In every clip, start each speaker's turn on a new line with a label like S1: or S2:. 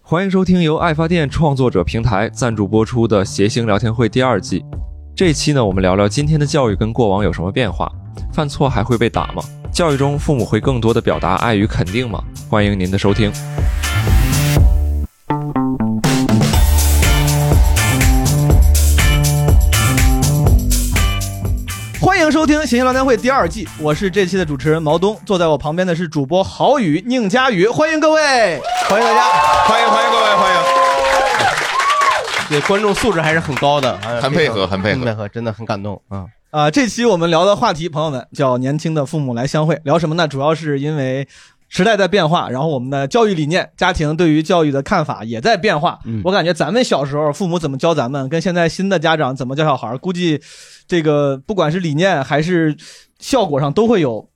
S1: 欢迎收听由爱发电创作者平台赞助播出的《谐星聊天会》第二季。这一期呢，我们聊聊今天的教育跟过往有什么变化，犯错还会被打吗？教育中父母会更多的表达爱与肯定吗？欢迎您的收听。
S2: 欢迎收听《闲星聊天会》第二季，我是这期的主持人毛东，坐在我旁边的是主播郝宇、宁佳宇，欢迎各位，欢迎大家，
S3: 欢迎欢迎各位，欢迎。
S4: 对，观众素质还是很高的，哎呀
S3: 很配合
S4: 非常
S3: 很配合
S4: 很配合，真的很感动啊！
S2: 啊、这期我们聊的话题，朋友们叫“年轻的父母来相会”，聊什么呢？主要是因为时代在变化，然后我们的教育理念、家庭对于教育的看法也在变化。我感觉咱们小时候父母怎么教咱们，跟现在新的家长怎么教小孩儿，估计这个不管是理念还是效果上都会有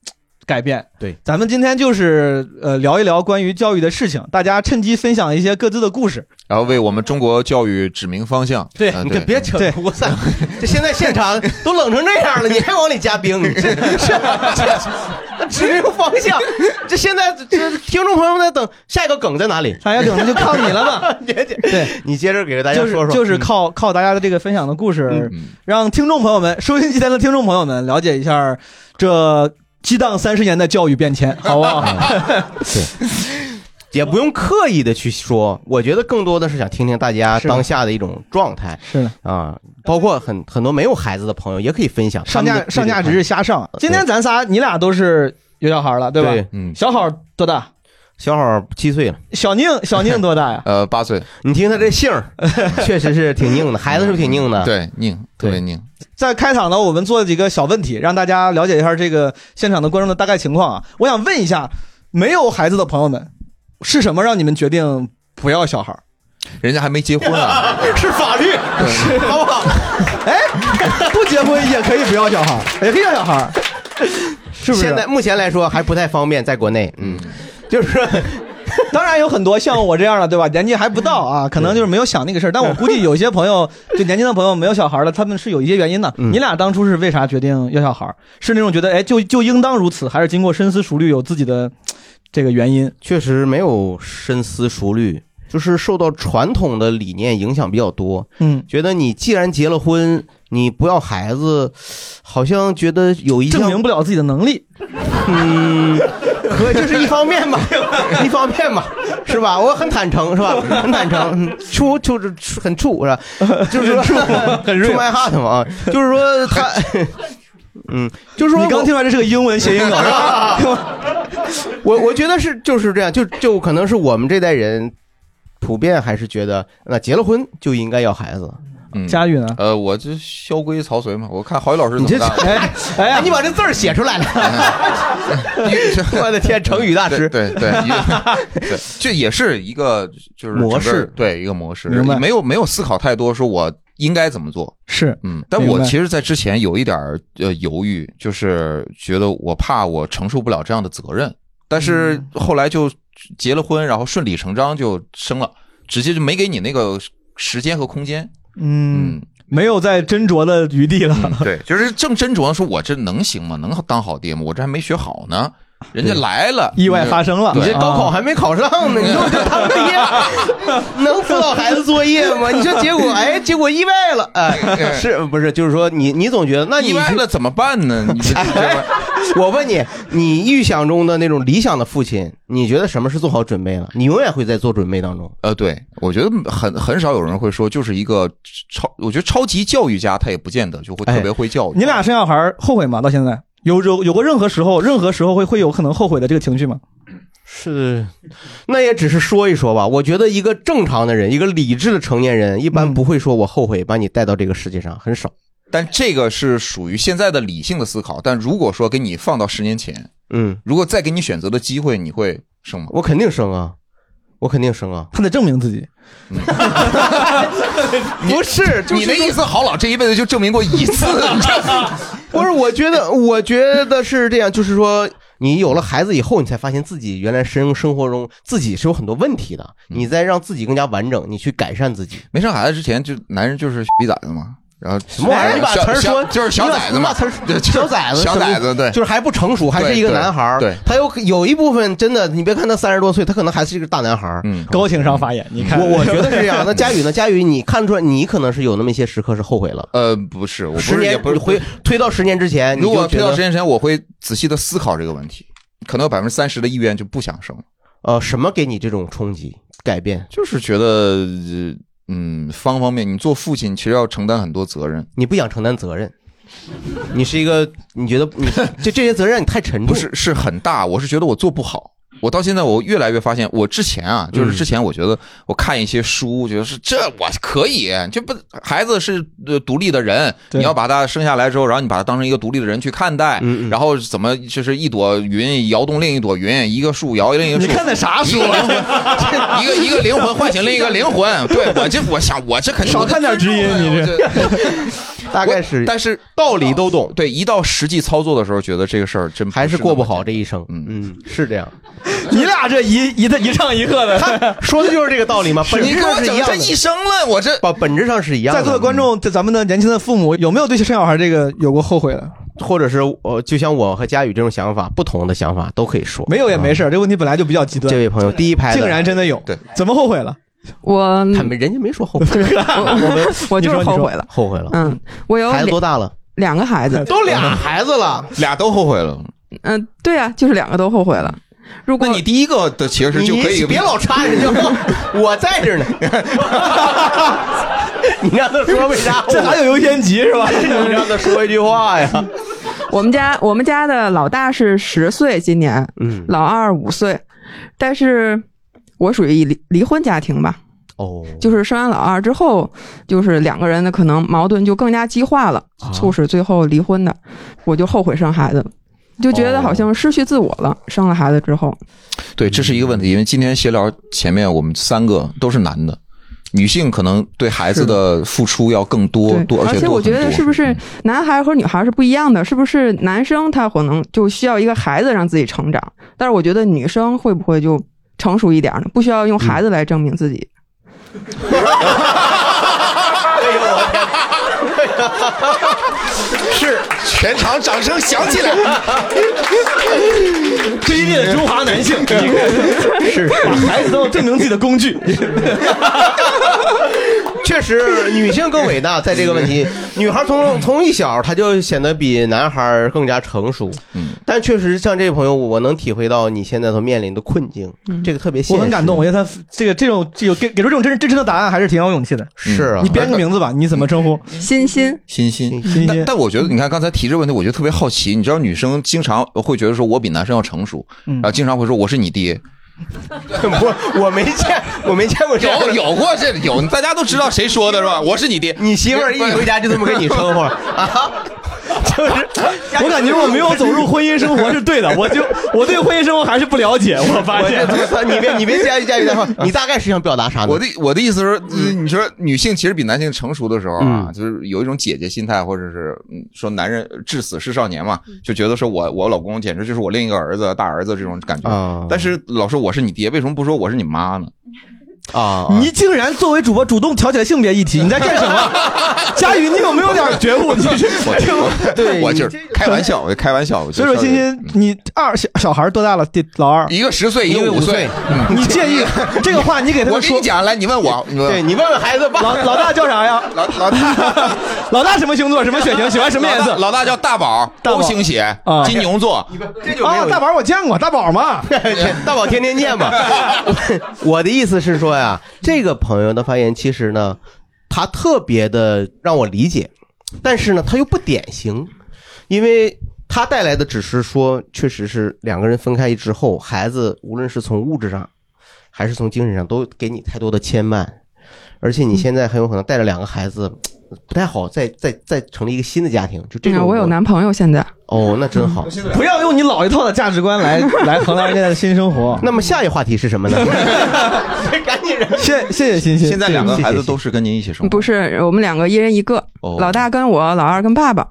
S2: 改变。
S4: 对，
S2: 咱们今天就是呃聊一聊关于教育的事情，大家趁机分享一些各自的故事。
S3: 然后为我们中国教育指明方向。
S4: 对
S3: 嗯
S4: 你可别扯胡散， 这现在现场都冷成这样了，你还往里加冰，你这这这指明方向。这现在这听众朋友们在等下一个梗在哪里？
S2: 大家等着就靠你了吧。对，
S4: 你接着给大家
S2: 就
S4: 说
S2: 是
S4: 说，嗯
S2: 就是靠靠大家的这个分享的故事，让听众朋友们、收音机前的听众朋友们了解一下这激荡三十年的教育变迁，好不好？
S4: 也不用刻意的去说，我觉得更多的是想听听大家
S2: 的
S4: 当下的一种状态
S2: 是的，
S4: 啊，包括很很多没有孩子的朋友也可以分享
S2: 上
S4: 他
S2: 价
S4: 们的
S2: 上价值是瞎上。今天咱仨，你俩都是有小孩了，啊对吧？
S4: 对
S3: 嗯，？
S2: 小好多大？
S4: 小好七岁了，
S2: 小宁，小宁多大呀
S3: 呃，八岁，
S4: 你听他这 姓儿，确实是挺拧的，孩子是不是挺拧的？，
S3: 对，拧，特别拧。
S2: 在开场呢，我们做几个小问题，让大家了解一下这个现场的观众的大概情况啊。我想问一下，没有孩子的朋友们，是什么让你们决定不要小孩儿？
S3: 人家还没结婚啊，
S4: 是法律，好不好？
S2: 哎，不结婚也可以不要小孩 儿，也可以要小孩儿，是不是？
S4: 现在目前来说还不太方便，在国内，嗯，就是说
S2: 当然有很多像我这样的，对吧？年纪还不到
S4: 嗯
S2: 啊，可能就是没有想那个事儿。但我估计有些朋友， 就年轻的朋友没有小孩儿了，他们是有一些原因的。
S4: 嗯
S2: 你俩当初是为啥决定要小孩儿？是那种觉得哎，就就
S4: 嗯
S2: 应当如此，还是经过深思熟虑有自己的嘖这个原因？
S4: 确实没有深思熟虑，就是受到传统的理念影响比较多，
S2: 嗯，
S4: 觉得你既然结了婚，你不要孩子，好像觉得有一
S2: 证明
S4: 项，
S2: 不了自己的能力。
S4: 嗯，可这是一方面吧， 一方面吧，是吧？我很坦诚，是吧？很坦诚，嗯处就是很处是吧？就是说
S2: 很
S4: 出卖哈特嘛，啊就是说他，嗯，就是说
S2: 你刚
S4: 我
S2: 听完这是个英文谐音梗是 吧？
S4: 我我觉得是就是这样，就就可能是我们这代人普遍还是觉得，那结了婚就应该要孩子。
S3: 嗯，
S2: 佳宇呢？
S3: 呃， 我这萧规曹随嘛，我看郝宇老师
S4: 你
S3: 怎
S4: 这
S3: 么办。
S2: 哎哎呀，
S4: 你把这字儿写出来了， 我的天，成语大
S3: 对
S4: 师。
S3: 对对，一个对， 这也是一个就是整个
S4: 模式
S3: 对一个模式，
S2: 明白
S3: 没有没有思考太多，说我应该怎么做，
S2: 是
S3: 嗯，但
S2: 明
S3: 我
S2: 白
S3: 其实，在之前有一点儿呃犹豫，就是觉得我怕我承受不了这样的责任，但
S4: 嗯
S3: 是后来就结了婚，然后顺理成章就生了，直接就没给你那个时间和空间。
S2: 嗯
S3: 嗯，，
S2: 没有再斟酌的余地了。
S3: 对，就是正斟酌说，我这能行吗？能当好爹吗？我这还没学好呢，人家来了，
S2: 意外发生了，
S4: 你这
S2: 啊
S4: 高考还没考上呢，你 说我这当爹 能辅导孩子作业吗？你说结果哎， 结果意外了，哎， 是不是？就是说你你总觉得，那
S3: 意
S4: 你
S3: 外了怎么办呢？你这这
S4: 我问你，你预想中的那种理想的父亲，你觉得什么是做好准备了？你永远会在做准备当中。
S3: 呃，对，我觉得很很少有人会说，就是一个超，我觉得超级教育家他也不见得就会特别会教育。
S2: 你俩生小孩儿后悔吗？到现在有有有过任何时候，任何时候会会有可能后悔的这个情绪吗？
S4: 是，那也只是说一说吧。我觉得一个正常的人，一个理智的成年人，一
S2: 嗯
S4: 般不会说我后悔把你带到这个世界上，很少。
S3: 但这个是属于现在的理性的思考。但如果说给你放到十年前，
S4: 嗯，
S3: 如果再给你选择的机会，你会生吗？
S4: 我肯定生啊，我肯定生啊。
S2: 他得证明自己，
S4: 不是，
S3: 你的意思，郝老这一辈子就证明过一次， 你这
S4: 不是？我觉 得，我觉得是这样，就是说，你有了孩子以后，你才发现自己原来生生活中自己是有很多问题的，你在让自己更加完整，你去改善自己。
S3: 没生孩子之前就男人就是逼崽子嘛，然后
S4: 什么玩意儿？你把词儿
S3: 小
S4: 说，
S3: 小就是小
S4: 你把
S3: 崽子
S4: 你把
S3: 嘛，
S4: 词儿
S3: 对
S4: 说，
S3: 就是
S4: 小崽子，
S3: 小崽子，对，
S4: 就是还不成熟，还是一
S3: 对
S4: 个
S3: 对
S4: 男孩儿。
S3: 对
S4: 他有有一部分真的，你别看他三十多岁，他可能还是一个大男孩儿。
S3: 嗯，
S2: 高情商发言，你看
S4: 我我觉得是这 样。那佳宇呢？佳宇，你看出来，你可能是有那么一些时刻是后悔了。
S3: 呃，不是，我不
S4: 十
S3: 是也
S4: 年
S3: 不是
S4: 回推到十年之前，你
S3: 如
S4: 就
S3: 果
S4: 觉
S3: 推到
S4: 得
S3: 十年前，我会仔细的思考这个问题，可能有百分之三十的意愿就不想生了，
S4: 呃什么给你这种冲击改变？
S3: 就是觉得呃嗯方方面面，你做父亲其实要承担很多责任，
S4: 你不想承担责任，你是一个你觉得你这这些责任你太沉重，
S3: 不是是很大，我是觉得我做不好。我到现在，我越来越发现，我之前啊，就是
S4: 嗯
S3: 之前，我觉得我看一些书，觉得是这我可以，这不孩子是呃独立的人，
S2: 对
S3: 你要把他生下来之后，然后你把他当成一个独立的人去看待，
S4: 嗯嗯
S3: 然后怎么就是一朵云摇动另一朵云，一个树摇另一个
S2: 你
S3: 树，
S2: 看的啥书啊
S3: 一？ 个灵魂，一个一个灵魂唤醒另一个灵魂。对我这，我想我这肯定
S2: 少看点知音你这
S3: 这
S4: 大概是
S3: 但是
S4: 道理都懂，
S3: 对一到实际操作的时候，觉得这个事儿真
S4: 还是
S3: 是
S4: 过不好
S3: 这
S4: 这一生。
S3: 嗯
S4: 嗯，是这样，
S2: 你俩这一一的一唱一和的，
S4: 说的就是这个道理嘛，本
S3: 你
S4: 质
S3: 给
S4: 上
S3: 我
S4: 是
S3: 整
S4: 一样
S3: 这
S4: 的。
S3: 一生了，我这
S4: 把本质上是一样的，
S2: 在座的观众，在咱们的年轻的父母有没有对生小孩这个有过后悔的？
S4: 或者是呃，就像我和佳宇这种想法，不同的想法都可以说。啊
S2: 没有也没事儿，这问题本来就比较极端
S4: 这。位朋友，第一排的
S2: 竟然真的有，
S3: 对，
S2: 怎么后悔了？
S5: 我
S4: 他们人家没说后悔，
S5: 我我就是
S2: 你说
S5: 后悔了。
S4: 后悔了。
S5: 嗯，我有
S4: 孩子
S5: 两
S4: 多大了？
S5: 两个孩子，
S4: 都俩孩子了，
S3: 俩都后悔了。
S5: 嗯，对啊，就是两个都后悔了。如
S3: 那
S5: 果
S3: 你第一个的其实就可以
S4: 你别老插人家 话， 我在这儿呢。你让他说为 啥后
S2: 这还
S4: 悔？
S2: 有优先级是 吧？
S4: 你让他说一句话呀。
S5: 我们家我们家的老大是十岁，今年
S4: 嗯，
S5: 老二五岁，但是我属于离离婚家庭吧，
S4: 哦，
S5: 就是生完老二之后，就是两个人的可能矛盾就更加激化了，
S4: 啊
S5: 促使最后离婚的。我就后悔生孩子，就觉
S4: 哦
S5: 得好像失去自我了。生了孩子之后，
S3: 对，这是一个问题，因为今天闲聊前面我们三个都是男的。女性可能对孩子的付出要更多
S5: 对，
S3: 多，
S5: 而
S3: 且
S5: 且
S3: 多
S5: 我
S3: 很
S5: 觉得
S3: 多嗯
S5: 是不是男孩和女孩是不一样的？是不是男生他可能就需要一个孩子让自己成长，但是我觉得女生会不会就成熟一点呢？不需要用孩
S3: 嗯
S5: 子来证明自己。
S3: 是全场 掌声响起来。
S2: 这一列的中华男 性，是把孩子当证明自己的工具。
S4: 确实，女性更伟大，在这个问题， 女孩从从一小她就显得比男孩更加成熟。
S3: 嗯，
S4: 但确实像这位朋友，我能体会到你现在所面临的困境，嗯这个特别现
S2: 我
S4: 实。
S2: 很感动，我觉得他这个这种这个给给出这种真真诚的答案还是挺有勇气的。
S4: 是啊，
S2: 你编个名字吧，你怎么称呼？
S5: 欣欣，
S3: 欣欣，
S2: 欣
S3: 但
S2: 欣，
S3: 但我觉得，你看刚才提这个问题，我就特别好奇。你知道，女生经常会觉得说我比男生要成熟，然后经常会说我是你爹。
S4: 不，我没见，我没见过这样的
S3: 有。有过这有，大家都知道谁说的是吧？我是你爹。
S4: 你媳 妇儿一回家就这么跟你称呼啊？就是，
S2: 我感觉我没有走入婚姻生活 是对的，我就我对婚姻生活还是不了解。我发
S4: 我
S2: 现
S4: 这怎么 说你别你别加加加话，你大概是想表达啥呢？嗯
S3: 我的我的意思是，呃你说女性其实比男性成熟的时候啊，就是有一种姐姐心态，或者是嗯说男人至死是少年嘛，
S4: 嗯
S3: 就觉得说我我老公简直就是我另一个儿子大儿子这种感
S4: 啊
S3: 觉。但是老说我是你爹，为什么不说我是你妈呢？
S4: 啊，
S2: 你竟然作为主播 主动挑起来性别议题，你在干什么？佳宇，你有没有点觉悟？你是
S4: 对
S3: 我就是开玩笑，我就开玩 笑。我就
S2: 所以说，
S3: 稍微嗯
S2: 欣欣，你二小小孩多大了？第老二，
S3: 一个十岁，一
S4: 一
S3: 个
S4: 个
S3: 五
S4: 五
S3: 岁
S4: 岁。
S3: 嗯
S2: 你介意这个话？你给他
S3: 我
S2: 们
S3: 跟
S2: 说
S3: 你，讲，来，你问我，你问
S4: 对
S3: 我
S4: 你问问孩子吧。
S2: 老老大叫啥呀？
S3: 老老大。
S2: 老大什么星座？什么血型？喜欢什么颜色
S3: 老大？老大叫大宝，
S2: 大宝
S3: 都型血
S2: 啊，
S3: 金牛座。
S4: 这就没
S2: 啊，
S4: 有
S2: 大宝我见过，大宝 嘛。
S4: 大宝天天见嘛。 我的意思是说呀，这个朋友的发言其实呢，他特别的让我理解，但是呢，他又不典型，因为他带来的只是说，确实是两个人分开之后，孩子无论是从物质上，还是从精神上，都给你太多的牵绊，而且你现在很有可能带着两个孩子。不太好，再再再成立一个新的家庭，就这
S5: 你看
S4: 种。
S5: 我有男朋友现在，
S4: 哦，那真好。
S2: 不要用你老一套的价值观来来衡量人家的新生活。
S4: 那么下一话题是什么呢？ 赶紧 让
S2: 谢谢谢欣欣，
S3: 现在两个
S4: 谢谢
S3: 孩子都是跟您一起生活，
S5: 不是我们两个一人一个，
S3: 哦
S5: 老大跟我，老二跟爸爸。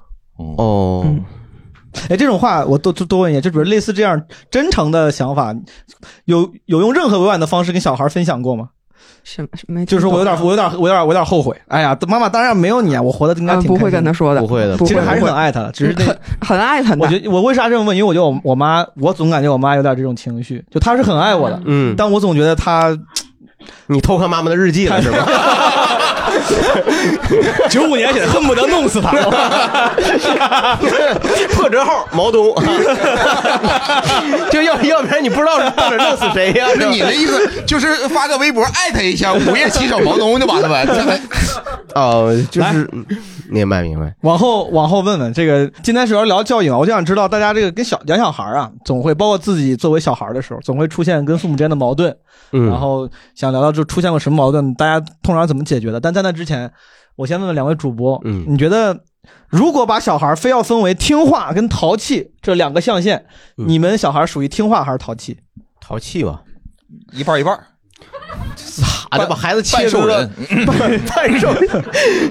S4: 哦，
S5: 嗯
S2: 哎，这种话我多多多问一下，就比如类似这样真诚的想法，有有用任何委婉的方式跟小孩分享过吗？
S5: 什么没听懂？
S2: 就是说我有点，我有点，我有点，我有点后悔。哎呀，妈妈当然没有你啊，我活得应该
S5: 呃
S2: 挺
S5: 不
S2: 开
S5: 会
S2: 心
S5: 跟他说的，
S4: 不会的
S5: 不
S2: 其
S5: 会
S2: 实还是
S5: 不
S2: 很
S5: 会
S2: 爱他的，只是那
S5: 很很爱他的。
S2: 我觉得我为啥这么问？因为我觉得我我妈，我总感觉我妈有点这种情绪，就她是很爱我的，
S4: 嗯，
S2: 但我总觉得她
S4: 你偷看妈妈的日记了是吧？
S2: 九五年写的，恨不得弄死她。
S4: 破折号 毛东， 就要要不然你不知道到底弄死 谁呀、
S3: 那你的意思就是发个微博哎艾特一下午夜骑手毛东就完了 呗？这还
S4: 哦，就是嗯明白明白，
S2: 往后往后问问这个，今天主要聊教育嘛，我就想知道大家这个跟小养小孩啊，总会包括自己作为小孩的时候，总会出现跟父母之间的矛盾，
S4: 嗯，
S2: 然后想聊聊就出现过什么矛盾，大家通常怎么解决的。但在那之前，我先问问两位主播，
S4: 嗯
S2: 你觉得如果把小孩非要分为听话跟淘气这两个象限，
S4: 嗯
S2: 你们小孩属于听话还是淘气？
S4: 淘气吧，
S3: 一半一 半，
S4: 咋的把孩子切
S3: 半
S4: 成
S3: 兽
S4: 了
S3: 人，
S4: 半兽人，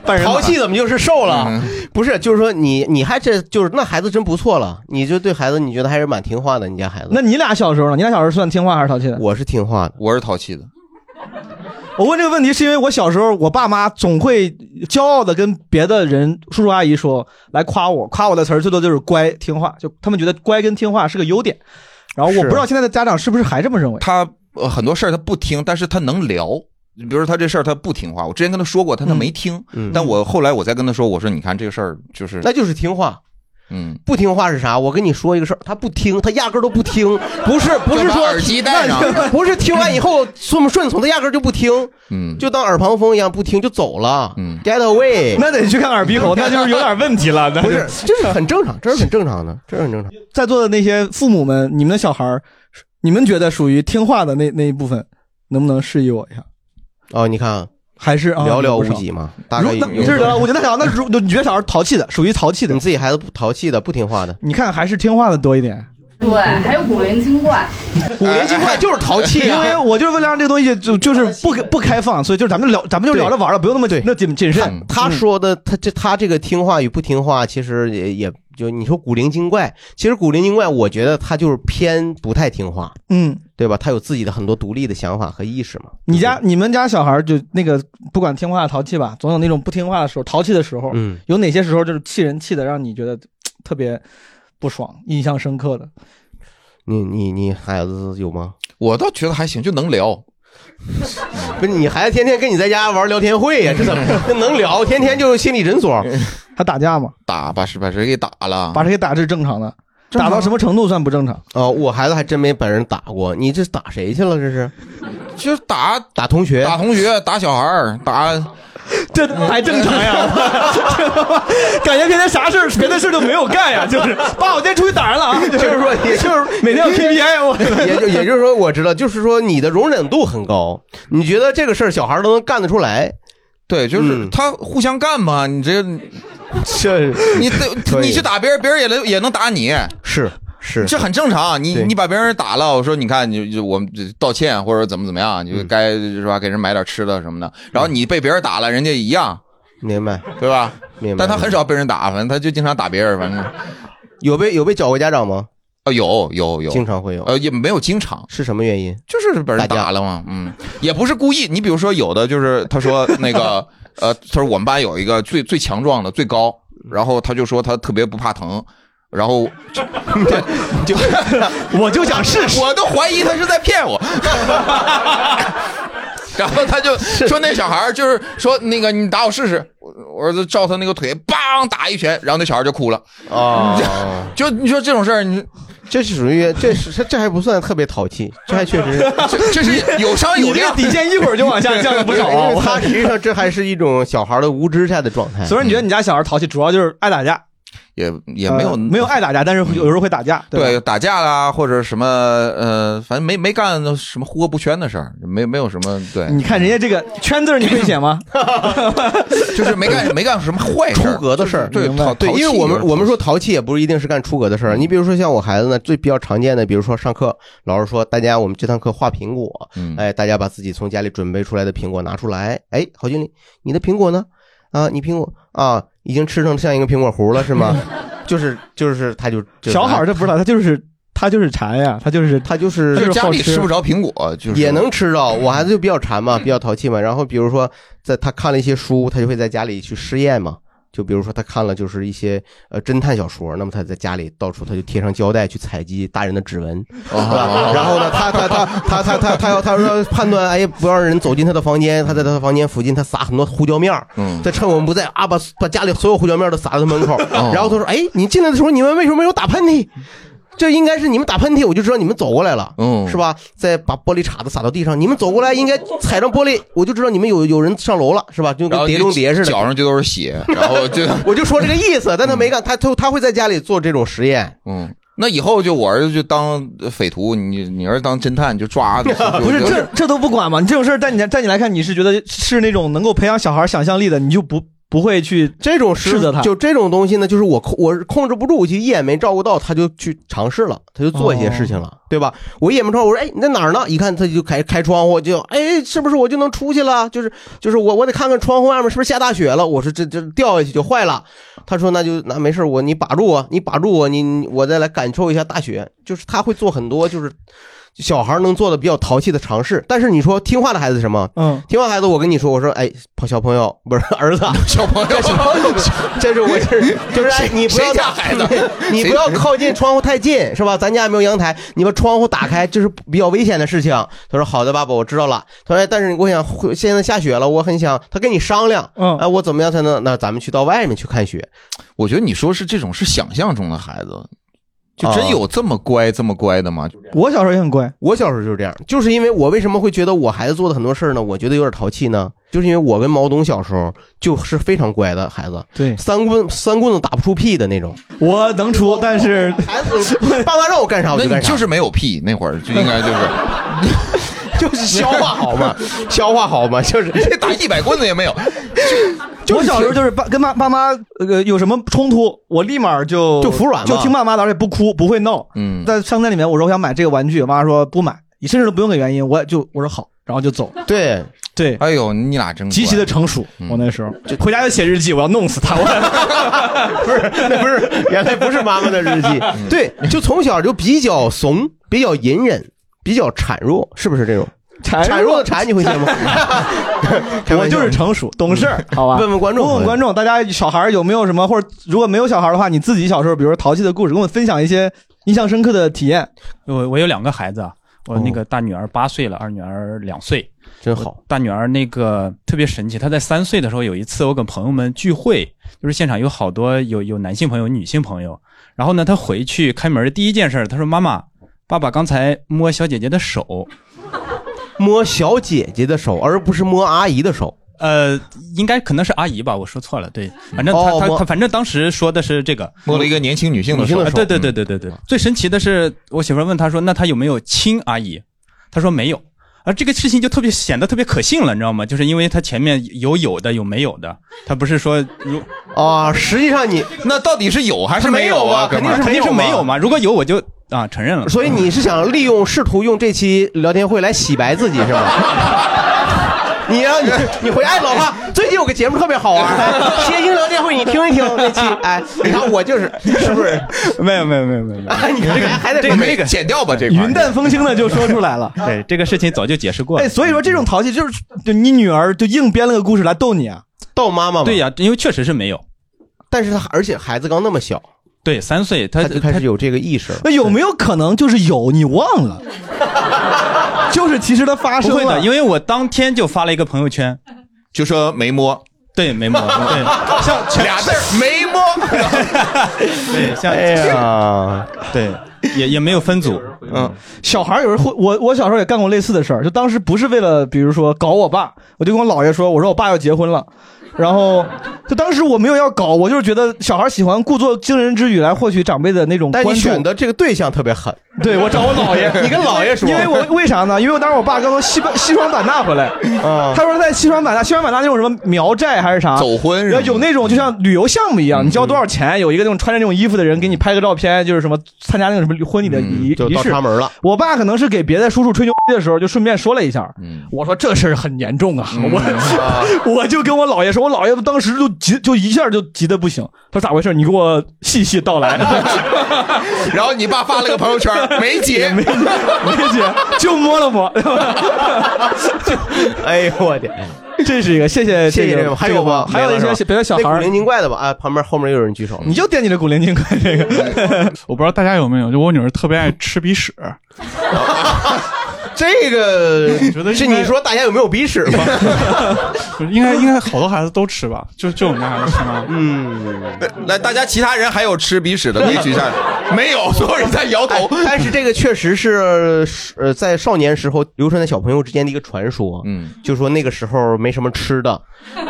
S2: 半人马
S4: 淘气怎么就是瘦了？
S3: 嗯
S4: 不是，就是说你你还这就是那孩子真不错了，你就对孩子你觉得还是蛮听话的，你家孩子。
S2: 那你俩小时候呢？你俩小时候算听话还是淘气的？
S4: 我是听话的，
S3: 我是淘气的，
S2: 我问这个问题是因为我小时候，我爸妈总会骄傲的跟别的人叔叔阿姨说，来夸我，夸我的词儿最多就是乖听话，就他们觉得乖跟听话是个优点。然后我
S4: 是
S2: 不知道现在的家长是不是还这么认为？
S3: 他呃很多事儿他不听，但是他能聊。比如说他这事儿他不听话，我之前跟他说过，但他
S2: 嗯
S3: 没听。
S4: 嗯
S3: 但我后来我再跟他说，我说你看这个事儿就是，
S4: 那就是听话。
S3: 嗯，
S4: 不听话是啥？我跟你说一个事儿，他不听，他压根儿都 不听。不是，不是
S3: 就把
S4: 说
S3: 耳机戴上，
S4: 不是听完以后顺不顺从，他压根儿就不听，
S3: 嗯，
S4: 就当耳旁风一样不听就走了。
S3: 嗯
S4: g e t away。
S2: 那得去看耳鼻喉，那就是有点问题了。那
S4: 不是，这是很正常，这是很正常的，这是很正常。
S2: 在座的那些父母们，你们的小孩儿，你们觉得属于听话的那那一部分，能不能示意我一下？
S4: 哦，你看，
S2: 还是啊
S4: 寥寥
S2: 有
S4: 无
S2: 不少
S4: 几嘛，大
S2: 如
S4: 概
S2: 那
S4: 有
S2: 你是得了，我觉得小那如你觉得小孩淘气的，属于淘气的嗯
S4: 你，自己孩子不淘气的，不听话的，
S2: 你看还是听话的多一点。
S6: 对，还有古灵精怪。
S4: 五年轻快就是淘气
S2: 哎因
S4: 啊。
S2: 为我就是为了让这个东西就就是不不开放，所以就是咱们就聊，咱们就聊着玩了，不用那么
S4: 对
S2: 那谨谨慎。嗯
S4: 他说的，他这他这个听话与不听话，其实也也就你说古灵精怪，其实古灵精怪，我觉得他就是偏不太听话，
S2: 嗯，
S4: 对吧？他有自己的很多独立的想法和意识嘛。
S2: 你家你们家小孩就那个不管听话淘气吧，总有那种不听话的时候，淘气的时候，
S4: 嗯，
S2: 有哪些时候就是气人气的，让你觉得嘖特别不爽、印象深刻
S4: 嗯
S2: 的？
S4: 你你你孩子有吗？
S3: 我倒觉得还行，就能聊。
S4: 不是你孩子天天跟你在家玩聊天会呀、这 怎么这能聊？天天就是心理诊所，
S2: 他打架嘛，
S3: 打把谁把谁给打 了，
S2: 把谁给打是正常的，
S5: 正
S2: 打
S5: 常
S2: 到什么程度算不正常？
S4: 啊！我孩子还真没把人打过，你这打谁去了？这是
S3: 就是打
S4: 打同学？
S3: 打同学、打小孩儿、 打
S2: 这还正常呀？感觉天天啥事儿别的事儿都没有干呀，就是爸，我今天出去打人了啊，就
S4: 就是说，也就是
S2: 每天有
S4: 啊
S2: KPI 啊我。
S4: 也就也就是说，我知道，就是说你的容忍度很高，你觉得这个事儿小孩儿都能干得出来，
S3: 对，就是
S4: 嗯
S3: 他互相干嘛，你这
S4: 这
S3: 你
S4: 可以
S3: 你去打别人，别人也能也能打你，
S4: 是是
S3: 这很正常。啊你
S4: 对
S3: 你把别人打了，我说你看你就我们就道歉或者怎么怎么样，你就
S4: 嗯
S3: 该是吧给人买点吃的什么的。然后你被别人打了，人家一样，
S4: 明白
S3: 对吧？
S4: 明白。
S3: 但他很少被人打，反正他就经常打别人，反正
S4: 有被有被找过家长吗？
S3: 啊有有有
S4: 经，常会有，
S3: 呃也没有经常。
S4: 是什么原因？
S3: 就是被人
S4: 打架
S3: 打了嘛，嗯，也不是故意。你比如说，有的就是他说那个，呃，他说我们班有一个最最强壮的、最高，然后他就说他特别不怕疼，然后 就 就
S2: 我就想试试。
S3: 我都怀疑他是在骗我。然后他就说那小孩儿就是说那个你打我试试，我我儿子照他那个腿，梆打一拳，然后那小孩就哭了。
S4: 哦，
S3: 就你说这种事儿，你
S4: 这是属于这是这这还不算特别淘气，这还确实。
S3: 这这是有商有
S2: 你这
S3: 量
S2: 个。底线一会儿就往下降了不少啊！
S4: 因为
S2: 我
S4: 他 实际上这还是一种小孩的无知下的状态。
S2: 所以你觉得你家小孩淘气，主要就是爱打架，
S3: 也也没有、
S2: 呃没有爱打架，但是有时候会打架，吧
S3: 对打架啦，或者什么呃，反正没没干什么呼合不圈的事儿，没没有什么对，
S2: 你看人家这个圈字儿，你会写吗？
S3: 就是没干没干什么坏事儿
S4: 出格的事儿
S3: 就是
S2: 明
S3: 对
S2: 白
S3: 淘嗯
S4: 对，因为我们我们
S3: 说
S4: 说淘气也不是一定是干出格的事儿。你比如说像我孩子呢，最比较常见的，比如说上课老师说大家我们这堂课画苹果，
S3: 嗯
S4: 哎，大家把自己从家里准备出来的苹果拿出来。哎，郝经理，你的苹果呢？啊，你苹果啊， 已经吃成像一个苹果核了是吗？就是就是，他就就
S2: 小孩儿这不知道，他就是他就是馋呀，他就是
S4: 他就是
S3: 就家里
S2: 好吃
S3: 吃不着苹果，就是
S4: 也能吃到。我孩子就比较 馋嘛，比较淘气嘛。然后比如说，在他看了一些书，他就会在家里去试验嘛。就比如说他看了就是一些呃侦探小说，那么他在家里到处他就贴上胶带去采集大人的指纹，
S3: 哦
S4: 是吧然后呢，他他他他他他他要他说判断，哎，不让人走进他的房间，他在他的房间附近他撒很多胡椒面儿
S3: 嗯
S4: 他趁我们不在啊，把把家里所有胡椒面儿都撒到他门口，
S3: 哦
S4: 然后他说，哎，你进来的时候你们为什么没有打喷嚏？这应该是你们打喷嚏，我就知道你们走过来了，
S3: 嗯
S4: 是吧？再把玻璃碴子撒到地上，你们走过来应该踩上玻璃，我就知道你们有有人上楼了，是吧？就
S3: 然
S4: 跟
S3: 后
S4: 碟中谍似的，
S3: 脚上就都是血，然后 就
S4: 我就说这个意思，但他没干，他他他会在家里做这种实验，
S3: 嗯。那以后就我儿子就当匪徒，你你儿子当侦探就抓，就
S2: 不是
S3: 就
S2: 这这都不管吗？你这种事儿，在你在你来看，你是觉得是那种能够培养小孩想象力的，你就不不会去
S4: 这种
S2: 是的他
S4: 就这种东西呢，就是我控我是控制不住，我就一眼没照顾到，他就去尝试了，他就做一些事情了，
S2: 哦
S4: 对吧？我一眼没照顾，我说哎你在哪儿呢？一看他就开开窗户，就哎是不是我就能出去了？就是就是我我得看看窗户外面是不是下大雪了。我说这这掉下去就坏了。他说那就那没事儿我你把住我，你把住我，你你我再来感受一下大雪。就是他会做很多就是小孩能做的比较淘气的尝试，但是你说听话的孩子是什么？
S2: 嗯，
S4: 听话孩子，我跟你说，我说哎小朋友不是儿子 啊。
S3: 小朋友
S4: 这是我这是就是哎，你不
S3: 谁
S4: 要
S3: 家孩 子
S4: 你不要靠近窗户太近，是吧？咱家也没有阳台，你把窗户打开，这是比较危险的事情。他说好的，爸爸，我知道了。他说哎但是我想会现在下雪了，我很想他跟你商量，
S2: 嗯
S4: 哎，我怎么样才能？那咱们去到外面去看雪，
S3: 我觉得你说是这种是想象中的孩子，就
S4: 啊
S3: 真有这么乖这么乖的吗？
S2: 我小时候也很乖，
S4: 我小时候就是这样，就是因为我为什么会觉得我孩子做的很多事儿呢？我觉得有点淘气呢，就是因为我跟毛东小时候就是非常乖的孩子，
S2: 对
S4: 三棍三棍子打不出屁的那种。
S2: 我能出，但是
S4: 孩子，爸妈让我干啥我
S3: 那
S4: 就
S3: 你
S4: 干啥，
S3: 就是没有屁，那会儿就应该就是
S4: 就是消化 好嘛，消化好嘛，就是
S3: 打一百棍子也没有，
S2: 我小时候就是爸跟妈爸妈呃有什么冲突，我立马就
S4: 就服软嘛
S2: 就听爸妈的，而且不哭不会闹。
S3: 嗯，
S2: 在商店里面，我说我想买这个玩具，我妈说不买，你甚至都不用给原因，我就我说好，然后就走。
S4: 对，
S2: 对，
S3: 哎呦，你俩真乖
S2: 极其的成熟。我那时候 回家就写日记，我要弄死他。我
S4: 不是， 那不是原来不是妈妈的 日记， 对，就从小就比较怂，比较隐忍，比较孱弱，是不是这种？孱弱的孱，你会信吗？开玩笑
S2: 我就是成熟懂事儿，嗯好吧？
S4: 问问观众
S2: 问问观众，大家小孩儿有没有什么，或者如果没有小孩儿的话，你自己小时候，比如说淘气的故事，跟我们分享一些印象深刻的体验。
S7: 我我有两个孩子啊，我
S4: 哦
S7: 那个大女儿八岁了，二女儿两岁。
S4: 真好，
S7: 大女儿那个特别神奇，她在三岁的时候有一次，我跟朋友们聚会，就是现场有好多有有男性朋友、女性朋友。然后呢，她回去开门第一件事儿，她说：“妈妈，爸爸刚才摸小姐姐的手。
S4: 摸小姐姐的手，而不是摸阿姨的手。”
S7: 呃，应该可能是阿姨吧，我说错了。对，反正她
S4: 哦
S7: 她
S4: 摸
S7: 她反正当时说的是这个。
S3: 摸了一个年轻女性的
S4: 女性
S3: 手
S4: 的
S7: 啊，
S4: 手嗯
S7: 对对对对对对。最神奇的是，我媳妇儿问她说：“那她有没有亲阿姨？”她说没有。啊，这个事情就特别显得特别可信了，你知道吗？就是因为她前面有有的有没有的，她不是说如
S4: 啊，实际上你，
S3: 那到底是有还是有
S4: 有
S3: 啊？
S4: 肯
S3: 哥
S4: 定
S3: 们儿
S4: 是
S7: 肯定是
S4: 没
S7: 没
S4: 有
S7: 有嘛。如果有，我就啊承 认了。
S4: 所以你是想利用试图用这期聊天会来洗白自己是吗？你让你你回哎，老婆，最近有个节目特别好玩，哎谐星聊天会，你听一听那期，哎，你看我就是是不是？
S7: 没有没有没有没有没有。
S4: 哎，你这个还得
S3: 这个剪掉吧，这块儿
S2: 云淡风轻的就说 出来了。
S7: 对，这个事情早就解释过了
S2: 哎，。所以说这种淘气就是就你女儿就硬编了个故事来逗你啊。
S4: 逗妈妈嘛。
S7: 对呀、因为确实是没有。
S4: 但是他而且孩子刚那么小，
S7: 对，三岁，她
S4: 他就开始有这个意识 了。
S2: 那有没有可能就是有你忘了？ 就是其实它发生
S7: 不
S2: 了，
S7: 会
S4: 啊
S7: 的，因
S2: 为
S7: 为我当天就发了一个朋友圈。
S3: 就说没摸，
S7: 对，没 毛病。对，像全
S3: 俩字儿没摸。
S7: 对像
S4: 哎呀，
S7: 对，也也没有分组。
S3: 嗯，
S2: 小孩有人会，我我小时候也干过类似的事儿，就当时不是为了比如说搞我爸，我就跟我姥爷说，我说我爸要结婚了。然后，就当时我没有要搞，我就是觉得小孩喜欢故作惊人之语来获取长辈的那种关
S4: 但
S2: 注。
S4: 你选的这个对象特别狠，
S2: 对我找我姥爷，
S4: 你跟姥爷说
S2: 因为我为啥呢？因为我当时我爸刚从西班西双版纳回来，嗯
S4: 啊
S2: 他说在西双版纳，西双版纳那种什么苗寨还是啥
S3: 走婚是吧
S2: 然后有那种就像旅游项目一样，
S4: 嗯
S2: 你交多少钱，有一个那种穿着那种衣服的人给你拍个照片，就是什么参加那个什么婚礼的仪
S4: 嗯就
S2: 仪
S4: 到
S2: 式
S4: 插。门了。
S2: 我爸可能是给别的叔叔吹牛逼的时候，就顺便说了一下。
S3: 嗯，
S2: 我说这事儿很严重啊！
S4: 嗯
S2: 我 我就跟我姥爷说，我姥爷当时就急，就一下就急 得不行。他说咋回事？你给我细细道来。
S3: 然后你爸发了个朋友圈儿， 没结，
S2: 没没结， 就摸了 摸。
S4: 哎呦我天！
S2: 这是一个，谢谢
S4: 谢谢
S2: 这
S4: 这
S2: 个，
S4: 个，还有吗？
S2: 还有一些，比如小孩
S4: 那古
S2: 儿
S4: 灵，精怪的吧？啊，旁边后面又有人举手了，
S2: 你就惦记着古灵精怪这个，
S8: 我不知道大家有没有，就我女儿特别爱吃鼻屎，
S4: 这个
S8: 觉得应该
S4: 是你说大家有没有 鼻屎吗？
S8: 就是应该应该好多孩子都吃吧，就就我们家孩子吃吗？
S4: 嗯，
S3: 来，大家其他人还有吃鼻屎的，可以举一 下。没有，所有人在摇头。
S4: 哎但是这个确实是呃，在少年时候流传在小朋友之间的一个传说，
S3: 嗯，
S4: 就说那个时候没什么吃的，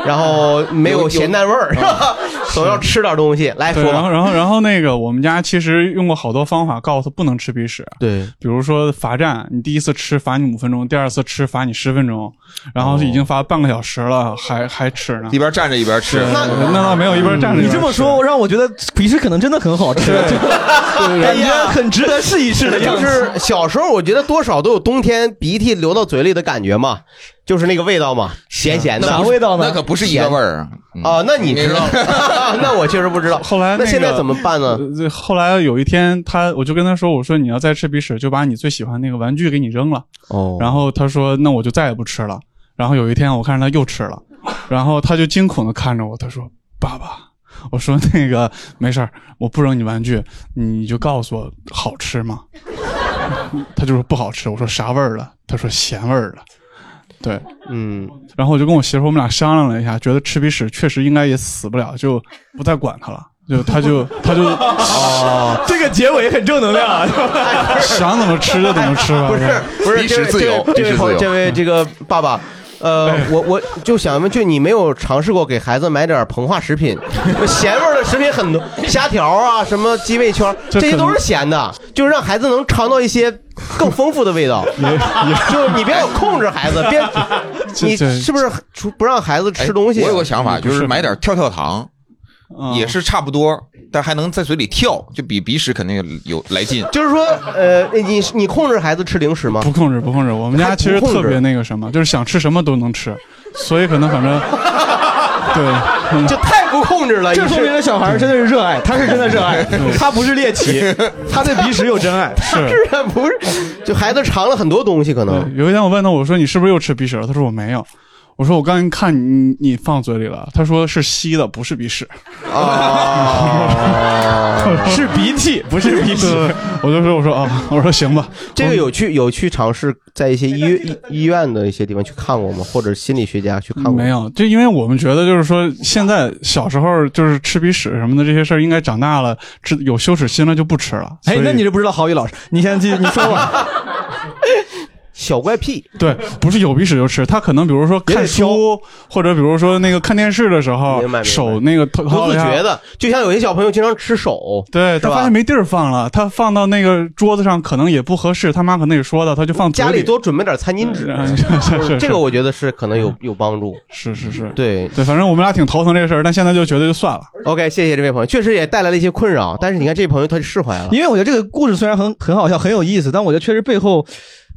S4: 然后没有咸淡味儿，是吧？ 总要吃点东西。来
S8: 嗯对，
S4: 说
S8: 然
S4: 吧
S8: 后，然后然后那个我们家其实用过好多方法告诉他不能吃鼻屎，
S4: 对，
S8: 比如说罚站，你第一次吃罚你五分钟，第二次吃罚你十分钟，然后已经罚半个小时了，还还吃呢
S3: 一。边站着一边吃。
S8: 对那倒没有一边站着一边吃。
S2: 你这么说让我觉得鼻屎可能真的很好吃， 感觉很值得试一试的样
S4: 就
S2: 子。
S4: 是小时候我觉得多少都有冬天鼻涕流到嘴里的感觉嘛，就是那个味道嘛，咸咸的
S2: 啥味道
S3: 那
S2: 呢
S3: 可？不是一个味儿啊！嗯
S4: 啊。那你知道
S3: 那？
S4: 那我确实不知道。
S8: 后来
S4: 那
S8: 个
S4: 现在怎么办呢？
S8: 呃这后来有一天，他我就跟他说：“我说你要再吃鼻屎，就把你最喜欢那个玩具给你扔了。”
S4: 哦
S8: 然后他说：“那我就再也不吃了。”然后有一天，我看着他又吃了，然后他就惊恐的看着我，他说：“爸爸。”我说：“那个没事儿，我不扔你玩具，你就告诉我好吃吗？” 他就说：“不好吃。”我说：“啥味儿的？”他说：“咸味儿的。”对，
S4: 嗯，
S8: 然后我就跟我媳妇儿我们俩商量了一下，觉得吃鼻屎确实应该也死不了，就不再管他了。就他就他就
S2: 这个结尾很正能量啊！
S8: 想怎么吃就怎么吃 吧。
S4: 不是不是，
S3: 历史
S4: 这位
S3: 自由
S4: 这
S3: 历
S4: 位
S3: 史
S4: 朋
S3: 自
S4: 友
S3: 由
S4: 这位这个爸爸。呃，
S8: 哎
S4: 我我就想问，就你没有尝试过给孩子买点膨化食品，咸味儿的食品很多，虾条啊，什么鸡味圈，这
S8: 这
S4: 些
S8: 可能
S4: 都是咸的，就是让孩子能尝到一些更丰富的味道。 就是你别老控制孩子，别
S8: 这
S4: 你
S8: 这
S4: 是不是除不让孩子
S3: 哎
S4: 吃东西啊？
S3: 我有个想法，
S8: 不
S3: 就是是买点跳跳糖，
S8: 嗯
S3: 也是差不多，但还能在嘴里跳，就比鼻屎肯定有来劲。
S4: 就是说，呃，你你控制孩子吃零食吗？
S8: 不控制，不控制。我们
S4: 还
S8: 家
S4: 不
S8: 其实
S4: 控制
S8: 特别那个什么，就是想吃什么都能吃，所以可能 反正对，嗯
S4: 这太不控制了，
S2: 这
S4: 你
S2: 说
S4: 是
S2: 明这小孩儿真的是热爱，他是真的热爱，他不是猎奇，他对鼻屎有真爱。
S8: 是。
S4: 不 是？就孩子尝了很多东西，可能
S8: 对，有一天我问他，我说你是不是又吃鼻屎了？他说我没有。我说我刚才看你你放嘴里了，他说是吸的，不是鼻屎。
S4: 啊。
S2: 是鼻涕，不是鼻屎。
S8: 对，我就说我说
S2: 哦
S8: 啊，我说行吧，
S4: 嗯这个有去有去尝试在一些医医医院的一些地方去看过吗？或者心理学家去看过吗？
S8: 没有，就因为我们觉得就是说，现在小时候就是吃鼻屎什么的这些事儿，应该长大了知有羞耻心了就不吃了。
S2: 哎
S8: 所，以
S2: 那你就不知道郝宇老师，你先 继续，你说吧。
S4: 小
S8: 哎
S4: 怪癖，
S8: 对不是有鼻屎就吃，他可能比如说
S4: 也得
S8: 看书或者比如说那个看电视的时候
S4: 明白明白
S8: 手那个掏
S4: 不
S8: 掏了
S4: 自
S8: 一下
S4: 觉的，就像有些小朋友经常吃手，
S8: 对
S4: 是
S8: 他
S4: 吧
S8: 发现没地儿放了，他放到那个桌子上可能也不合适，他妈可能也说了，他就放嘴
S4: 家里
S8: 里
S4: 多准备点餐巾纸。
S2: 哎
S8: 嗯是是是
S4: 这个我觉得是可能有有帮助。
S8: 是是是，
S4: 对
S8: 对，反正我们俩挺头疼这个事儿，但现在就觉得就算了。
S4: ，OK，谢谢这位朋友，确实也带来了一些困扰，但是你看这位朋友他就释怀了。
S2: 因为我觉得这个故事虽然很很好笑，很有意思，但我觉得确实背后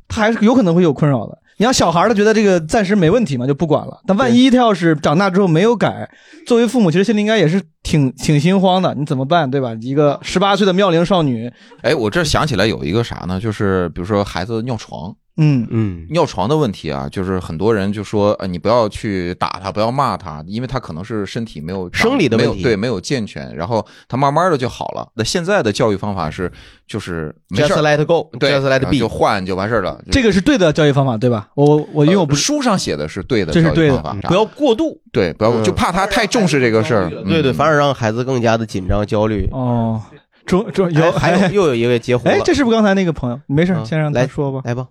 S2: 他还是有可能会有困扰的。你像小孩儿，他觉得这个暂时没问题嘛，就不管了。但万一他要是长大之后没有改，作为父母，其实心里应该也是挺 挺心慌的。你怎么办，对吧？一个十八岁的妙龄少女，
S3: 哎，我这想起来有一个啥呢？就是比如说孩子尿床，
S2: 嗯，
S4: 嗯，
S3: 尿床的问题啊，就是很多人就说，呃，你不要去打他，不要骂他，因为他可能是身体没有
S4: 生理的
S3: 没
S4: 问
S3: 有
S4: 题
S3: 对，没有健全，然后他慢慢的就好了。那现在的教育方法是，就是没
S4: Just
S3: 事儿
S4: let go，
S3: 对
S4: just let
S3: 然后就
S4: be。
S3: 换就完事儿了。
S4: 嗯
S2: 这个是对的教育方法，对吧？我我因为我不
S3: 呃
S2: 是，
S3: 书上写的是对的，
S2: 这是对的
S3: 方法，
S4: 不要过度，
S3: 对，不要
S4: 嗯
S3: 就怕他太重视这个事儿。嗯
S4: 对对，反而让孩子更加的紧张焦虑。
S2: 哦，中中有
S4: 哎还有又有一位截胡了
S2: 哎，，这是不是刚才那个朋友？没事儿，
S4: 嗯
S2: 先让他
S4: 来
S2: 说吧。
S4: 来吧，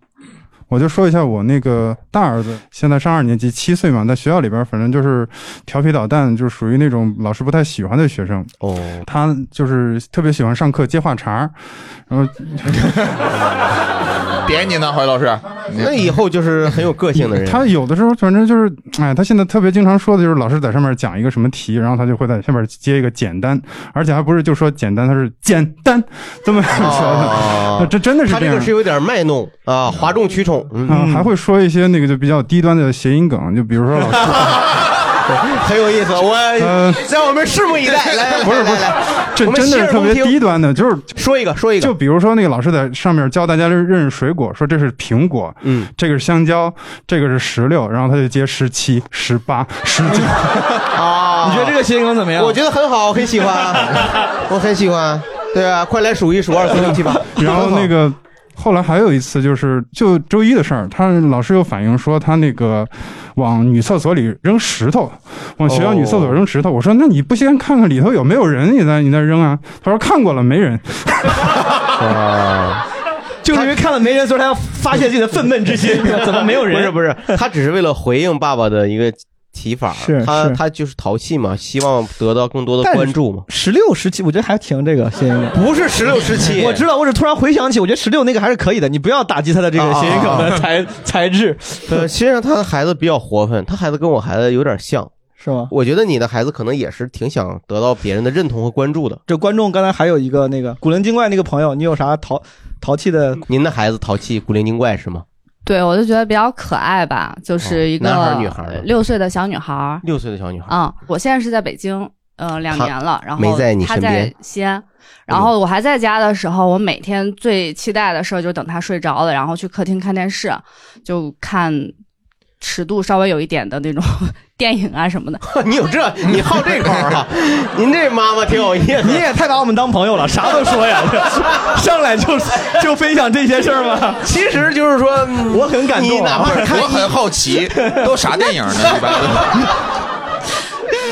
S9: 我就说一下我那个大儿子，现在上二年级，七岁嘛，在学校里边，反正就是调皮捣蛋，就属于那种老师不太喜欢的学生。
S4: 哦，
S9: 他就是特别喜欢上课接话茬儿，然后
S3: 点你呢，郝宇老师，
S4: 那以后就是很有个性的人。
S9: 他有的时候反正就是，哎，他现在特别经常说的就是老师在上面讲一个什么题，然后他就会在下面接一个简单，而且还不是就说简单，他是简单这么说
S4: 啊
S9: 的， 这真的是
S4: 他
S9: 这
S4: 这
S9: 样啊
S4: 个。是有点卖弄啊，哗众取宠。嗯，
S9: 嗯，还会说一些那个就比较低端的谐音梗，就比如说老师，
S4: 很有意思，我让我们拭目以待。来，来
S9: 呃不是不
S4: 来
S9: 是
S4: 来，
S9: 这
S4: 我们
S9: 真的
S4: 洗
S9: 是
S4: 耳
S9: 特
S4: 恭
S9: 别
S4: 听
S9: 低端的，就是
S4: 说一个说一个，
S9: 就比如说那个老师在上面教大家认认识水果，说这是苹果，
S4: 嗯，
S9: 这个是香蕉，这个是石榴，然后他就接十七、十八、十 九，
S4: 啊！
S2: 你觉得这个谐音梗怎么样？
S4: 我觉得很好，我很 喜欢，我很喜欢。对啊，快来数一数二四六七八。
S9: 然后 那
S4: 个
S9: 个后来还有一次就是就周一的事儿，他老师又反映说他那个往女厕所里扔石头，往学校女厕所扔
S4: 哦
S9: 石头。我说那你不先看看里头有没有人，你再你再扔啊？他说看过了，没 人。
S4: 啊，
S2: 就是因为看了没人，所以他要发泄自己的愤懑之心。 怎么没有
S4: 不是
S2: 人？
S4: 不是，他只是为了回应爸爸的一个提法，
S2: 是
S4: 他
S2: 是
S4: 他就是淘气嘛，希望得到更多的
S2: 但是
S4: 关注嘛。
S2: 十六、十七，我觉得还挺这个谐音梗。
S4: 不是十六啊十 七，
S2: 我知道，我只突然回想起，我觉得十六那个还是可以的。你不要打击他
S4: 啊
S2: 的这个谐音梗的材 材质，
S4: 呃，其实他的孩子比较活泛，他孩子跟我孩子有点像。
S2: 是吗？
S4: 我觉得你的孩子可能也是挺想得到别人的认同和关注的。
S2: 这观众刚才还有一个那个古灵精怪那个朋友，你有啥淘淘气的？
S4: 您的孩子淘气、古灵精怪是吗？
S10: 对，我就觉得比较可爱吧，就是一个
S4: 哦男孩儿女孩儿呢
S10: 六岁的小女孩儿。
S4: 六岁的小女孩，
S10: 嗯，我现在是在北京，呃，两
S4: 她
S10: 年了，然后
S4: 没在你
S10: 她
S4: 身
S10: 在
S4: 边
S10: 西安。然后我还在家的时候，我每天最期待的事儿就是等她睡着了，然后去客厅看电视，就看尺度稍微有一点的那种 电影啊什 么的。
S4: 你有这，你好这口儿啊？您这妈妈挺有意思。
S2: 你也太把我们当朋友了，啥都说呀， 上来就 就分享这些事儿吗？
S4: 其实就是说，
S2: 我很感动啊
S4: 你哪怕看
S3: 我很好奇， 都啥电影呢？一般都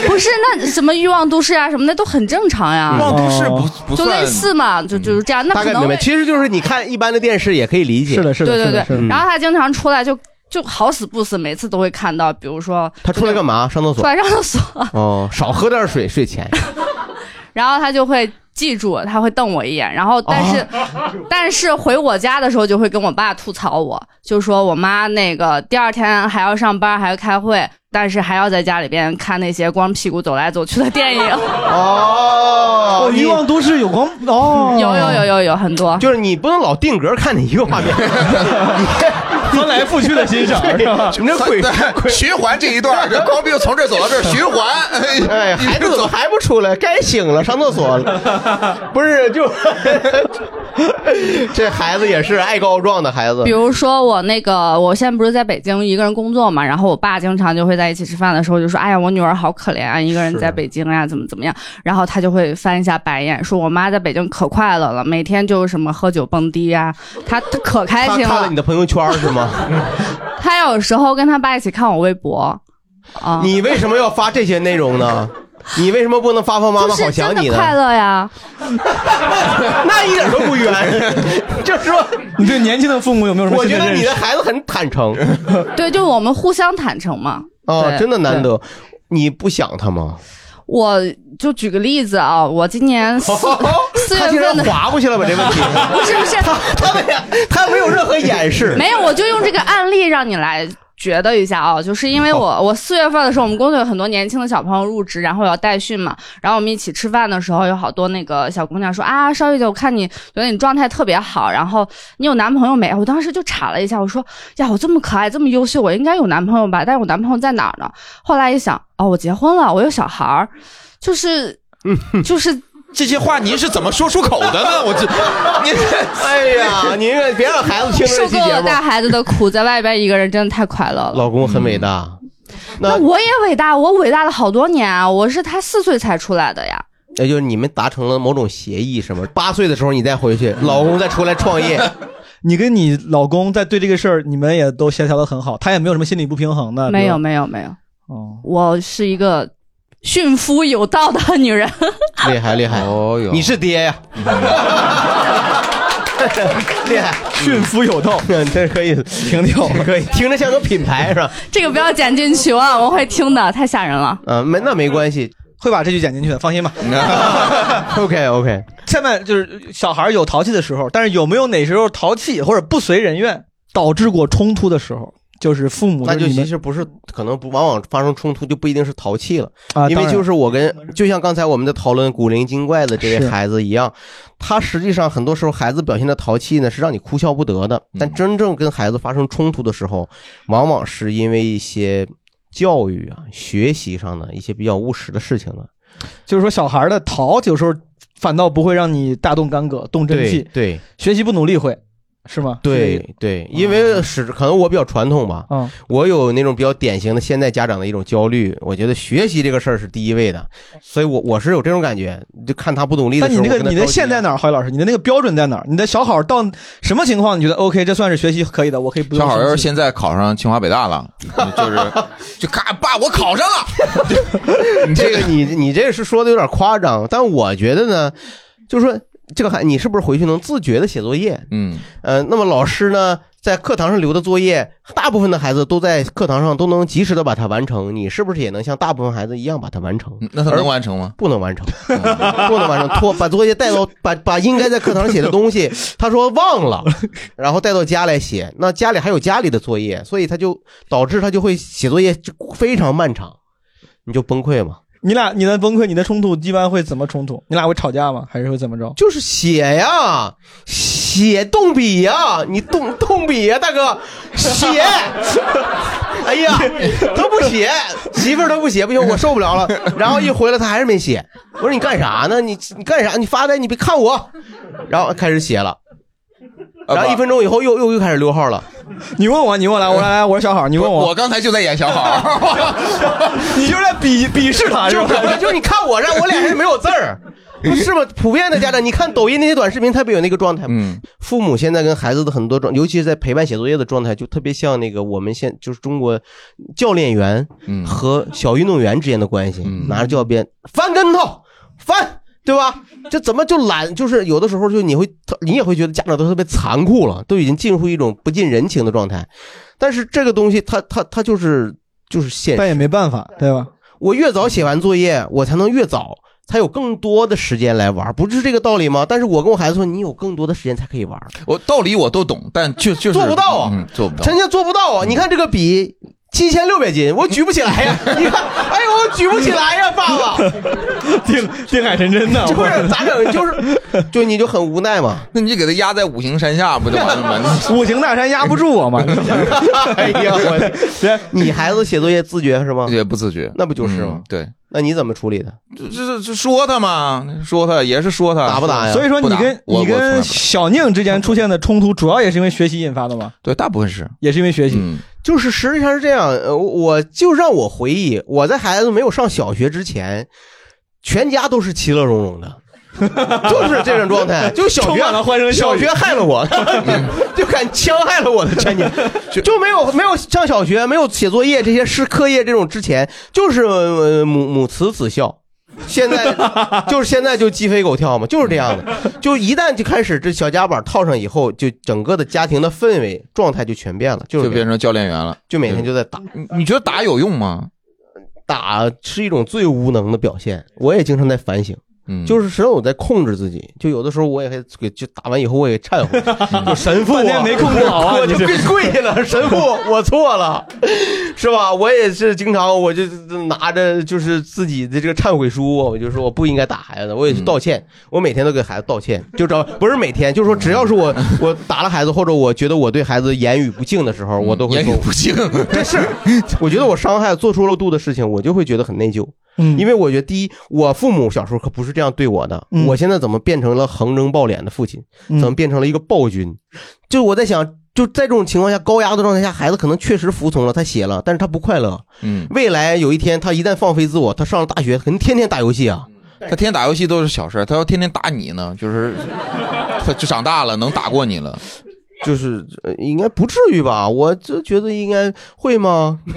S10: 不是，那什么欲望都市啊什么的都很正常呀，
S3: 望都市不不
S10: 就类
S3: 算
S10: 似嘛，就就是这样。那
S4: 哦大
S10: 可
S4: 概明
S10: 能
S4: 白，其实就是你看一般的电视也可以理解。
S2: 是，的，是的，
S10: 对
S2: 是
S10: 对
S2: 的，
S10: 对，然后他经常出来就就好死不死，每次都会看到，比如说
S4: 他出来干嘛？上厕
S10: 出
S4: 所。
S10: 来上厕所，
S4: 哦，少喝点水，睡前。
S10: 然后他就会记住，他会瞪我一眼，然后但是、
S4: 哦
S10: 但是回我家的时候就会跟我爸吐槽我，就说我妈那个第二天还要上班，还要开会。但是还要在家里边看那些光屁股走来走去的电影，
S4: 哦
S2: 哦，欲望都市有光哦，
S10: 有有有有有很多，
S4: 就是你不能老定格看你一个画面，
S2: 翻来覆去的欣 赏是吧？
S4: 你这 鬼。
S3: 对循环这一段， 这光膘从这儿走到这儿循环。
S4: 哎，孩子 怎么还不出来？该醒了，上厕所了。不是，就 这孩子也是爱告状的孩子
S10: 比。如说我那个，我现在不是在北京一个人工作嘛，然后我爸经常就会在一起吃饭的时候就说：“哎呀，我女儿好可怜啊，一个人在北京呀、怎么怎么样。”然后他就会翻一下白眼，说我妈在北京可快乐了，每天就是什么喝酒蹦迪呀、她她可开
S4: 他
S10: 心
S4: 看了
S10: 了
S4: 你。的朋友圈是 吗？
S10: 她有时候跟她爸一起看我微博，啊，
S4: 你为什么要发这些内容呢？你为什么不能发发妈
S10: 就
S4: 妈好
S10: 是
S4: 想
S10: 真
S4: 你
S10: 的
S4: 呢？
S10: 快乐呀。
S4: 那一点都不 冤，就是说，
S2: 你对年轻的父母有没有什么
S4: 我
S2: 新
S4: 觉
S2: 的
S4: 得
S2: 认
S4: 你
S2: 识
S4: 的？孩子很 坦诚
S10: 对，就我们互相坦诚嘛。
S4: 啊，
S10: 对
S4: 真的难得。你不想 他吗？
S10: 我就举个例子啊，我今 年四
S2: 哦
S10: 四
S4: 他
S10: 月
S4: 竟然
S10: 份的，
S4: 划过去了吧？这问题，
S10: 不是不是，
S4: 他没有，他没有任何掩饰。
S10: 没有，我就用这个案例让你来觉得一下啊、就是因为我我四月份的时候，我们公司有很多年轻的小朋友入职，然后要代训嘛，然后我们一起吃饭的时候，有好多那个小姑娘说啊，邵玉姐，我看你觉得你状态特别好，然后你有男朋友没？我当时就查了一下，我说呀，我这么可爱，这么优秀，我应该有男朋友吧？但是我男朋友在哪儿呢？后来一想，哦，我结婚了，我有小孩儿，就是。就是
S3: 这些话您是怎么说出口的 呢？我这您
S4: 哎呀，您别让孩子听
S10: 受
S4: 这期
S10: 够
S4: 节
S10: 了
S4: 目。
S10: 带孩子的苦，在外边一个人真的太快乐了。嗯
S4: 老公很伟大，
S10: 那
S4: 那
S10: 我也伟大，我伟大了好多年啊！我是他四岁才出来的呀。
S4: 也就是你们达成了某种协议，什么？八岁的时候你再回去，老公再出来创 业，
S2: 你跟你老公在对这个事儿，你们也都协调的很好，他也没有什么心理不平衡的，
S10: 没
S2: 对
S10: 有，
S2: 吧。
S10: 没有，没有，
S2: 哦，
S10: 我是一个驯夫有道的女人。
S4: 厉害厉害！
S3: 哦哟
S4: 你是爹呀， 厉害，
S2: 驯夫有 道，
S4: 这可以
S2: 停掉。
S4: 可以，听着像个品牌是吧？
S10: 这个不要剪进去啊，我会听的，太吓人了。
S4: 啊，没那没关系。
S2: 会把这句剪进去的，放心吧。
S4: OK OK，
S2: 下面就是小孩有淘气的时候，但是有没有哪时候淘气或者不随人愿导致过冲突的时候？就是父母
S4: 那就
S2: 就是你
S4: 其
S2: 们
S4: 实不是，可能不往往发生冲突，就不一定是淘气了，
S2: 啊，
S4: 因为就是是我跟就像刚才我们在讨论古灵精怪的这
S2: 是
S4: 位孩子一样，他实际上很多时候孩子表现的淘气呢，是让你哭笑不得的。但真正跟孩子发生冲突的时候，往往是因为一些教育啊、学习上的一些比较务实的事情了。
S2: 就是说小孩的逃，有时候反倒不会让你大动干戈、动真
S4: 对
S2: 气。
S4: 对
S2: 学习不努力会是吗？
S4: 对对，因为是可能我比较传统吧，
S2: 嗯，
S4: 我有那种比较典型的现代家长的一种焦虑，我觉得学习这个事儿是第一位的，所以我我是有这种感觉，就看他不努力的
S2: 但
S4: 时
S2: 你
S4: 候，
S2: 那
S4: 我跟
S2: 个
S4: 他
S2: 你的
S4: 着急啊
S2: 线在哪儿，郝宇老师？你的那个标准在哪儿？你的小好到什么情况你觉得 OK？这算是学习可以的，我可以不用
S3: 正
S2: 生气。
S3: 好要是现在考上清华北大了，就是 就咔，爸，我考上了。
S4: 你这个你你这个是说的有点夸张，但我觉得呢，就是说这个孩你是不是回去能自觉的写作业？
S3: 嗯，
S4: 呃，那么老师呢，在课堂上留的作业，大部分的孩子都在课堂上都能及时的把它完成，你是不是也能像大部分孩子一样把它完成？
S3: 那他能完成吗？
S4: 不能完成，不能完成，拖把作业带到把把应该在课堂上写的东西，他说忘了，然后带到家来写，那家里还有家里的作业，所以他就导致他就会写作业就非常漫长，你就崩溃嘛。
S2: 你俩你的崩溃，你的冲突一般会怎么冲突？你俩会吵架吗？还是会怎么着？
S4: 就是写呀，写动笔呀，你动动笔呀，大哥，写。 哎呀，都不写，媳妇儿都不写，不行，我受不了了。然后一回来，他还是没写。我说你干啥呢？你你干啥？你发呆？你别看我。然后开始写了，然后一分钟以后又又又开始溜号了。
S2: 啊你问我，你问我来，我来，我是小好，你问我，
S3: 我刚才就在演小好，
S2: 你就是在鄙鄙视他是啊
S4: 就
S2: 吧？
S4: 是就是你看我让我脸上没有字儿，不是吗？普遍的家长，你看抖音那些短视频，特别有那个状态。
S3: 嗯，
S4: 父母现在跟孩子的很多状，尤其是在陪伴写作业的状态，就特别像那个我们现就是中国教练员
S2: 嗯
S4: 和小运动员之间的关系，拿着教鞭翻跟头翻。对吧？这怎么就懒？就是有的时候就你会，你也会觉得家长都特别残酷了，都已经进入一种不近人情的状态。但是这个东西它，它它就是就是 现实。
S2: 但也没办法，对吧？
S4: 我越早写完作业，我才能越早才有更多的时间来玩，不是这个道理吗？但是我跟我孩子说，你有更多的时间才可以玩，
S3: 我道理我都懂，但就就是
S4: 做不到啊
S3: 嗯，做不到
S4: 人。家做不到啊！你看这个笔。七千六百斤，我举不 起来呀！你看，哎呦，我举不起来呀，爸爸！
S2: 定定海神针呢？
S4: 就是咋整？就是， 就你就很无奈嘛。
S3: 那你就给他压在五行山下不就完了吗？
S2: 五行大山压不住 我嘛。
S4: 哎呀，我你孩子写作业自觉是吗？
S3: 也不自觉，
S4: 那不就是
S3: 嗯
S4: 吗？
S3: 对，
S4: 那你怎么处理的？
S3: 这这这说他嘛，说他也是说他
S4: 打不打呀
S2: 所以说你跟
S3: 不打我
S2: 你
S3: 我从来
S2: 跟
S3: 不
S2: 小宁之间出现的冲突，主要也是因为学习引发的吗？
S3: 对，大部分是
S2: 也是因为学习。
S3: 嗯
S4: 就是实际上是这样，呃，我我就让我回忆，我在孩子没有上小学之前，全家都是其乐融融的，就是这种状态，就是小
S2: 充
S4: 学
S2: 满了欢声笑
S4: 小
S2: 语
S4: 学害 了我，就敢枪害了我的全家，就没有没有上小学，没有写作业这些是课业这种之前，就是、呃、母母慈子孝。现在就是现在就鸡飞狗跳嘛，就是这样的。就一旦就开始这小夹板套上以后，就整个的家庭的氛围状态就全变了，就
S3: 就
S4: 是这样
S3: 变成教练员了。
S4: 就每天就在打，
S3: 你你觉得打有用吗？
S4: 打是一种最无能的表现。我也经常在反省，
S3: 嗯，
S4: 就是实际上我在控制自己，就有的时候我也会给就打完以后我也忏 悔，
S3: 嗯
S4: 就神父、啊、
S2: 半天没控制好啊
S4: 我
S2: 你
S4: 就
S2: 这
S4: 跪跪下 了，神父，我错了，是吧？我也是经常我就拿着就是自己的这个忏悔书，我就说我不应该打孩子，我也去道歉，
S3: 嗯
S4: 我每天都给孩子道歉，就找不是每天，就是说只要是我我打了孩子或者我觉得我对孩子言语不敬的时候，我都会
S3: 嗯言
S4: 说
S3: 语不 敬，
S4: 这是，我觉得我伤害做出了度的事情，我就会觉得很内疚。
S2: 嗯
S4: 因为我觉得第一，我父母小时候可不是这样对我的，
S2: 嗯
S4: 我现在怎么变成了横征暴敛的父亲，
S2: 嗯
S4: 怎么变成了一个暴君？就我在想，就在这种情况下，高压的状态下，孩子可能确实服从了，他写了，但是他不快乐。
S3: 嗯，
S4: 未来有一天，他一旦放飞自我，他上了大学，可能天天打游戏啊。
S3: 他天天打游戏都是小事儿，他要天天打你呢，就是他就长大了能打过你了。
S4: 就是、呃应该不至于吧？我就觉得应该会吗？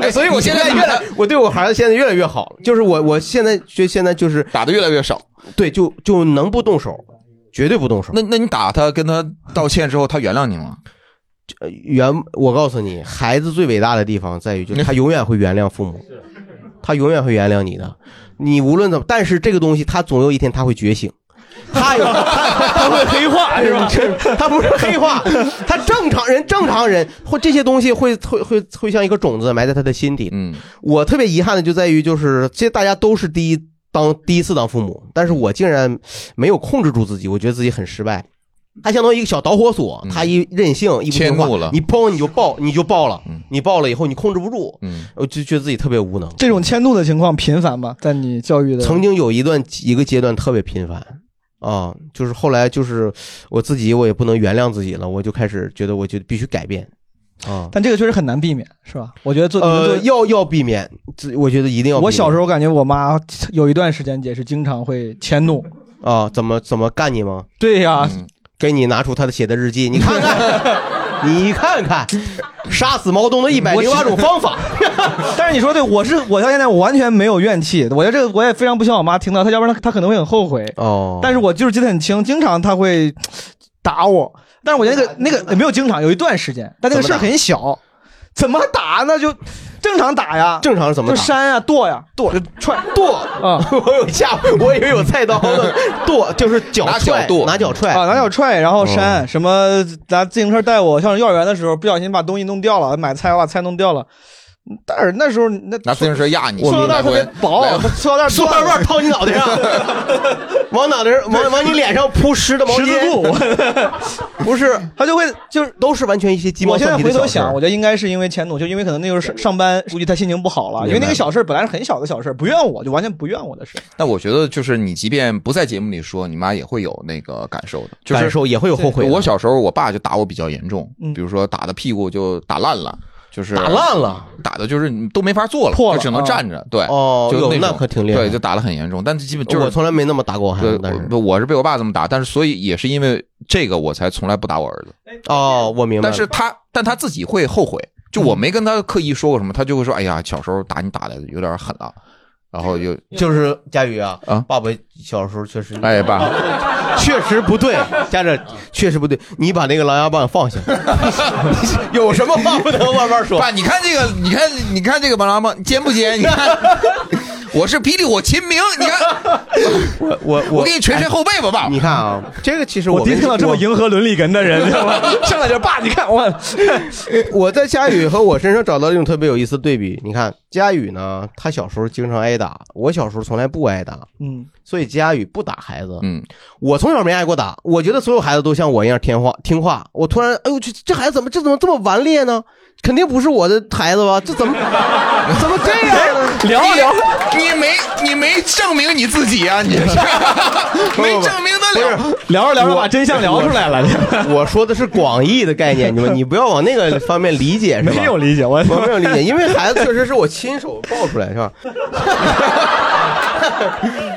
S3: 哎，所以我现在
S4: 越来，我对我孩子现在越来越好了。就是我，我现在就现在就是
S3: 打的越来越少。
S4: 对，就就能不动手，绝对不动手。
S3: 那那你打他，跟他道歉之后，他原谅你吗？
S4: 呃原我告诉你，孩子最伟大的地方在于， 就是他永远会原谅父母，他永远会原谅你的。你无论怎么，但是这个东西，他总有一天他会觉醒。他有，他 他会黑化是吧？他嗯不是 黑化，他正常人，正常人会这些东西会会会会像一个种子埋在他的心底。
S3: 嗯，
S4: 我特别遗憾的就在于，就是其实大家都是第一当第一次当父母，但是我竟然没有控制住自己，我觉得自己很失败。它相当于一个小导火索，它一任性，一不听
S3: 嗯迁
S4: 话
S3: 怒了
S4: 你砰你就爆，你就爆了，你爆了以后你控制不住，
S3: 嗯，
S4: 我就觉得自己特别无能。
S2: 这种迁怒的情况频繁吗？在你教育的
S4: 曾经有一段一个阶段特别频繁啊，就是后来就是我自己我也不能原谅自己了，我就开始觉得我就必须改变啊。
S2: 但这个确实很难避免，是吧？我觉得做你们做
S4: 呃要要避免，这我觉得一定要避免。
S2: 我小时候感觉我妈有一段时间也是经常会迁怒。
S4: 啊，怎么怎么干你吗？
S2: 对呀、
S4: 给你拿出他的写的日记，你看 看，你看看，杀死毛东的一百零八种方法。
S2: 但是你说对，我是我到现在我完全没有怨气，我觉得这个我也非常不希望我妈听到，她要不然她她可能会很后悔。
S4: 哦
S2: 但是我就是记得很清，经常她会打我，但是我觉得那个那个没有经常，有一段时间，但那个事儿很小，怎么打呢？就正常打呀，
S4: 正常是怎么
S2: 就
S4: 打
S2: 扇呀、剁呀、剁踹剁啊！
S4: 我有下，我以为有菜刀呢，剁就是脚
S2: 拿脚
S4: 踹，
S2: 剁
S4: 拿脚踹嗯
S2: 啊，拿脚踹，然后扇、什么？拿自行车带我上幼儿园的时候，不小心把东西弄掉了，买菜我把菜弄掉了。但是那时候那
S3: 拿自行车压你
S2: 塑料袋特别薄
S3: 来， 回
S2: 塑料袋
S4: 塑料袋套你脑袋上，往脑袋上往往你脸上铺湿的毛
S2: 十
S4: 巾。
S2: 字 布，不是，他就会就是
S4: 都是完全一些鸡毛
S2: 我现在
S4: 蒜皮的
S2: 回头
S4: 小事儿
S2: 想，我觉得应该是因为前途，就因为可能那时候上上班，估计他心情不好了，因为那个小事儿本来是很小的小事儿，不怨我，就完全不怨我的事。
S3: 但我觉得，就是你即便不在节目里说，你妈也会有那个感受的，就是
S4: 感受也会有后悔的
S3: 我小时候，我爸就打我比较严重
S4: 嗯，
S3: 比如说打的屁股就打烂了，就是
S4: 打烂了，
S3: 打的就是你都没法坐了，
S4: 破了
S3: 就只能站着
S4: 啊。
S3: 对，
S4: 哦
S3: 就
S4: 哟
S3: 种
S4: 那可挺厉害
S3: 对，就打的很严重，但是基本就是
S4: 我从来没那么打过我孩
S3: 对
S4: 子，但是，
S3: 我我是被我爸这么打，但是所以也是因为这个，我才从来不打我儿子。
S4: 哦，我明白了嗯
S3: 但是他，但他自己会后悔。就我没跟他刻意说过什么，他就会说：“哎呀，小时候打你打的有点狠了。”然后就
S4: 就是佳宇啊，
S3: 啊，
S4: 爸 爸小时候确实，
S3: 哎爸，
S4: 确实不对，家长确实不对，你把那个狼牙棒放下，有什么话不能慢慢说？
S3: 爸，你看这个，你看，你看这个巴拉吗？尖不尖？你 看，我是霹雳火秦明，你看，
S4: 我我
S3: 我给你捶捶后背吧，爸
S4: 哎你看啊，这个其实我
S2: 我第一次看到这么迎合伦理哏的 人，上来就爸，你看我，
S4: 我在佳宇和我身上找到一种特别有意思的对比。你看，佳宇呢，他小时候经常挨打，我小时候从来不挨打，
S2: 嗯，
S4: 所以佳宇不打孩子。
S3: 嗯，
S4: 我从小没挨过打，我觉得所有孩子都像我一样听话听话。我突然，哎呦，这这孩子怎么这怎么这么顽劣呢？肯定不是我的孩子吧？这怎么怎么这样呢？
S2: 聊
S3: 聊，你没你没证明你自己啊，你这是没证明得了。
S2: 聊着聊着把真相聊出来了。
S4: 我说的是广义的概念，你们你不要往那个方面理解，是吧？
S2: 没有理解，我
S4: 我没有理解，因为孩子确实是我亲手抱出来，是吧？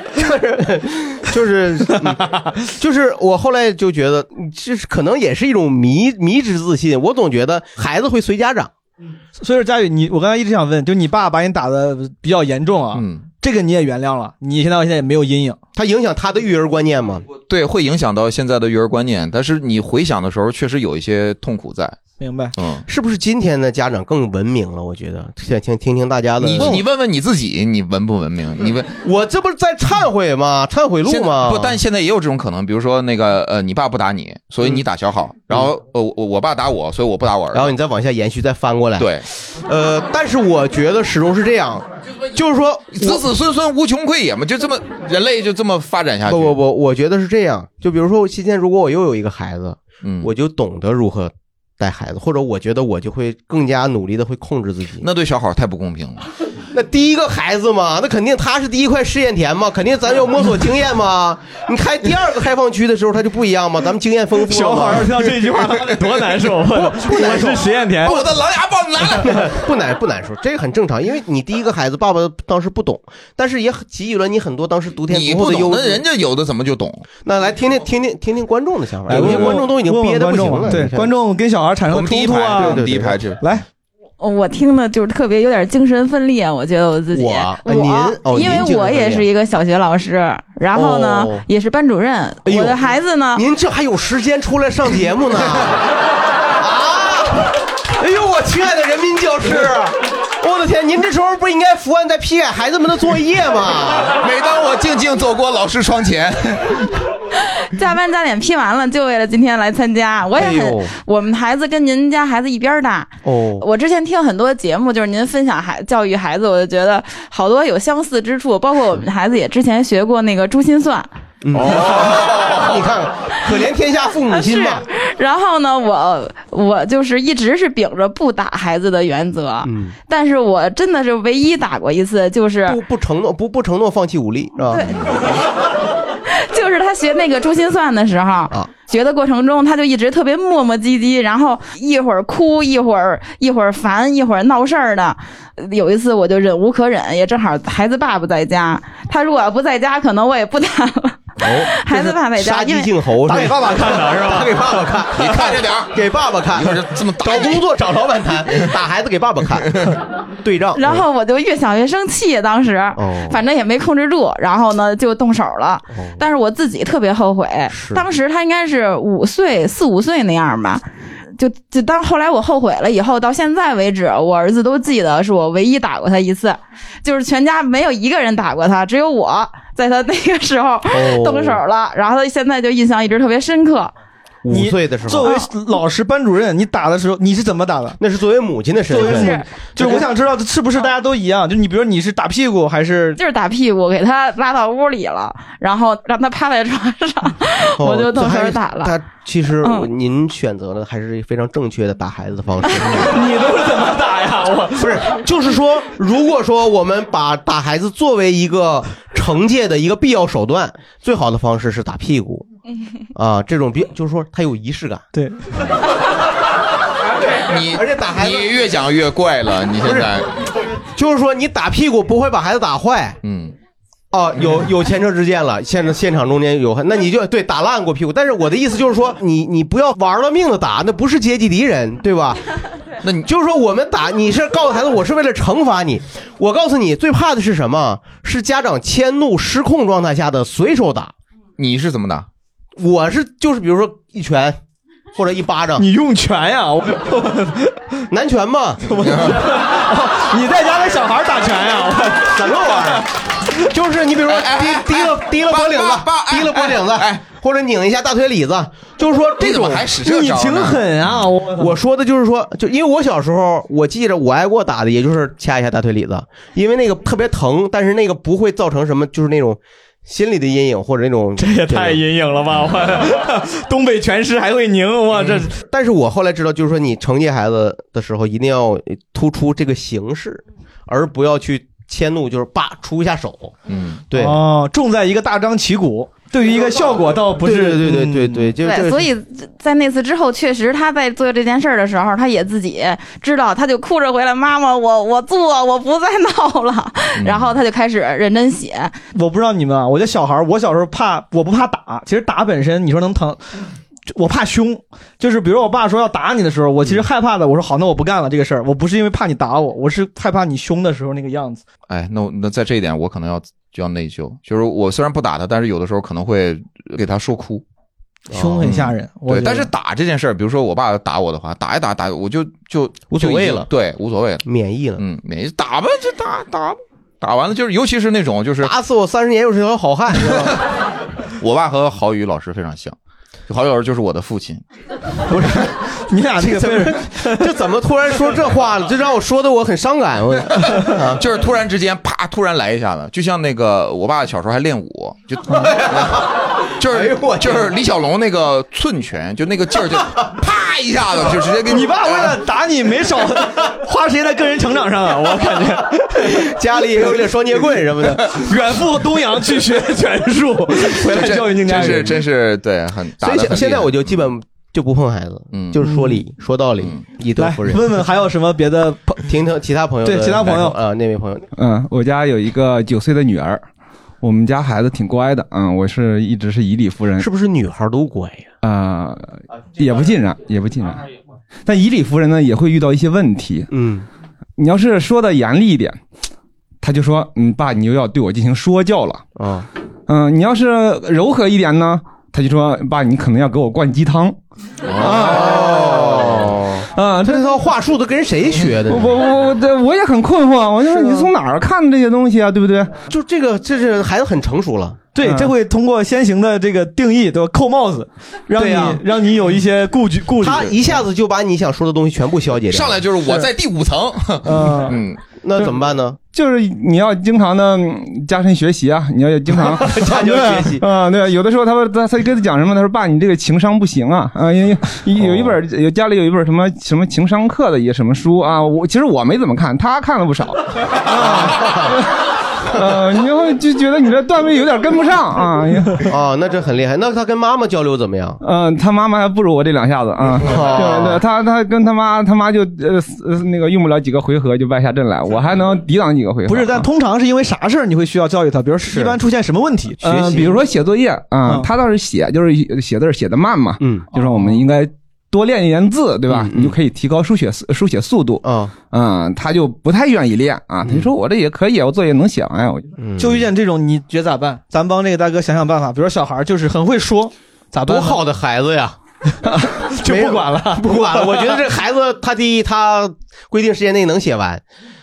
S4: 就是就是、嗯就是我后来就觉得，嗯就是可能也是一种迷迷之自信。我总觉得孩子会随家长，
S2: 嗯所以说，佳宇，你我刚才一直想问，就你爸把你打的比较严重啊，这个你也原谅了，你现在到现在也没有阴影。
S4: 嗯他影响他的育儿观念吗？
S3: 对，会影响到现在的育儿观念，但是你回想的时候，确实有一些痛苦在。
S2: 明白，
S3: 嗯，
S4: 是不是今天的家长更文明了？我觉得想听听听大家的。嗯
S3: 你你问问你自己，你文不文明？你问
S4: 我这不是在忏悔吗？忏悔录
S3: 现在
S4: 吗？
S3: 不，但现在也有这种可能，比如说那个呃，你爸不打你，所以你打小好，然后呃我我爸打我，所以我不打我儿子。
S4: 嗯然后你再往下延续，再翻过来。
S3: 对，
S4: 呃，但是我觉得始终是这样，就是说
S3: 子子孙孙无穷匮也嘛，就这么人类就这么发展下去。
S4: 不不不，我觉得是这样。就比如说，今天如果我又有一个孩子，
S3: 嗯，
S4: 我就懂得如何带孩子，或者我觉得我就会
S2: 嗯
S4: 更加努力的会控制自己。
S3: 那对小好太不公平了。
S4: 那第一个孩子嘛，那肯定他是第一块试验田嘛，肯定咱要摸索经 验嘛。你开第二个开放区的时候，他就不一样嘛，咱们经验丰富了
S2: 小
S4: 嘛。
S2: 孩儿听到这句话，他得多难受！
S4: 不难受
S2: 我是实验田，
S3: 我的狼牙棒拿来。
S4: 不难不难受，这个很正常，因为你第一个孩子，爸爸当时不懂，但是也给予了你很多当时独天
S3: 你
S4: 独厚
S3: 不
S4: 的
S3: 懂，
S4: 优
S3: 那
S4: 势。
S3: 人家有的怎么就懂？
S4: 那来听听听听听听观众的想法，
S2: 来
S4: 有些
S2: 哎问
S4: 观众都已经
S2: 问问
S4: 憋得不行
S2: 观众啊
S4: 了。
S2: 对，
S4: 你看
S2: 观众跟小孩产
S3: 我
S2: 生
S3: 们
S2: 冲
S3: 第一
S2: 突
S3: 排，
S2: 啊
S3: 我，们第一排这。
S2: 来，
S11: 哦我听的就是特别有点精神分裂，我觉得我自己，
S4: 我呃您哦
S11: 因
S4: 您精
S11: 为
S4: 神
S11: 我
S4: 分裂
S11: 也是一个小学老师，然后呢、
S4: 哦
S11: 也是班主任，
S4: 哎呦
S11: 我的孩子呢，
S4: 您这还有时间出来上节目呢？啊！ 哎呦，我亲爱的人民教师，啊我的天，您这时候不应该伏案在批改孩子们的作业吗？
S3: 每当我静静走过老师窗前，
S11: 加班加点批完了，就为了今天来参加，我也很，
S4: 哎呦
S11: 我们孩子跟您家孩子一边儿大。
S4: 哦，
S11: 我之前听很多节目，就是您分享孩教育孩子，我就觉得好
S2: 嗯
S11: 多有相似之处，包括我们孩子也之前学过那个珠心算，
S4: 哦，你看看，可怜天下父
S11: 啊
S4: 母心嘛。
S11: 然后呢，我我就是一直是秉着不打孩子的原则，
S4: 嗯，
S11: 但是我真的是唯一打过一次，就是
S4: 不不承诺不不承诺放弃武力是吧？
S11: 就是他学那个珠心算的时候，
S4: 啊
S11: 学的过程中，他就一直特别磨磨唧唧，然后一会儿哭，一会儿一会儿烦，一会儿闹事儿的。有一次我就忍无可忍，也正好孩子爸不在家，他如果要不在家，可能我也不打了。孩子爸在家，
S4: 哦杀
S11: 因
S4: 鸡
S11: 为
S4: 儆猴，
S11: 打给爸爸看的是吧
S4: 打给爸爸看，
S3: 你看着点儿
S4: 给爸爸看。
S3: 一会儿就这么
S4: 找工作找老 板谈，打孩子给爸爸看，对账。
S11: 然后我就越想越生气，当时
S4: 哦，
S11: 反正也没控制住，然后呢就动手了。但是我自己特别后悔，当时他应该是五岁四五岁那样吧。就就当后来我后悔了以后，到现在为止，我儿子都记得是我唯一打过他一次，就是全家没有一个人打过他，只有我在他那个时候
S4: 哦
S11: 动手了。然后他现在就印象一直特别深刻。
S4: 五岁的时候，啊
S2: 作为老师、班主任，你打的时候你是怎么打的？
S4: 那是作为母亲的身份
S2: 作为母
S4: 是，
S2: 就是我想知道是不是大家都一样？就是你比如你是打屁股还是？
S11: 就是打屁股，给他拉到屋里了，然后让他趴在床 上， 我就动手打了。
S4: 哦他其实
S2: 嗯
S4: 您选择了还是非常正确的打孩子的方式。
S2: 你都是怎么打 呀？我
S4: 不是，就是说，如果说我们把打孩子作为一个惩戒的一个必要手段，最好的方式是打屁股啊，这种比就是说他有仪式感。
S2: 对，
S3: 你而且打孩子，你越讲越怪了，你现在
S4: 就是说你打屁股不会把孩子打坏。
S3: 嗯。
S4: 哦，有有前车之鉴了，现在现场中间有，那你就对打烂过屁股。但是我的意思就是说，你你不要玩了命的打，那不是阶级敌人，对吧？
S3: 那你
S4: 就是说，我们打你是告诉孩子，我是为了惩罚你。我告诉你，最怕的是什么？是家长迁怒失控状态下的随手打。
S3: 你是怎么打？
S4: 我是就是比如说一拳或者一巴掌。
S2: 你用拳呀、 我
S4: 南拳 嘛。
S2: 你在家给小孩打拳 呀、我
S4: 什么玩意儿？ 就是你比如说提提了提了脖领子，提了脖领子，或者拧一下大腿里子，就是说哎这种
S2: 啊！我
S4: 我说的就是说，就因为我小时候，我记着我挨过打的，也就是掐一下大腿里子，因为那个特别疼，但是那个不会造成什么，就是那种心理的阴影或者那种这
S2: 也太阴影了吧！我东北拳师还会拧我这。
S4: 嗯但是我后来知道，就是说你惩戒孩子的时候，一定要突出这个形式，而不要去迁怒，就是叭出一下手。
S3: 嗯，
S4: 对
S2: 哦，重在一个大张旗鼓，对于一个效果倒不是。嗯
S4: 对对对对对，就是这
S11: 对，
S4: 个
S11: 所以在那次之后，确实他在做这件事儿的时候，他也自己知道，他就哭着回来：“妈妈，我我做，我不再闹了。”
S4: 嗯
S11: 然后他就开始认真写，
S2: 我不知道你们啊，我觉得小孩儿，我小时候怕，我不怕打，其实打本身你说能疼。就我怕凶，就是比如我爸说要打你的时候，我其
S4: 嗯
S2: 实害怕的。我说好，那我不干了这个事儿。我不是因为怕你打我，我是害怕你凶的时候那个样子。
S3: 哎，那我那在这一点，我可能要就要内疚，就是我虽然不打他，但是有的时候可能会给他说哭，嗯
S2: 凶很吓人
S3: 对，
S2: 我觉得
S3: 但是打这件事儿，比如说我爸打我的话，打一打打，我就就
S4: 无所谓
S3: 就已经
S4: 了
S3: 对，无所谓了，
S4: 免疫了，
S3: 嗯，免疫，打吧，就打打吧，打完了就是，尤其是那种就是
S4: 打死我三十年又是条好汉。是 吧
S3: 我爸和郝宇老师非常像，郝宇老师就是我的父亲，
S2: 你俩这个辈儿，
S4: 这怎么突然说这 话了？这让我说的我很伤感。我
S3: 就是突然之间啪，突然来一下子，就像那个我爸小时候还练武， 就就是、
S2: 哎
S3: 就是李小龙那个寸拳，就那个劲儿就啪一下子就直接给呃
S2: 你爸为了打你没少花时间在个人成长上啊，我感觉
S4: 家里也有点双截棍什么的，
S2: 远赴东洋去学拳 术，回来教育宁家
S3: 真是
S2: 人。
S3: 真是对，很打
S4: 所以
S3: 得很
S4: 现现在
S3: 厉害
S4: 我就基本就不碰孩子，
S3: 嗯
S4: 就是说理说道理，以德
S2: 来
S4: 服人。
S2: 问问还有什么别的朋？
S4: 听听其他朋友的
S2: 对其他朋友
S4: 感受啊，那位朋友，
S12: 嗯，我家有一个九岁的女儿，我们家孩子挺乖的，嗯，我是一直是以理服人，
S4: 是不是女孩都乖呀？
S12: 啊、也不尽然，也不尽然，但以理服人呢，也会遇到一些问题。
S4: 嗯，
S12: 你要是说的严厉一点，他就说，嗯，爸，你又要对我进行说教了。
S4: 啊，
S12: 嗯，你要是柔和一点呢，他就说，爸，你可能要给我灌鸡汤。
S4: 哦，
S12: 啊，
S4: 他这套话术都跟谁学的啊
S12: 我？我我这我也很困惑，啊我就说你从哪儿看的这些东西啊，对不对？
S4: 就这个，这是孩子很成熟了。
S2: 对，
S12: 嗯
S2: 这会通过先行的这个定义，对吧？扣帽子，让
S4: 对
S2: 你、
S4: 呀
S2: 让你有一些顾忌顾虑。
S4: 他一下啊子就把你想说的东西全部消解掉，
S3: 上来就是我在第五层，
S2: 嗯
S3: 嗯，
S4: 那怎么办呢？
S12: 就是你要经常的加深学习啊，你要经常
S4: 加强学习
S12: 啊、 对啊，有的时候他他他跟他讲什么，他说爸，你这个情商不行啊啊，
S4: 哦
S12: 因为有有一本有家里有一本什么什么情商课的一个什么书啊，我其实我没怎么看，他看了不少。 啊呃，你会就觉得你这段位有点跟不上啊。
S4: 哦，那这很厉害。那他跟妈妈交流怎么样？
S12: 嗯，他妈妈还不如我这两下子 啊！对
S2: 哦
S12: 对，他他跟他妈他妈就呃死呃那个用不了几个回合就败下阵来，我还能抵挡几个回合。
S2: 不是，但通常是因为啥事儿你会需要教育他？比如一般出现什么问题？
S12: 呃，比如说写作业啊，
S2: 嗯
S12: 他倒是写就是写字儿写的慢嘛，嗯，就说我们应该。多练一练字，对
S2: 嗯
S12: 吧？你就可以提高书写书写速度。
S2: 哦
S4: 啊，
S12: 嗯，他就不太愿意练啊。他就
S2: 嗯
S12: 说我这也可以，我作业能写完呀。我就
S2: 就遇见这种，你觉得咋办？咱帮这个大哥想想办法。比如小孩儿就是很会说，咋办？
S4: 多好的孩子呀！
S2: 就不管了，
S4: 不管了。我觉得这孩子，他第一，他规定时间内能写完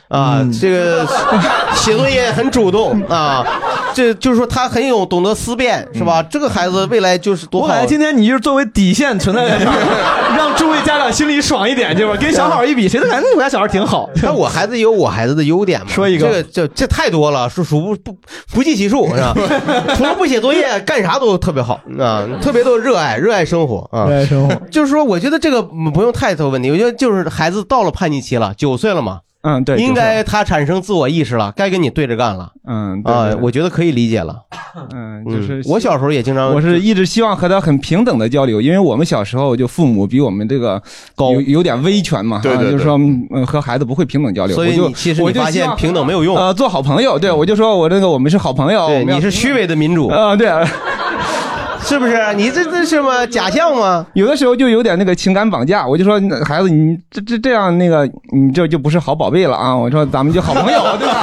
S4: 啊，这个写作业很主动啊，这就是说他很有懂得思辨，是吧？这个孩子未来就是多
S2: 我
S4: 好。
S2: 感觉今天你就是作为底线存在在这儿，让诸位家长心里爽一点，就是吧跟小孩儿一比，谁都感觉我家小孩儿挺好。
S4: 但我孩子有我孩子的优点嘛，说一
S2: 个
S4: 这个这这太多了，数数不不不计其数，是 吧？除了不写作业，干啥都特别好啊，特别都热爱热爱生活啊，
S2: 热爱生活。
S4: 就是说，我觉得这个嗯不用太多问题，我觉得就是孩子到了叛逆期了，九岁了嘛，
S12: 嗯，对，就
S4: 应
S12: 是
S4: 该他产生自我意识了，该跟你对着干了，
S12: 嗯
S4: 啊
S12: 对，对
S4: 我觉得可以理解了。
S12: 嗯，
S4: 嗯
S12: 就是
S4: 我小时候也经常，
S12: 我是一直希望和他很平等的交流，因为我们小时候就父母比我们这个高，有有点威权嘛，
S4: 对对
S12: 啊
S4: 对
S12: 就是说嗯和孩子不会平等交流。
S4: 所以
S12: 我就
S4: 你其实
S12: 我
S4: 你
S12: 就
S4: 发
S12: 希
S4: 现
S12: 望
S4: 平等没有用，
S12: 呃，做好朋友，对我就说我这个我们是好朋友，
S4: 对，
S12: 我们要
S4: 你是虚伪的民主，
S12: 啊，对，
S4: 是不是？你这这是吗？假象吗？
S12: 有的时候就有点那个情感绑架，我就说那孩子，你这这这样那个，你这就不是好宝贝了啊！我说咱们就好朋友， 对 吧？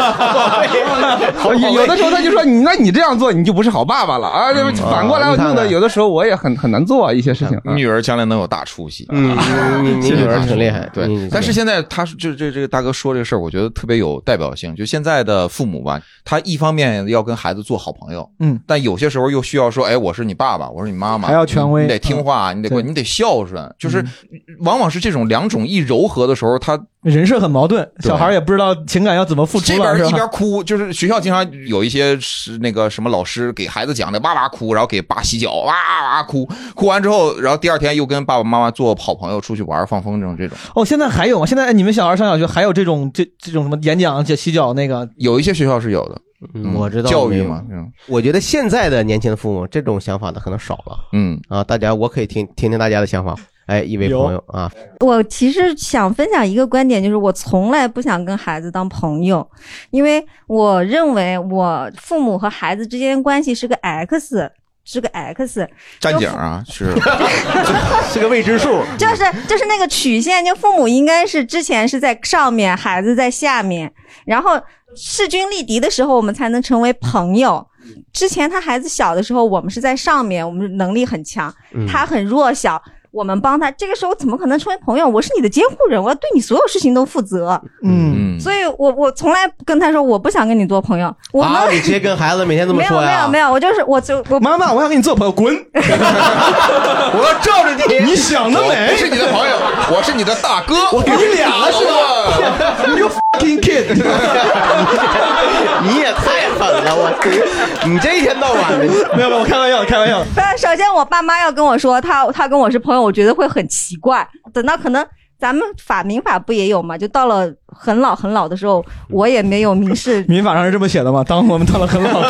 S12: 哦有有的时候他就说你，那你这样做你就不是好爸爸了啊！对吧
S3: 嗯
S12: 反过来
S3: 你看看
S12: 弄的，有的时候我也很很难做一些事情。啊
S3: 女儿将来能有大出息。啊
S4: 嗯，你 你
S3: 谢谢
S4: 女儿
S3: 大叔
S4: 挺厉害你
S3: 对
S4: 你。
S3: 但是 现在他是就这这个大哥说这个事儿，我觉得特别有代表性。就现在的父母吧，他一方面要跟孩子做好朋友，
S2: 嗯，
S3: 但有些时候又需要说，哎，我是你爸爸，我是你妈妈，
S2: 还要权威
S3: 你得听话，你得乖，你得孝顺，就是往往是这种两种一柔合的时候，他
S2: 人设很矛盾，小孩儿也不知道情感要怎么付
S3: 这
S2: 出
S3: 边
S2: 了，嗯是
S3: 一边
S2: 吧？
S3: 哭，就是学校经常有一些是那个什么老师给孩子讲的哇哇哭，然后给爸洗脚哇哇哭，哭完之后，然后第二天又跟爸爸妈妈做好朋友，出去玩儿放风筝这种。
S2: 哦，现在还有吗？现在你们小孩儿上小学还有这种这这种什么演讲、洗脚那个？
S3: 有一些学校是有的，
S4: 嗯
S3: 嗯
S4: 我知道
S3: 教育
S4: 没有
S3: 嘛嗯这种
S4: 我觉得现在的年轻的父母这种想法的可能少了。
S3: 嗯
S4: 啊，大家我可以听听听大家的想法。哎，一位朋友啊，
S13: 我其实想分享一个观点，就是我从来不想跟孩子当朋友，因为我认为我父母和孩子之间关系是个 X，是个 X，
S3: 站井啊是
S4: 是个未知数。
S13: 就是就是那个曲线，就父母应该是之前是在上面，孩子在下面，然后势均力敌的时候，我们才能成为朋友。之前他孩子小的时候，我们是在上面，我们能力很强
S14: 嗯，
S13: 他很弱小，我们帮他。这个时候怎么可能成为朋友？我是你的监护人，我要对你所有事情都负责。
S2: 嗯
S13: 所以我我从来不跟他说我不想跟你做朋友，我们、
S4: 啊，你直接跟孩子每天这么
S13: 没有
S4: 说
S13: 没
S4: 呀？
S13: 有没有，我就是我就我
S2: 妈妈，我想跟你做朋友，滚！
S4: 我要罩着你。
S2: 你想得美
S3: 我不是你的朋 友，我是你的大哥，
S2: 我给你俩了是吧？You fucking kid！
S4: 你也太狠了，我你这一天到晚的。
S2: 没有没有，我开玩笑，开玩 笑。
S13: 不是，首先我爸妈要跟我说他他跟我是朋友，我觉得会很奇怪。等到可能咱们法民法不也有嘛？就到了很老很老的时候，我也没有 民事。
S2: 民法上是这么写的吗？当我们到了很老，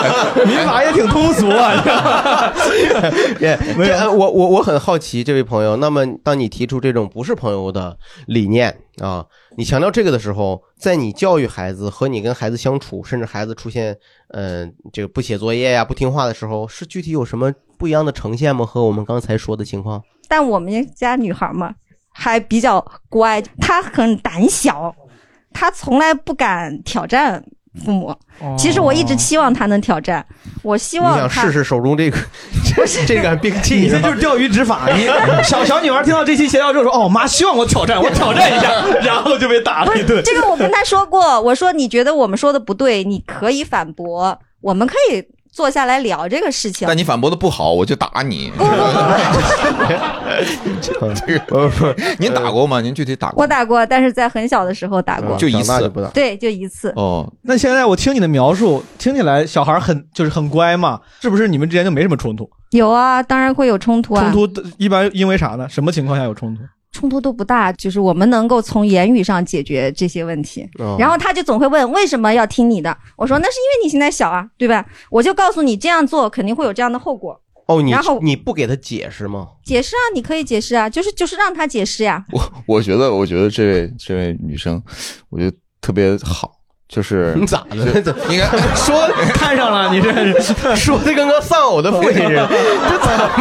S2: 民法也挺通俗啊。
S4: 也这呃我我我很好奇这位朋友，那么当你提出这种不是朋友的理念啊，你强调这个的时候，在你教育孩子和你跟孩子相处，甚至孩子出现嗯、呃这个不写作业呀、不听话的时候，是具体有什么不一样的呈现吗？和我们刚才说的情况？
S13: 但我们家女孩嘛，还比较乖，她很胆小，她从来不敢挑战父母。其实我一直期望她能挑战，我希
S4: 哦你
S13: 望
S4: 想
S13: 她
S4: 试试手中这个这这杆兵器？
S2: 你这就是钓鱼执法。你小小女孩听到这期闲聊之后说：“哦，妈，希望我挑战，我挑战一下。”然后就被打了一顿。
S13: 这个我跟他说过，我说你觉得我们说的不对，你可以反驳，我们可以坐下来聊这个事情。
S3: 但你反驳的不好，我就打你。 这个不是您打过吗？您具体打过？
S13: 我打过，但是在很小的时候打过，
S3: 就一次，
S13: 对，就一次。
S3: 哦，
S2: 那现在我听你的描述，听起来小孩很就是很乖嘛，是不是你们之间就没什么冲突？
S13: 有啊，当然会有冲突啊。
S2: 冲突一般因为啥呢？什么情况下有冲突？
S13: 冲突都不大，就是我们能够从言语上解决这些问题。
S2: 哦
S13: 然后他就总会问为什么要听你的，我说那是因为你现在小啊，对吧？我就告诉你这样做肯定会有这样的后果。
S4: 哦，你
S13: 然后
S4: 你不给他解释吗？
S13: 解释啊，你可以解释啊，就是就是让他解释呀。
S3: 我觉得，我觉得这位这位女生，我觉得特别好，就是
S4: 你咋的？
S3: 你看
S4: 说
S2: 看上了，你 这
S4: 说的跟个丧 偶的父亲似的，这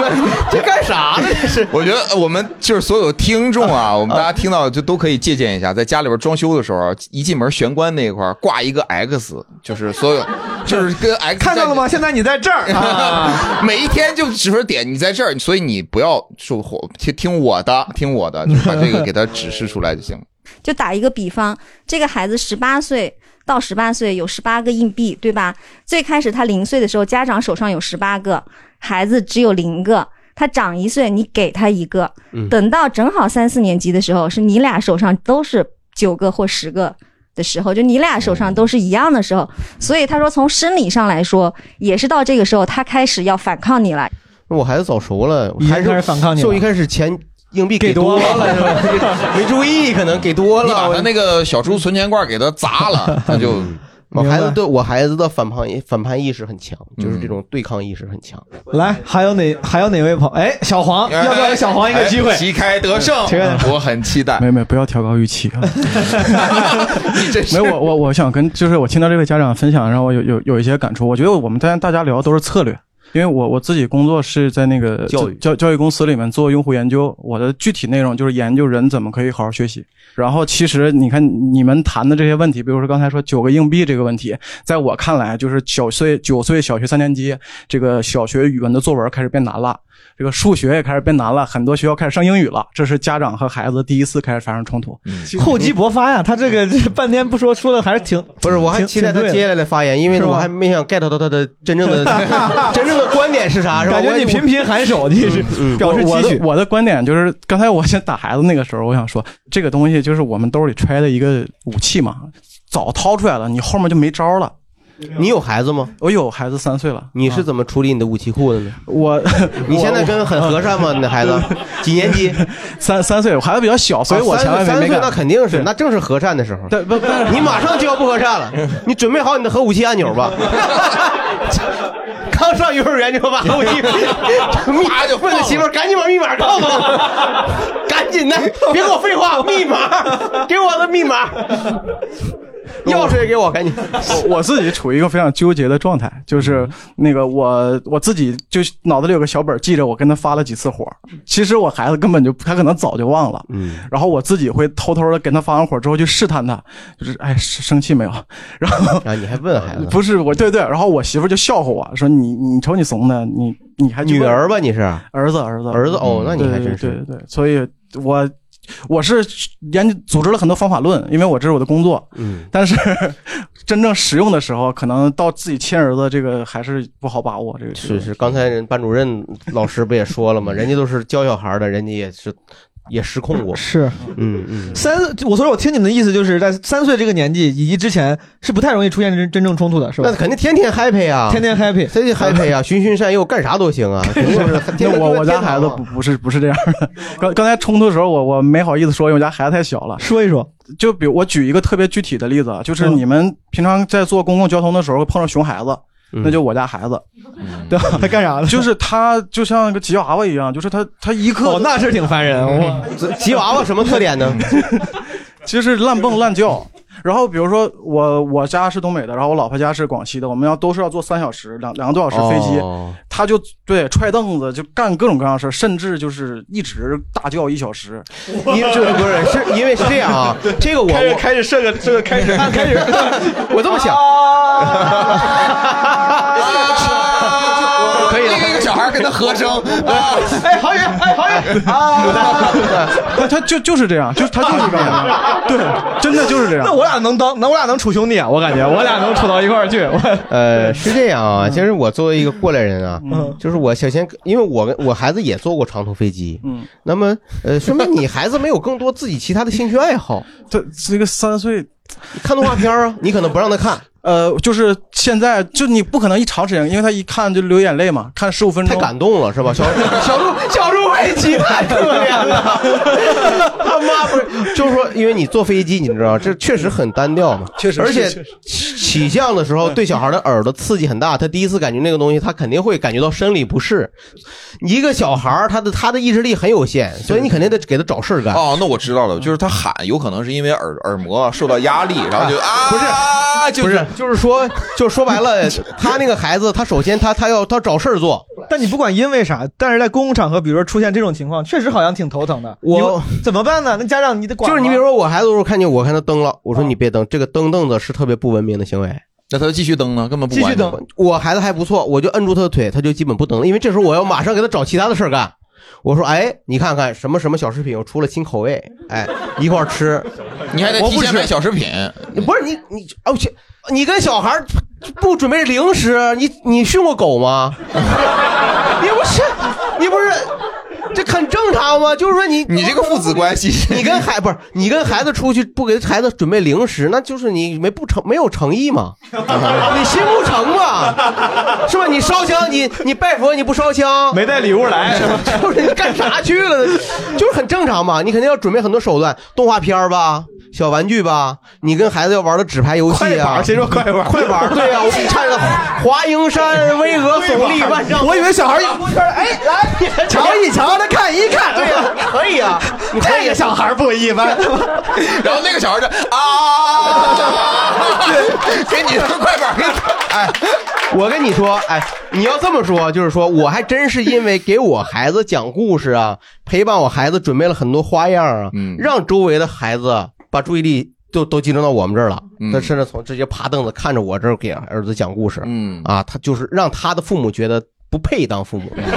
S4: 怎么这干啥呢？这是
S3: 我觉得我们就是所有听众啊，我们大家听到就都可以借鉴一下，在家里边装修的时候，啊一进门玄关那一块儿挂一个 X，就是所有就是跟 X
S2: 看到了吗？现在你在这儿啊。
S3: 每一天就只是点你在这儿，所以你不要说我听听我的，听我的，就把这个给他指示出来就行了。
S13: 就打一个比方，这个孩子十八岁到十八岁有十八个硬币，对吧？最开始他零岁的时候，家长手上有十八个，孩子只有零个。他长一岁，你给他一个
S14: 嗯；
S13: 等到正好三四年级的时候，是你俩手上都是九个或十个的时候，就你俩手上都是一样的时候。所以他说，从生理上来说，也是到这个时候，他开始要反抗你了。
S4: 我孩子早熟了，
S2: 已经
S4: 还是
S2: 开始反抗你了
S4: 就一开始钱硬币
S2: 给
S4: 多
S2: 多了
S4: 了 是吧？没注意，可能给多了。
S3: 你把他那个小猪存钱罐给他砸 了，那就
S4: 啊我孩子对我孩子的反叛意反叛意识很强，就是这
S2: 嗯
S4: 种对抗意识很强。
S2: 来，还有哪还有哪位朋友？哎，小黄，要不要给小黄一个机会？
S3: 哎旗开得胜
S2: 旗开得，
S3: 我很期 待。
S15: 没没，不要调高预期啊！
S3: 没
S15: 有，我我我想跟就是我听到这位家长分享，然后我有有有一些感触。我觉得我们大家大家聊的都是策略，因为我我自己工作是在那个
S4: 教育
S15: 教教育公司里面做用户研究，我的具体内容就是研究人怎么可以好好学习。然后其实你看你们谈的这些问题，比如说刚才说九个硬币这个问题，在我看来就是九岁九岁小学三年级这个小学语文的作文开始变难了。这个数学也开始变难了，很多学校开始上英语了，这是家长和孩子第一次开始发生冲突。
S4: 嗯
S2: 厚积薄发呀，他这个这半天不说，说的还是挺
S4: 不是，我还
S2: 挺
S4: 期待他
S2: 挺对的
S4: 接下来的发言，因为
S2: 是吗
S4: 我还没想 get 到他的真 正的真正的观点是啥，是吧？
S15: 感觉
S4: 我也
S15: 你频频
S2: 寒
S15: 手
S2: 你是表示
S15: 嗯我
S2: 期
S15: 的
S2: 许
S15: 我的观点就是，刚才我想打孩子那个时候，我想说，这个东西就是我们兜里揣的一个武器嘛，早掏出来了，你后面就没招了。
S4: 你有孩子吗？
S15: 我有孩子，三岁了。啊
S4: 你是怎么处理你的武器库的呢？
S15: 我，
S4: 你现在跟很和善吗？你的孩子几年级？ 啊
S15: 三三岁，我孩子比较小，所以我前面没
S4: 三岁
S15: 没敢
S4: 那肯定是
S15: 对，
S4: 那正是和善的时候。
S15: 对，不不，
S4: 你马上就要不和善了，你准备好你的核武器按钮吧。 刚上幼儿园就把核 武器密码就问了媳妇儿，赶紧把密码告诉我， 赶紧的，别跟我废话，密码，给我的密码，钥匙也给我，赶紧。
S15: 我我自己处于一个非常纠结的状态，
S4: 嗯
S15: 就是那个我我自己就脑子里有个小本儿记着我跟他发了几次火，其实我孩子根本就他可能早就忘了，
S4: 嗯，
S15: 然后我自己会偷偷的跟他发完火之后去试探他，就是哎生生气没有， 然后
S4: 啊你还问孩子
S15: 不是我对对，然后我媳妇就笑话我说你你瞅你怂的，你你还去
S4: 女
S15: 问
S4: 儿吧你是
S15: 儿子儿子
S4: 儿子哦那你还真是
S15: 对对对对，所以我。我是研究组织了很多方法论，因为我这是我的工作，
S4: 嗯，
S15: 但是 真正使用的时候，可能到自己亲儿子这个还是不好把握。这个
S4: 是是，刚才人班 主任老师不也说了吗？人家都是教小孩的，人家也是也失控过。
S2: 是，
S4: 嗯嗯，
S2: 三，我所以我听你们的意思就是在三岁这个年纪以及之前是不太容易出现真真正冲突的，是吧？
S4: 那肯定天天 happy 啊，
S2: 天天 happy，
S4: 天天 happy 啊，循循善诱，干啥都行啊。肯定是
S15: 那
S4: 天
S15: 我我家
S4: 天
S15: 孩子不不是不是这样的。刚刚才冲突的时候，我我没好意思说，因为我家孩子太小了。
S2: 说一说，
S15: 就比如我举一个特别具体的例子啊，就是
S4: 嗯
S15: 你们 平常在坐公共交通的时候碰到熊孩子。那就我家孩子，对 吧？
S2: 他干啥了？
S15: 就是他就像一个吉娃娃一样，就是他他一刻嗯
S2: 哦，那是挺烦人。我
S4: 吉娃娃什么特点 呢？
S15: 就是乱蹦乱叫。然后比如说我我家是东北的，然后我老婆家是广西的，我们要都是要坐三小时两两个多小时飞机，
S4: 哦
S15: 他就对踹凳子就干各种各样的事儿，甚至就是一直大叫一 小时。
S4: 因为这不是是因为是这样啊
S15: 对，
S4: 这个我
S15: 开始
S4: 开
S2: 始这个这个开始啊
S15: 开始，
S4: 我这么想，
S3: 可以了。那个小孩的和声啊！
S2: 哎，郝宇，哎，郝宇 啊！
S15: 他他就就是这样，就他就是这样，对，真的就是这样。
S2: 那我俩能当，那我俩能处兄弟啊！我感觉我俩能处到一块儿去。 我
S4: 呃，是这样啊，其实我作为一个过来人啊，
S2: 嗯
S4: 就是我小前，因为我跟我孩子也坐过长途飞机，
S15: 嗯，
S4: 那么呃，说明你孩子没有更多自己其他的兴趣爱 好。
S15: 这这个三岁
S4: 看动画片啊，你可能不让他看。
S15: 呃，就是现在，就你不可能一长时间，因为他一看就流眼泪嘛，看十五分钟。太感
S4: 动了，是吧，小小鹿小鹿飞机太可怜了， 他妈不是，就是说，因为你坐飞机，你知道这确实很单调嘛，
S2: 确实
S4: 而且
S2: 确实
S4: 起起降的时候对小孩的耳朵刺激很大，他第一次感觉那个东西，他肯定会感觉到生理不适。一个小孩儿他的他的意志力很有限，所以你肯定得给他找事儿干。
S3: 哦，那我知道了，就是他喊，有可能是因为耳耳膜受到压 力，然后就啊，
S4: 不是
S3: 啊，就
S4: 不
S3: 是
S4: 是，就是说，就说 白了，他那个孩子，他首先他他要他找事儿做，
S2: 但你不管因为啥，但是在公共场合，比如说出现这种情况，确实好像挺头疼的。
S4: 我
S2: 你怎么办呢？那家长你得管。
S4: 就是你比如说，我孩子如果看见我看他蹬了，我说你别蹬，这个蹬凳子是特别不文明的行为。
S3: 那他就继续蹬呢，根本不
S4: 继
S3: 管
S4: 续蹬。我孩子还不错，我就摁住他的腿，他就基本不蹬了，因为这时候我要马上给他找其他的事儿干。我说，哎，你看看什么什么小食品又出了新口味，哎，一块儿吃。
S3: 你还得
S4: 我
S3: 提
S4: 不
S3: 前
S4: 吃
S3: 买小食品，
S4: 不是你你哦去，你跟小孩儿不准备零食，你你训过狗吗？你不是你不是。这很正常吗？就是说你
S3: 你这个父子关系，
S4: 你跟孩不是你跟孩子出去不给孩子准备零食，那就是你没不诚没有诚意嘛， 你心不诚 嘛，是吧？你烧香你你拜佛你不烧香，
S2: 没带礼物来，
S4: 就是你干啥 去了？就是很正常嘛，你肯定要准备很多手段，动画片儿吧。小玩具吧，你跟孩子要玩的纸牌游戏
S2: 快
S4: 啊，
S2: 板谁说快板
S4: 快板，对呀、我给你看着华蓥山、巍峨耸立万丈。
S2: 我以为小孩儿一
S4: 摸圈，哎，来，
S2: 瞧一瞧，他看一看，
S4: 对呀、可 以啊，你可以
S2: 这个小孩儿不一般。
S3: 然后那个小孩就啊， 给你个快板，给
S4: 哎，我跟你说，哎，你要这么说，就是说，我还真是因为给我孩子讲故事啊，陪伴我孩子准备了很多花样啊，让周围的孩子把注意力都都集中到我们这儿了。他甚至从直接爬凳子看着我这儿给儿子讲故事，
S3: 嗯
S4: 啊，他就是让他的父母觉得不配当父母，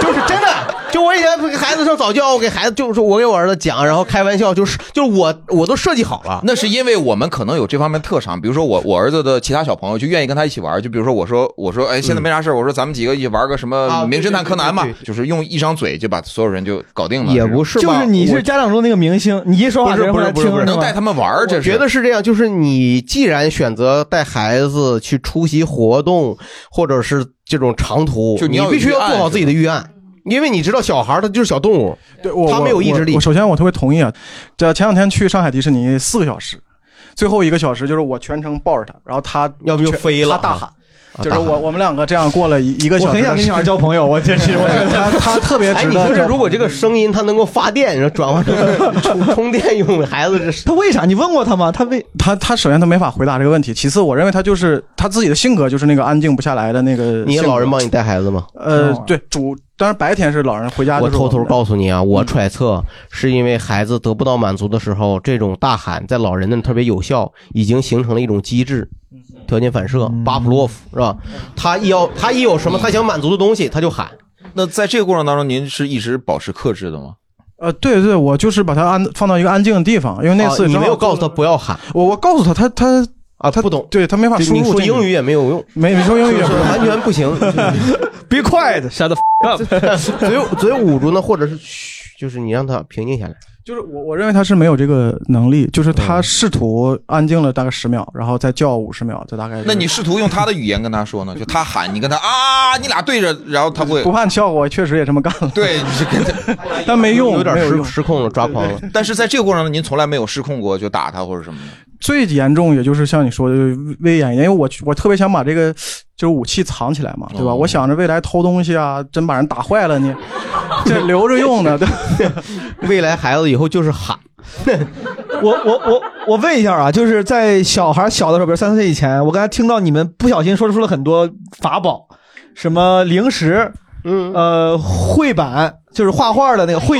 S4: 就是真的。就我以前给孩子上早教，我给孩子就是我给我儿子讲，然后开玩笑，就是就是我我都设计好了。
S3: 那是因为我们可能有这方面特长，比如说我我儿子的其他小朋友就愿意跟他一起玩，就比如说我说我说哎现在没啥事儿我说咱们几个一起玩个什么
S2: 啊
S3: 名侦探柯南嘛
S2: 对对，
S3: 就是用一张嘴就把所有人就搞定了，
S2: 就是你是家长中那个明星，你一说话
S4: 不
S2: 别
S4: 是
S2: 人
S4: 不
S2: 会
S4: 是
S2: 来
S4: 不
S2: 听
S4: 是不是，
S2: 吗
S3: 们玩儿这
S4: 我
S3: 是
S4: 觉得是这样，就是你既然选择带孩子去出席活动，或者是这种长途，
S3: 就你
S4: 你
S3: 要有
S4: 必须要
S3: 预案
S4: 做好自己的预案，因为你知道小孩儿他就是小 动物，
S15: 对我
S4: 他没有意志力
S15: 我我。首先我特别同意啊，这前两天去上海迪士尼四个小时，最后一个小时就是我全程抱着他，然后他
S4: 要不就飞了
S15: 他大喊
S4: 啊。
S15: 就是我，我们两个这样过了一一个小时。
S4: 我很想跟小孩交
S2: 朋友，我真是 我
S15: 他他特别
S4: 哎，
S15: 值
S4: 你
S15: 得。
S4: 说这如果这个声音它能够发电，然后转化成充充电用，孩子这
S2: 他为啥？你问过他吗？他为
S15: 他他首先他没法回答这个问题，其次我认为他就是他自己的性格就是那个安静不下来的那个。
S4: 你老人帮你带孩子吗？
S15: 呃，对，主当然白天是老人回家。
S4: 我偷偷告
S15: 诉，
S4: 诉你啊，我揣测是因为孩子得不到满足的时候，这种大喊在老人那特别有效，已经形成了一种机制，条件反射，巴甫洛夫是吧？他一要他一有什么他想满足的东西，他就喊。
S3: 那在这个过程当中，您是一直保持克制的吗？
S15: 呃，对对，我就是把他安放到一个安静的地方，因为那次、
S4: 啊你没有告诉他不要喊，
S15: 我我告诉他，他他
S4: 啊，他不懂，
S15: 对他没法
S4: 对
S15: 输入、
S4: 你
S15: 这
S4: 说
S15: 个。
S4: 英语也没有用，
S15: 没你说英语也
S4: 是
S15: 没有用
S4: 完全不 行。
S2: Be quiet, shut the
S4: up。嘴 嘴捂住呢，或者是嘘，就是你让他平静下来。
S15: 就是我我认为他是没有这个能力，就是他
S4: 嗯
S15: 试图安静了大概十秒，然后再叫五十秒，再大概就 是。
S3: 那你试图用他的语言跟他说呢？就他喊你跟他 啊，你俩对着，然后他会
S15: 不怕效果，确实也这么干了。
S3: 对，
S15: 但没用，
S3: 有点
S15: 没有
S3: 失
S15: 用
S4: 失控了，抓狂了。
S3: 但是在这个过程中，您从来没有失控过，就打他或者什么的。
S15: 最严重也就是像你说的就是威严，因为我我特别想把这个就是武器藏起来嘛，
S4: 哦
S15: 对吧？我想着未来偷东西啊，真把人打坏了你， 这留着用呢。对吧
S4: 未来孩子以后就是喊，
S2: 我我我我问一下啊，就是在小孩小的时候，比如三四岁以前，我刚才听到你们不小心说出了很多法宝，什么零食，
S4: 嗯，
S2: 呃，绘板，就是画画的那个绘，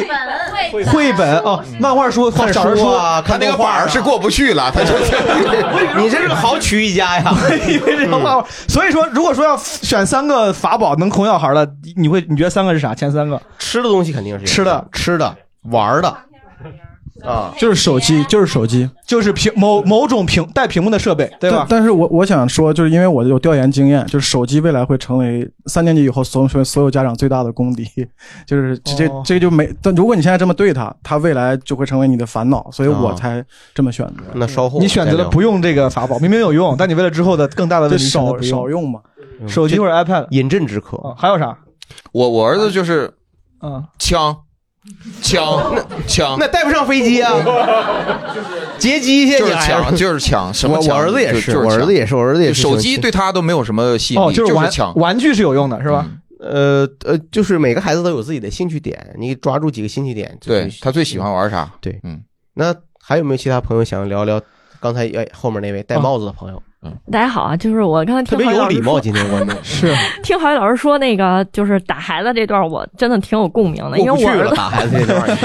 S2: 绘本哦，漫画书、
S4: 嗯看
S2: 小人书
S4: 书啊看动画啊
S2: 是过不去 了，他就
S4: 你这是个好曲艺家呀！嗯
S2: 以为是漫画，所以说如果说要选三个法宝能哄小孩的，你会你觉得三个是啥？前三个
S4: 吃的东西肯定是
S2: 吃的、
S4: 吃的、玩的啊，
S2: 就是手机，就是手机，就是屏某某种屏带屏幕的设备，对吧？
S14: 但但是我我想说，就是因为我有调研经验，就是手机未来会成为三年级以后所有所有家长最大的公敌，就是这这、
S2: 哦
S14: 这就没。但如果你现在这么对他，他未来就会成为你的烦恼，所以我
S2: 哦
S14: 才这么选择。
S4: 那稍后
S2: 你选择了不用这个法宝，明明有用，但你为了之后的更大的问题
S14: 对
S2: 选择
S14: 少
S2: 不
S14: 少用嘛？
S2: 手机或者 iPad，
S4: 嗯饮鸩止渴。
S15: 哦
S2: 还有啥？
S3: 我我儿子就是
S2: 嗯，
S3: 枪，枪，枪，
S4: 那带不上飞 机啊，劫机去
S3: 就
S4: 你
S3: 是
S4: 还
S3: 抢，就是抢，什么
S4: 我
S3: 抢？
S4: 我儿子也，
S3: 就是就
S4: 我儿
S3: 抢
S4: 子也是，我儿子也是。
S3: 手机对他都没有什么吸引
S4: 哦
S3: 力，
S4: 就是玩
S3: 抢
S2: 玩具是有用的，是
S3: 嗯
S2: 吧？
S4: 呃呃，就是每个孩子都有自己的兴趣点，你抓住几个兴趣点。
S3: 对他最喜欢玩啥？
S4: 对，
S3: 嗯。
S4: 那还有没有其他朋友想聊聊刚才哎后面那
S2: 哦
S4: 位戴帽子的朋友？嗯，
S16: 大家好啊，就是我刚才
S4: 特
S16: 听
S4: 别
S16: 郝宇
S4: 有
S16: 老
S4: 礼
S16: 师
S4: 貌，
S16: 说，
S4: 今天 观众是
S16: 听郝宇老师说那个就是打孩子这段，我真的挺有共鸣的，因为
S4: 过不去
S16: 我儿
S4: 了，
S16: 子
S4: 打孩子这段儿，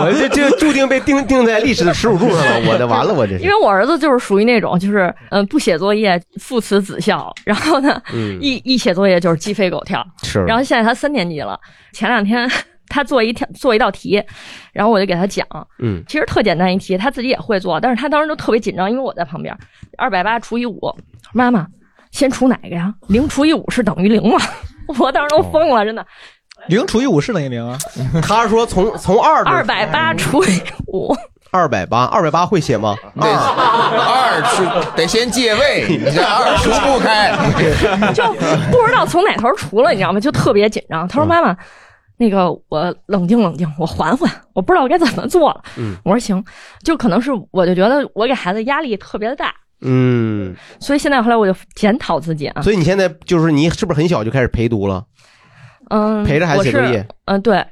S4: 我这这注定被定定在历史的耻辱柱上了，我这完了，我这
S16: 因
S4: 是。
S16: 为我儿子就是属于那种，就是嗯不写作业，父慈子孝， 然后呢，
S4: 嗯
S16: 一一写作业就是鸡飞狗跳。
S4: 是
S16: 然后现在他三年级了，前两天 他做一条做一道题，然后我就给他讲，
S4: 嗯
S16: 其实特简单一题，他自己也会做，但是他当时就特别紧张，因为我在旁边，二百八除以五，妈妈先除哪个呀？零除以五是等于零吗？ 我当时
S4: 哦
S16: 都疯了，真的。
S2: 零除以五是等于零啊。
S4: 他说从从二
S16: 二百八除以五，
S4: 二百八，二百八会写吗？
S3: 对，二除得先借位，你这 二除不开。
S16: 就不知道从哪头除了，你知道吗？就特别紧张。他说：“
S4: 嗯
S16: 妈妈，那个我冷静冷静，我缓缓， 我不知道该怎么做了。”
S4: 嗯
S16: 我说：“行。”就可能是我就觉得我给孩子压力特别的大，
S4: 嗯，
S16: 所以现在后来我就检讨自己啊。
S4: 所以你现在就是你是不是很小就开始陪读了？
S16: 嗯，
S4: 陪着孩子写作业
S16: 我是嗯，对，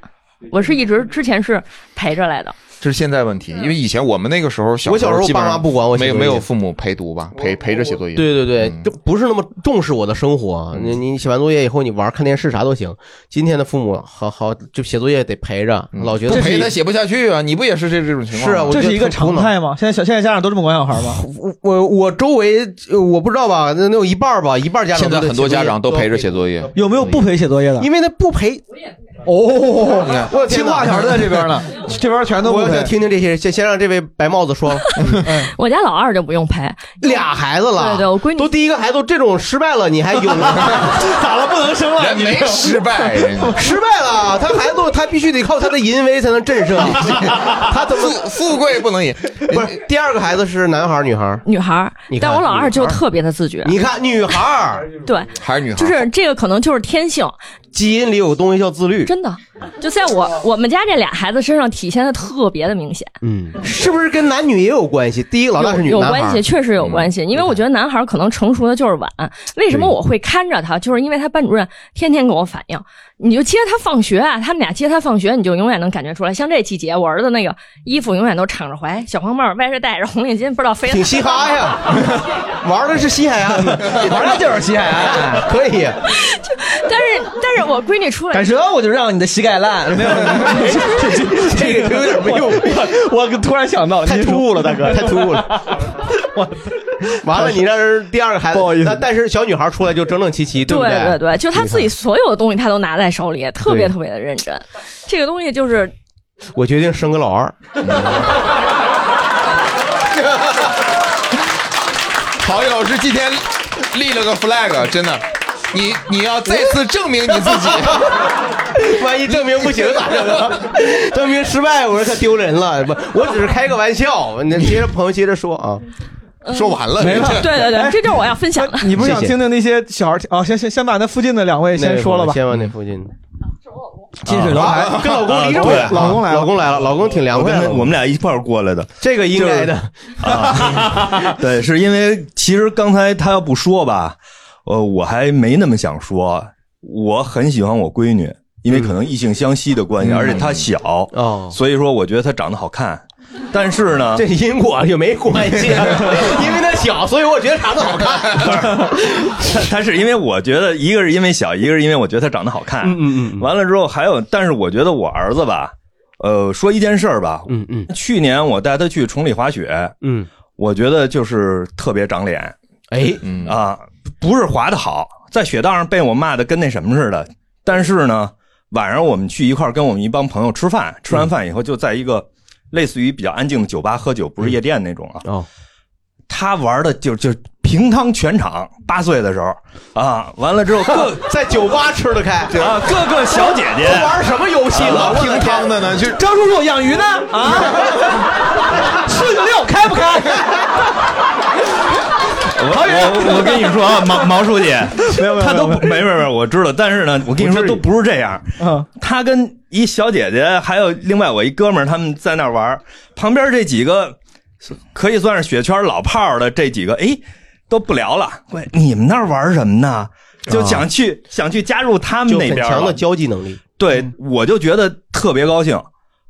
S16: 我是一直之前是陪着来的。
S3: 这是现在问题，因为以前我们那个时候小
S4: 我小时候
S3: 基本上
S4: 爸妈不管我写
S3: 没有
S4: 作
S3: 没
S4: 业
S3: 有父母陪读吧，陪陪着写作业。
S4: 对对对，
S3: 嗯
S4: 就不是那么重视我的生活。啊你你写完作业以后，你玩看电视啥都行。今天的父母好好就写作业得陪着，老觉得
S3: 不陪他写不下去啊！你不也是这这种情况
S4: 是
S3: 吗？
S4: 啊，我
S2: 这
S4: 觉
S2: 是
S4: 得
S2: 一个
S4: 挺苦
S2: 常
S4: 恼
S2: 态吗？现在小现在家长都这么管小孩吗？
S4: 我我我周围呃我不知道吧，那那有一半儿吧，一半儿家长
S3: 现在
S4: 都得
S3: 很多
S4: 写作
S3: 家
S4: 业
S3: 长都陪着写作业，
S2: 有没有不陪写作业的？
S4: 因为那不陪
S2: 哦
S4: 你看，
S2: 我听话小孩在这 边呢，这边全都不
S4: 我
S2: 陪
S4: 想。听听这些人，先先让这位白帽子 说了，
S16: 我家老二就不用陪，
S4: 俩孩子了，
S16: 对对，我闺女
S4: 都第一个孩子都这种失败了，你还有 咋
S2: 了？不能生了
S3: 人你这没失败人
S4: 失败了，他孩子他必须得靠他的淫威才能震慑你， 他怎么
S3: 富富贵不能淫？
S4: 不是第二个孩子是男孩儿女孩儿？
S16: 女孩儿
S4: 你，看
S16: 但我老二就
S4: 女孩儿
S16: 特别的自觉。
S4: 你看女孩儿
S16: 对，
S3: 还是女孩
S16: 就
S4: 儿，
S16: 是这个可能就是天性，
S4: 基因里有东西叫自律，
S16: 真的，就在我我们家这俩孩子身上体现的特别的明显，
S4: 嗯，是不是跟男女也有关系？第一老大是女，
S16: 有
S4: 男孩儿嗯
S16: 关系，确实有关系。因为我觉得男孩可能成熟的就是晚，为什么我会看着他？就是因为他班主任天天跟我反映，你就接他放学啊，他们俩接他放学，你就永远能感觉出来。像这季节，我儿子那个衣服永远都敞着怀，小黄帽歪着戴着，红领巾不知道飞。
S4: 挺嘻哈 呀，玩的是西海岸，玩的就是西海岸，可以。
S16: 但是但是我闺女出来，
S2: 敢折我就让你的膝盖烂，没有，这个就有点没用。 我突然想到，太突
S4: 兀了，大哥，太突兀了。 完了，你让人第二个孩子，不好意思，但是小女孩出来就整整齐齐，
S16: 对
S4: 不对？
S16: 对对，就他自己所有的东西他都拿在手里，特别
S4: 对
S16: 特别的认真。这个东西就是
S4: 我决定生个老二。
S3: 郝宇老师今天立了个 flag，真的，你你要再次证明你自己。
S4: 万一证明不行咋整 啊？证明失败，我说可丢人了。不，我只是开个玩笑。那接着朋友接着说啊，说完了
S2: 没了。
S16: 嗯对对对，这就是我要分享的。
S2: 哎你不是想听听那些小孩啊？先先先把那附近的两位先说了吧。
S4: 先问那附近的。
S2: 近水楼台
S4: 啊跟老公离这么
S2: 对
S4: 远，
S2: 老公来了
S4: 老公来了，老公挺凉快
S17: 我
S4: 的。
S17: 跟他我们俩一块儿过来的，
S4: 这个应该的。
S17: 对，是因为其实刚才他要不说吧，呃，我还没那么想说。我很喜欢我闺女，因为可能异性相吸的关系，
S4: 嗯
S17: 而且她小，
S4: 哦，
S17: 所以说我觉得她长得好看。但是
S2: 啊
S17: 呢，
S4: 这因果也没关 系，因为他小，所以我觉得长得好看。
S17: 但 但是因为我觉得，一个
S4: 嗯
S17: 是因为小，一个是因为我觉得她长得好看。嗯嗯嗯。完了之后还有，但是我觉得我儿子吧，呃，说一件事儿吧，
S4: 嗯嗯，
S17: 去年我带他去崇礼滑雪，
S4: 嗯，
S17: 我觉得就是特别长脸，
S4: 哎，
S17: 啊，不是滑的好，在雪道上被我骂的跟那什么似的，但是呢，晚上我们去一块儿跟我们一帮朋友吃饭，吃完饭以后就在一个类似于比较安静的酒吧喝酒，不是夜店那种啊，
S4: 哦，
S17: 他玩的就就平汤全场，八岁的时候啊，完了之后各
S4: 在酒吧吃得开
S17: 啊，各个小姐姐
S4: 都玩什么游戏了
S17: 啊
S4: 平汤的呢就
S2: 张叔叔养鱼呢啊， 吃个料开不开？
S17: 我我我跟你说啊，毛毛书记，他都不没没没，我知道，但是呢，我跟你说都不是这样。
S2: 嗯
S17: 他跟一小姐姐，还有另外我一哥们儿，他们在那儿玩儿，旁边这几个可以算是雪圈老炮儿的这几个，哎，都不聊了。喂，你们那儿玩什么呢？就想去、想去加入他们
S4: 啊就
S17: 那
S4: 很
S17: 边儿
S4: 强
S17: 了
S4: 的交际能力。
S17: 对，我就觉得特别高兴。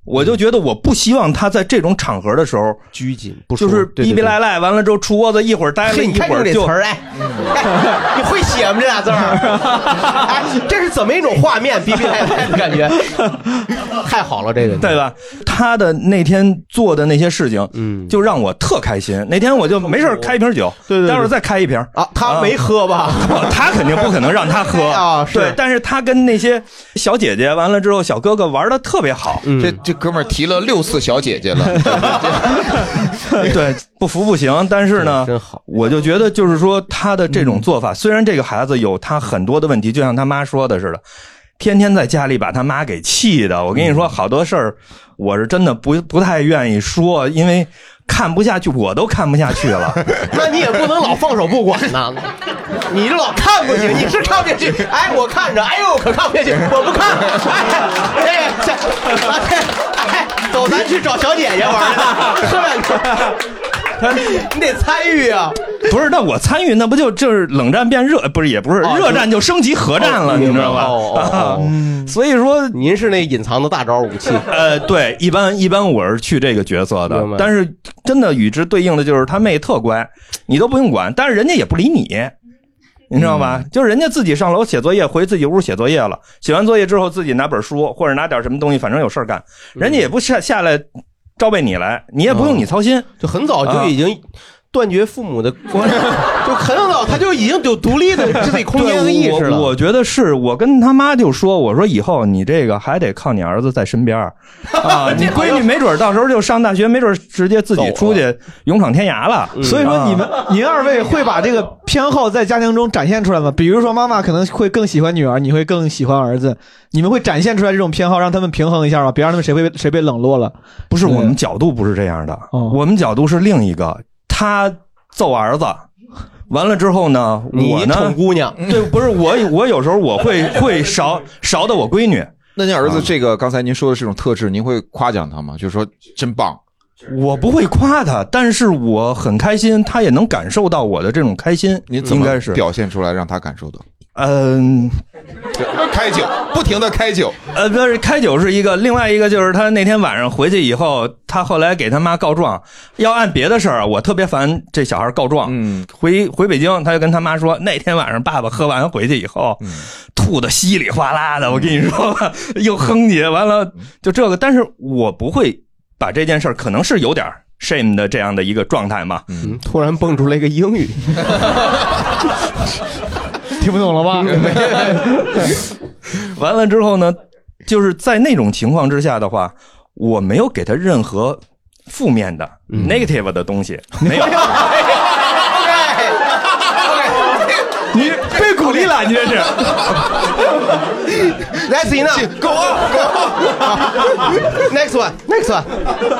S17: 我就觉得我不希望他在这种场合的时候
S4: 拘谨，
S17: 不
S4: 说
S17: 就是
S4: 对对
S17: 逼逼赖赖，完了之后出窝子，一会儿待了
S4: 嘿你
S17: 一
S4: 看
S17: 会儿
S4: 用这
S17: 就
S4: 词儿哎，哎你会写吗这俩字 儿？哎，这是怎么一种画面？逼逼赖赖的感觉， 太好了，这个
S17: 对吧？他的那天做的那些事情，嗯，就让我特开心。那天我就没事儿开一瓶酒，对对，待会儿再开一瓶啊。
S4: 他没喝吧？
S17: 他肯定不可能让他喝
S4: 啊是
S17: 对，但是他跟那些小姐姐完了之后，小哥哥玩的特别好。
S4: 嗯
S3: 这这哥们儿提了六次小姐姐了，
S17: 对，不服不行。但是呢，
S4: 真好，
S17: 我就觉得就是说他的这种做法，虽然这个孩子有他很多的问题，就像他妈说的似的，天天在家里把他妈给气的。我跟你
S4: 嗯
S17: 说，好多事儿我是真的不不太愿意说，因为看不下去，我都看不下去了。
S4: 那你也不能老放手不管呐，你这老看不行，你是看不下去。哎，我看着，哎呦，可看不下去，我不看。哎，这这，哎，走，咱去找小姐姐玩儿去，是吧？你得参与啊！
S17: 不是，那我参与，那不就就是冷战变热，不是也不
S4: 哦
S17: 是，热战就升级核战了，你知道吧？啊
S4: 吧？
S17: 所以说，
S4: 您是那隐藏的大招武器。
S17: 呃，对，一般一般我是去这个角色的
S4: 明白，
S17: 但是真的与之对应的就是他妹特乖，你都不用管，但是人家也不理你，你知道吧？
S4: 嗯
S17: 就是人家自己上楼写作业，回自己屋写作业了，写完作业之后自己拿本书或者拿点什么东西，反正有事儿干，
S4: 嗯
S17: 人家也不下下来招备你来，你也不用你操心，
S4: 哦
S17: 啊
S4: 就很早就已经断绝父母的关，就很早他就已经有独立的自己空间和意识
S17: 对我我
S4: 了。
S17: 觉得是我跟他妈就说，我说以后你这个还得靠你儿子在身边 儿啊，你闺女没准儿到时候就上大学，没准儿直接自己出去勇闯天涯了。
S4: 嗯
S2: 所以说，
S4: 啊
S2: 你们您二位会把这个偏好在家庭中展现出来吗？比如说，妈妈可能会更喜欢女儿，你会更喜欢儿子，你们会展现出来这种偏好，让他们平衡一下吗？别让他们谁被谁被冷落了。
S17: 不是我们角度不是这样的，我们角度是另一个，他揍儿子。完了之后呢，
S4: 你
S17: 我呢
S4: 宠姑娘，
S17: 对，不是我，我有时候我会会勺勺的我闺女，嗯
S3: 那您儿子这个刚才您说的这种特质，您会夸奖他吗？就是说真棒，
S17: 我不会夸他，但是我很开心，他也能感受到我的这种开心。
S3: 您怎
S17: 应
S3: 么
S17: 该是
S3: 表现出来让他感受到？
S17: 嗯，
S3: 开酒， 不停的开酒，
S17: 呃，不是开酒是一个，另外一个就是他那天晚上回去以后，他后来给他妈告状，要按别的事儿啊，我特别烦这小孩告状。
S3: 嗯，
S17: 回回北京，他就跟他妈说，那天晚上爸爸喝完回去以后，吐的稀里哗啦的，我跟你说吧， 又哼唧，完了就这个，但是我不会把这件事儿，可能是有点儿 shame 的这样的一个状态嘛，
S4: 嗯，突然蹦出来一个英语，
S2: 听不懂了吧？
S17: 完了之后呢，就是在那种情况之下的话，我没有给他任何负面的、negative 的东西，没有。
S2: 你被鼓励了，你 这是。
S4: That's enough. Go on, go on. Next one, next one.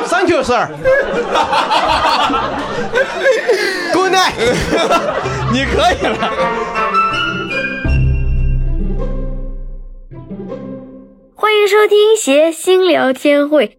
S4: Thank you, sir. Good night.
S2: 你可以了。
S18: 欢迎收听谐星聊天会。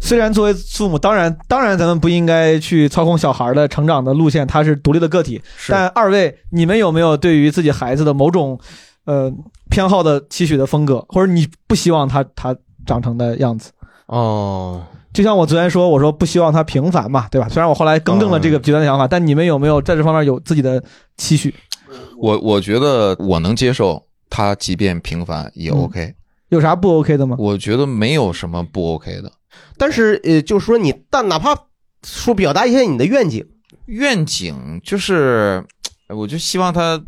S2: 虽然作为父母，当然当然咱们不应该去操控小孩的成长的路线，他是独立的个体。但二位，你们有没有对于自己孩子的某种呃偏好的期许的风格，或者你不希望他他长成的样子？
S4: 哦，
S2: 就像我昨天说，我说不希望他平凡嘛，对吧？虽然我后来更正了这个极端的想法，但你们有没有在这方面有自己的期许？
S4: 嗯
S3: 我我觉得我能接受他，即便平凡也 OK，、
S2: 有啥不 OK 的吗？
S3: 我觉得没有什么不 OK 的。
S4: 但是呃，就是说你，但哪怕说表达一下你的愿景，
S3: 愿景就是，我就希望他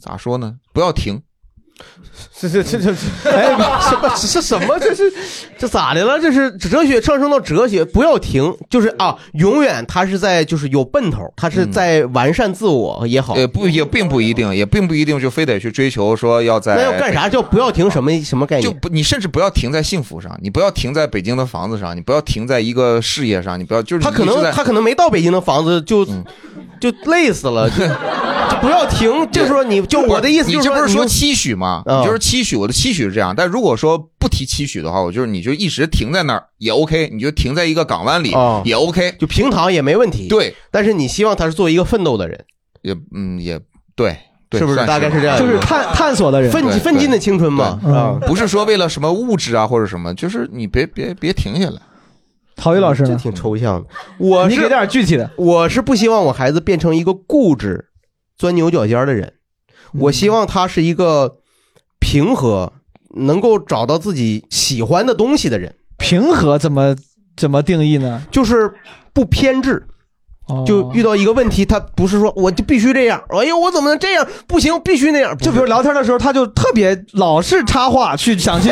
S3: 咋说呢？不要停。
S4: 这这这这，哎，什么这这什么？这是这咋的了？这是哲学上升到哲学，不要停，就是啊，永远他是在就是有奔头，他
S3: 嗯
S4: 是在完善自我哦也好，
S3: 呃，不也并不一定，也并不一定就非得去追求说要在
S4: 那要干啥？叫不要停什么什么概念？
S3: 哎就不，你甚至不要停在幸福上，你不要停在北京的房子上，你不要停在一个事业上，你不要就是
S4: 他可
S3: 你一直
S4: 能
S3: 在嗯
S4: 他可能没到北京的房子就就累死了，就就不要停，就是说你就我的意思就是
S3: 你这不是
S4: 说
S3: 说
S4: 你
S3: 期许吗？
S4: 嗯
S3: 你就是期许，我的期许是这样。但如果说不提期许的话，我就是你就一直停在那儿也 OK，你就停在一个港湾里
S4: 哦
S3: 也 OK，
S4: 就平躺也没问题。
S3: 对，
S4: 但是你希望他是作为一个奋斗的人，
S3: 也嗯也对，对
S4: 是不是
S3: 算
S4: 大概是这样
S3: 对
S4: 就是探
S2: 探索的人
S4: 奋
S3: 对
S4: 奋进的青春嘛
S3: 对
S4: 嗯
S3: 不是说为了什么物质啊或者什么，就是你别别别停 下来。
S2: 陶宇老师
S4: 这挺抽象的。我
S2: 你给点具体的，
S4: 我是不希望我孩子变成一个固执、钻牛角尖儿的人，
S2: 嗯
S4: 我希望他是一个平和，能够找到自己喜欢的东西的人，
S2: 平和怎么怎么定义呢？哦
S4: 就是不偏执。就遇到一个问题，他不是说我就必须这样，哎呦，我怎么能这样？不行，必须那样。
S2: 就比如聊天的时候，他就特别老是插话去想 去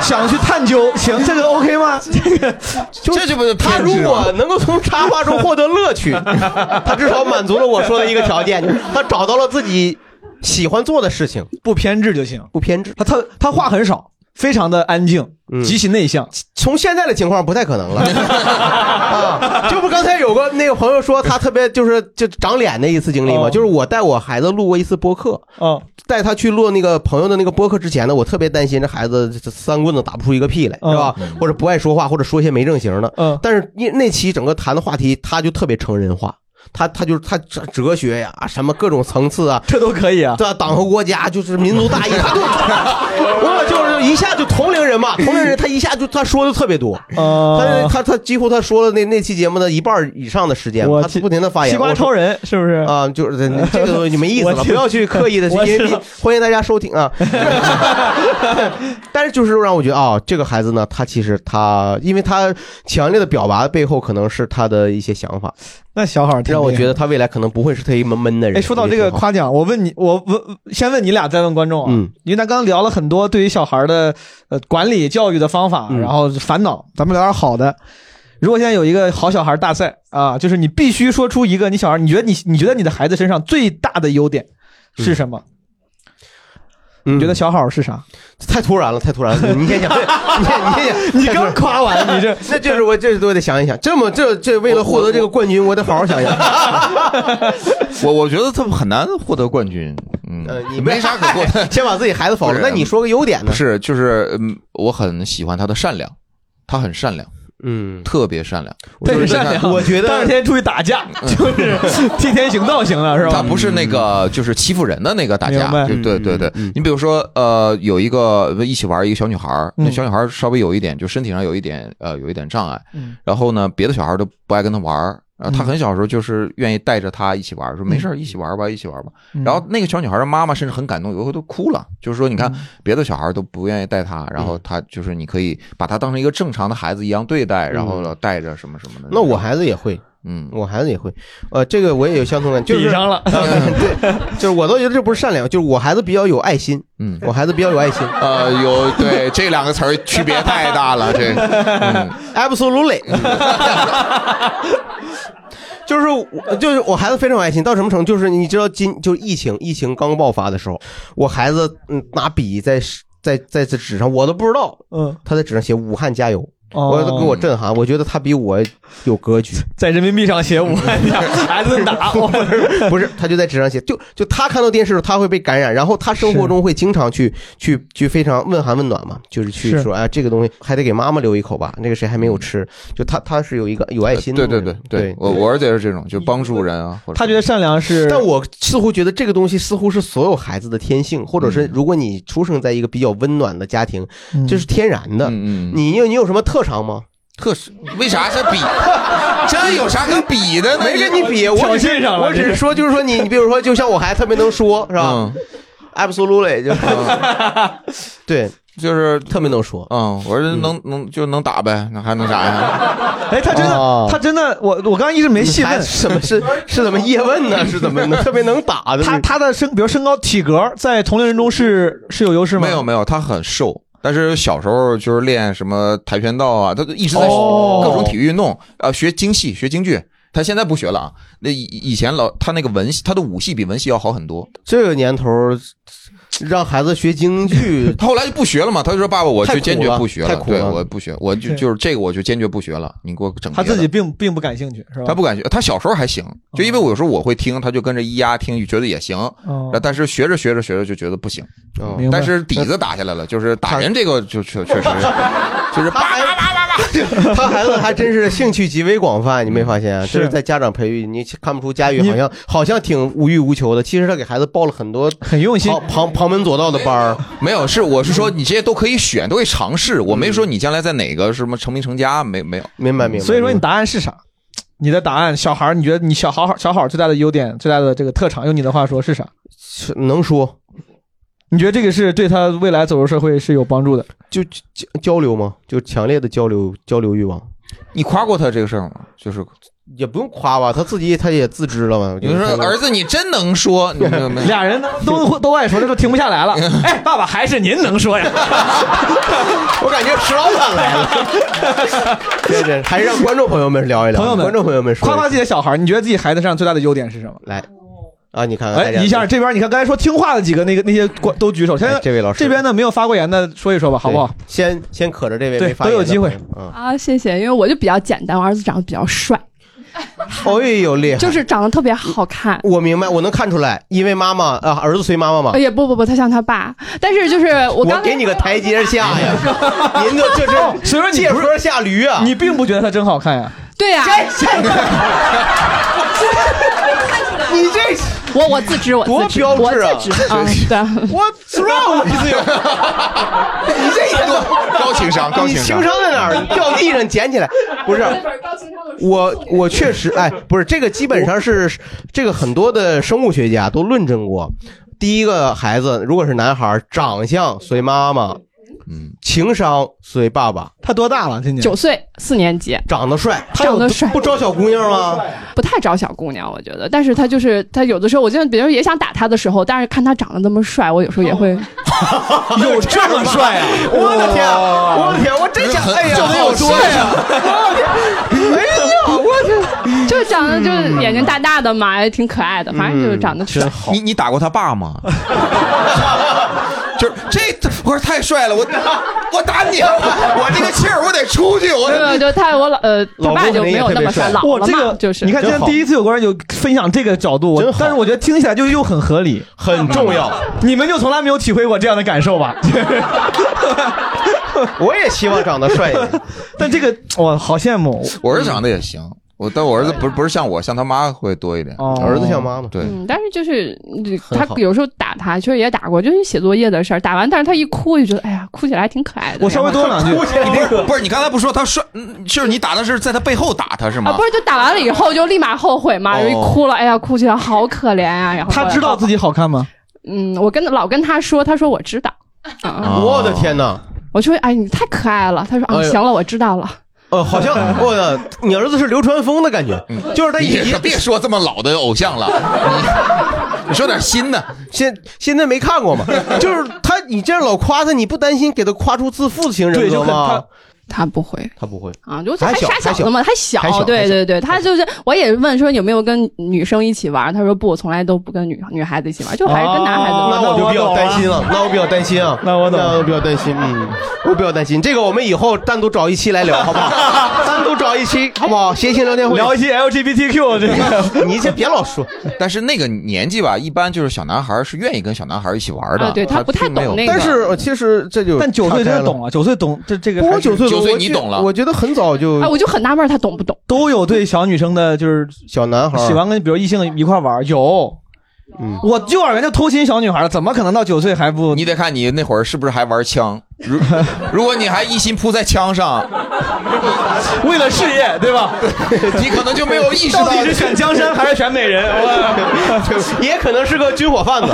S2: 想去探究，行，这个 OK 吗？这个
S4: 这就不是他如果能够从插画中获得乐趣，他至少满足了我说的一个条件，就是他找到了自己喜欢做的事情，
S2: 不偏执就行，
S4: 不偏执。
S2: 他
S4: 嗯
S2: 他他话很少，非常的安静，极其内向。
S4: 从现在的情况不太可能了。啊， 这不刚才有个那个朋友说他特别就是就长脸的一次经历
S2: 哦
S4: 吗？就是我带我孩子录过一次播客，
S2: 嗯，
S4: 带他去录那个朋友的那个播客之前呢，我特别担心这孩子这三棍子打不出一个屁来，是吧？或者不爱说话，或者说些没正形的。
S2: 哦嗯，
S4: 但是那那期整个谈的话题，他就特别成人化。他他就是他哲哲学呀，什么各种层次啊，
S2: 这都可以啊。
S4: 对啊，党和国家就是民族大义，他都 我就是一下就同龄人嘛，同龄人他一下就他说的特别多，
S2: 哦
S4: 他他他几乎他说了那那期节目的一半以上的时间，
S2: 我
S4: 他
S2: 去
S4: 不停的发言。
S2: 西瓜
S4: 我说
S2: 超人是不是
S4: 啊？就是这个东西就没意思
S2: 我
S4: 了，
S2: 知
S4: 不
S2: 道
S4: 要去刻意的去，
S2: 我
S4: 因
S2: 知
S4: 为
S2: 道
S4: 欢迎大家收听啊。 但是就是让我觉得啊、这个孩子呢，他其实他，因为他强烈的表达背后可能是他的一些想法，
S2: 那小孩儿挺
S4: 让我
S2: 厉害
S4: 觉得他未来可能不会是特一闷闷的人。
S2: 哎，说到这个夸奖，我问你，我问先问你俩，再问观众啊。
S4: 嗯，
S2: 因为咱刚刚聊了很多对于小孩的呃管理教育的方法，
S4: 嗯
S2: 然后烦恼，咱们聊点好的。如果现在有一个好小孩大赛啊，就是你必须说出一个你小孩，你觉得你你觉得你的孩子身上最大的优点
S4: 嗯
S2: 是什么？你觉得小好是啥？
S4: 太突然了，太突然 了！你先讲，你先
S2: 你刚夸完，你这
S4: 那就是我这都得想一想。这么这这为了获得这个冠军，我得好好想想。
S3: 我我觉得他们很难获得冠军， 嗯，
S4: 呃你没啥可过， 先把自己孩子否了。
S3: 不
S4: 那
S3: 是啊
S4: 你说个优点呢
S3: 不？是，就是嗯，我很喜欢他的善良，他很善良，
S4: 嗯，
S3: 特别善良，
S2: 但
S3: 就是是
S2: 善良，
S3: 我
S2: 第二天出去打架，
S4: 嗯
S2: 就是 替天行道型了，是吧？
S3: 他不是那个就是欺负人的那个打
S2: 明白
S3: 架，就对对对。你比如说，呃，有一个一起玩一个小女孩儿，那
S2: 嗯
S3: 小女孩儿稍微有一点，就身体上有一点呃有一点障碍
S2: 嗯，
S3: 然后呢，别的小孩儿都不爱跟她玩儿。然后她
S2: 嗯
S3: 很小的时候就是愿意带着她一起玩儿，说没事儿一起玩儿吧，一起玩儿吧。
S2: 嗯
S3: 然后那个小女孩儿的妈妈甚至很感动，有一回都哭了，就是说你看
S2: 嗯
S3: 别的小孩儿都不愿意带她，然后她就是你可以把她当成一个正常的孩子一样对
S2: 嗯
S3: 待，然后带着什么什么的。
S4: 那我孩子也会，
S3: 啊嗯，
S4: 我孩子也会。呃，这个我也有相同感，就是
S2: 比上了
S4: 对，就是我都觉得这不是善良，就是我孩子比较有爱心。
S3: 嗯，
S4: 我孩子比较有爱心。
S3: 呃，有对这两个词儿区别太大了， 这嗯
S4: absolutely，就是我就是我孩子非常有爱心，到什么程度？就是你知道今就是疫情疫情刚爆发的时候，我孩子嗯拿笔在在在这纸上，我都不知道，
S2: 嗯，
S4: 他在纸上写武汉加油。
S2: 哦
S4: 我都给我震撼，我觉得他比我有格局，
S2: 在人民币上写武汉 加油挨顿打，我
S4: 不是不是，他就在纸上写，就就他看到电视的时候他会被感染，然后他生活中会经常去去去非常问寒问暖嘛，就是去
S2: 是嗯
S4: 说哎这个东西还得给妈妈留一口吧，那个谁还没有吃，就他他是有一个有爱心的
S3: 对
S4: 那种，
S3: 对对对，我我儿子也是这种，就帮助人啊，或者
S2: 觉得善良是，
S4: 但我似乎觉得这个东西似乎是所有孩子的天性，或者是如果你出生在一个比较温暖的家庭，
S2: 嗯
S4: 这是天然的。
S3: 嗯
S4: 你有你有什么特长吗？
S3: 特为啥是 比？这有啥可比的呢？
S4: 没跟你比，我只是我只是说，就是说你，你比如说，就像我孩子特别能说，是吧？Absolutely，就 对，
S3: 就是
S4: 特别能说，
S3: 嗯，我说能能就能打呗，那还能啥 呀？
S2: 哎，他真的，
S4: 哦
S2: 他真的，我我刚刚一直没细
S4: 还
S2: 问，
S4: 啊什么是是怎么叶问呢？是怎么呢？特别能打的
S2: 他他的身，比如身高、体格，在同龄人中是是有优势吗？
S3: 没有没有，他很瘦，但是小时候就是练什么跆拳道啊，他就一直在学
S2: 哦
S3: 各种体育运动，啊，学京戏，学京剧。他现在不学了啊，那以以前老他那个文戏，他的武戏比文戏要好很多。
S4: 这个年头儿让孩子学京剧，
S3: 他后来就不学了嘛，他就说：“爸爸，我
S4: 太
S3: 就
S4: 苦
S3: 坚决
S4: 了
S3: 不学
S4: 太
S3: 了，
S4: 苦
S3: 对
S4: 了
S3: 我不学，我就
S2: 对
S3: 就是这个我就坚决不学了。你给我整
S2: 他
S3: 别的
S2: 自己并并不感哦兴趣，是吧？
S3: 他不敢学，他小时候还行，就因为我有时候我会听，他就跟着咿呀听，觉得也行。
S2: 哦
S3: 但是学着学着学着就觉得不行，
S2: 明白
S3: 但是底子打下来了，就是打人这个就确确实是，就是叭叭叭叭叭，
S4: 他孩子还真是兴趣极为广泛，你没发现啊？
S3: 是
S4: 这是在家长培育，你看不出佳宇好像好像挺无欲无求的，其实他给孩子报了很多
S2: 很用
S4: 心旁旁门左道的班儿。
S3: 没有，是我是说你这些都可以选，都可以尝试。我没说你将来在哪个什么成名成家，没没有。
S4: 嗯明白明
S2: 所以说你答案是啥？你的答案，小孩儿，你觉得你小好好小好最大的优点、最大的这个特长，用你的话说是啥？
S4: 能说。
S2: 你觉得这个是对他未来走入社会是有帮助的？
S4: 就交交流吗？就强烈的交流交流欲望。
S3: 你夸过他这个事儿吗？就是
S4: 也不用夸吧，他自己他也自知了嘛。
S3: 你说儿子你真能说，你明白没
S2: 俩人都都爱说，这都停不下 来了。哎，爸爸还是您能说呀？
S4: 我感觉石老板来了，对对，还是让观众朋友们聊一聊。
S2: 朋友们
S4: 观众朋友们说一
S2: 夸
S4: 下
S2: 夸自己的小孩儿，你觉得自己孩子身上最大的优点是什么？
S4: 来，啊，你看看，
S2: 哎，
S4: 大家
S2: 一下这边你看刚才说听话的几个那个那些官都举手，现在
S4: 哎这位老师
S2: 这边呢没有发过言的说 一说吧，好不好？
S4: 先先可着这位
S2: 对
S4: 没发言
S2: 都有机会
S4: 的朋友。
S19: 啊，谢谢，因为我就比较简单，我儿子长得比较帅，
S4: 嗯，哎呦厉害！
S19: 就是长得特别好看。
S4: 我明白，我能看出来，因为妈妈啊，儿子随妈妈嘛
S19: 哎。呀，不不不，他像他爸，但是就是我
S4: 我
S19: 刚才
S4: 给你个台阶下呀， 您这这是
S2: 哦所以说你
S4: 借坡下驴啊！
S2: 你并不觉得他真好看呀？
S19: 对呀、
S4: 你这
S19: 我我自知我自知
S4: 多标
S19: 我
S4: 致啊
S19: 自知啊，对。
S4: What's wrong with you？你这也多
S3: 高情商高情商
S4: 你情商在哪儿？你掉地上捡起来，不是？我我确实，哎，不是这个，基本上是这个很多的生物学家都论证过，第一个孩子如果是男孩，长相随妈妈，嗯，情商随爸爸。
S2: 他多大了？今年
S19: 九岁，四年级，
S4: 长得帅，
S19: 长得帅，
S4: 不招小姑娘吗？
S19: 不太招小姑娘，我觉得。但是他就是他，有的时候我就比如说也想打他的时候，但是看他长得那么帅，我有时候也会。
S4: 哦
S2: 有这么帅 啊！
S4: 我的天，我的天，我真想，哎呀，
S19: 长得
S4: 好
S19: 有多
S4: 帅
S19: 呀
S4: 啊！
S19: 哎呀，我就长得就是眼睛大大的嘛，也挺可爱的，反正就是
S4: 嗯
S19: 长得帅。
S3: 你你打过他爸吗？ 就是这，我说太帅了，我我打你了，我这个气儿我得出去，我
S19: 没有，就他我老呃，他爸就没有那么帅，老
S2: 哇，
S19: 了
S2: 这
S19: 嘛，
S2: 个
S19: 就是
S2: 你看，今天第一次有观众有分享这个角度，我但是我觉得听起来就又很合理，
S4: 很重要。
S2: 你们就从来没有体会过这样的感受吧？
S4: 我也希望长得帅一点，
S2: 但这个哇，好羡慕。
S3: 我儿子长得也行，我但我儿子不是不是像我，像他妈会多一点。
S2: 哦
S4: 儿子像妈妈，
S3: 对，
S19: 嗯，但是就是嗯
S3: 很
S19: 他
S3: 好
S19: 有时候打他，确实也打过，就是写作业的事儿，打完，但是他一哭就觉得，哎呀，哭起来还挺可爱的。
S3: 不是不是，你刚才不说他帅，嗯就是你打的是在他背后打他是
S19: 啊，
S3: 吗
S19: 不？是就打完了以后就立马后悔嘛，
S3: 哦
S19: 就一哭了，哎呀，哭起来好可怜呀、然后
S2: 他知道自己好看吗？
S19: 嗯，我跟老跟他说，他说我知道，
S4: 我的天哪！
S19: 我说哎，你太可爱了。他说啊，
S4: 哎呦
S19: 行了，我知道了。
S4: 呃，好 像我的你儿子是流川枫的感觉，就是他
S3: 嗯你
S4: 一
S3: 可别说这么老的偶像 了，你你说点新的，
S4: 现现在没看 过嘛，就是他你这样老夸他，你不担心给他夸出自负型人格吗？
S19: 他不会，
S4: 他不会
S19: 啊，就
S4: 啊还
S19: 还
S4: 小
S19: 傻小
S4: 还小
S19: 子嘛，还小
S4: 还小，还
S19: 对
S4: 小
S19: 对对，他就是我也问说有没有跟女生一起玩，他说不，从来都不跟女女孩子一起玩，就还
S4: 哦
S19: 是跟男孩子玩。
S4: 啊那我就比较担心了，那我比较担心 啊，那我
S2: 懂
S4: 那我比较担心，嗯，我比较担心这个，我们以后单独找一期来聊，好不 好？单独找一期，好不
S19: 哎
S4: 好？谐星聊天会
S2: 聊一 期 LGBTQ 这个，
S4: 你先别老说。
S3: 但是那个年纪吧，一般就是小男孩是愿意跟小男孩一起玩的，
S4: 啊对他
S3: 他
S4: 不太
S3: 并没有
S4: 懂那个但是呃其实这就
S2: 但九岁真
S4: 岔开
S2: 的
S4: 了
S2: 懂了，九岁懂这这个还
S4: 我
S2: 是。
S4: 九岁，我觉我觉得很 早就
S19: 哎，我就很纳闷儿他懂不懂。
S2: 都有对小女生的，就是
S4: 小男孩儿
S2: 喜欢跟比如异性一块儿玩儿，有。
S4: 嗯，
S2: 我幼儿园就偷亲小女孩了，怎么可能到九岁还不？
S3: 你得看你那会儿是不是还玩枪，如 如果你还一心扑在枪上，
S2: 为了事业，对吧？
S3: 你可能就没有意识到
S2: 到底是选江山还是选美人？我
S4: 也可能是个军火 贩子。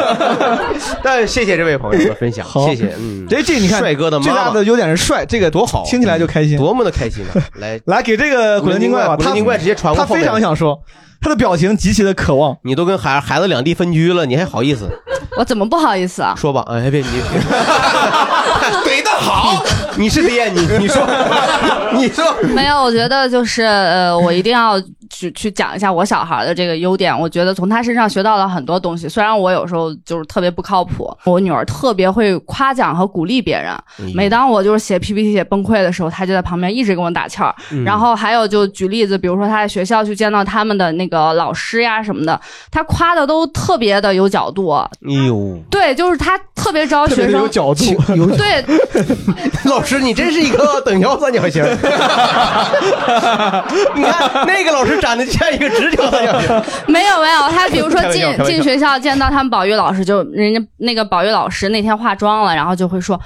S4: 但谢谢这位朋友的分享，
S2: 好
S4: 谢谢。嗯，
S2: 这这你看，
S4: 帅哥的妈妈
S2: 最大的优点是帅，这个多
S4: 好
S2: 听起来就开心，
S4: 多么的开心啊！来
S2: 来，给这个古灵精怪吧，
S4: 古灵精怪
S2: 他
S4: 直接传过
S2: 他
S4: 后
S2: 非
S4: 面
S2: 常想说，他的表情极其的渴望。
S4: 你都跟孩孩子两地分居了，你还好意思
S10: 我怎么不好意思啊？
S4: 说吧？哎，别你 怼的好，你是爹，你你 说，哎 你说，
S10: 没有，我觉得就是呃，我一定要去去讲一下我小孩的这个优点。我觉得从他身上学到了很多东西，虽然我有时候就是特别不靠谱，我女儿特别会夸奖和鼓励别人
S4: 嗯
S16: 哎。
S10: 每当我就是写 PPT 写崩溃的时候，她就在旁边一直跟我打气儿。
S16: 嗯
S10: 然后还有就举例子，比如说她在学校去见到他们的那个老师呀什么的，她夸的都特别的有角度。
S4: 哎呦，
S10: 对，就是她特别招学生。
S4: 角度，有
S10: 对，
S4: 老师，你真是一 个等腰三角形。 你看那个老师长得就像一个直角三角 形。
S10: 没有没有，他比如说
S4: 开玩笑开
S10: 进
S4: 玩笑
S10: 进学校见到他们保育老师，就人家那个保育老师那天化妆了，然后就会说，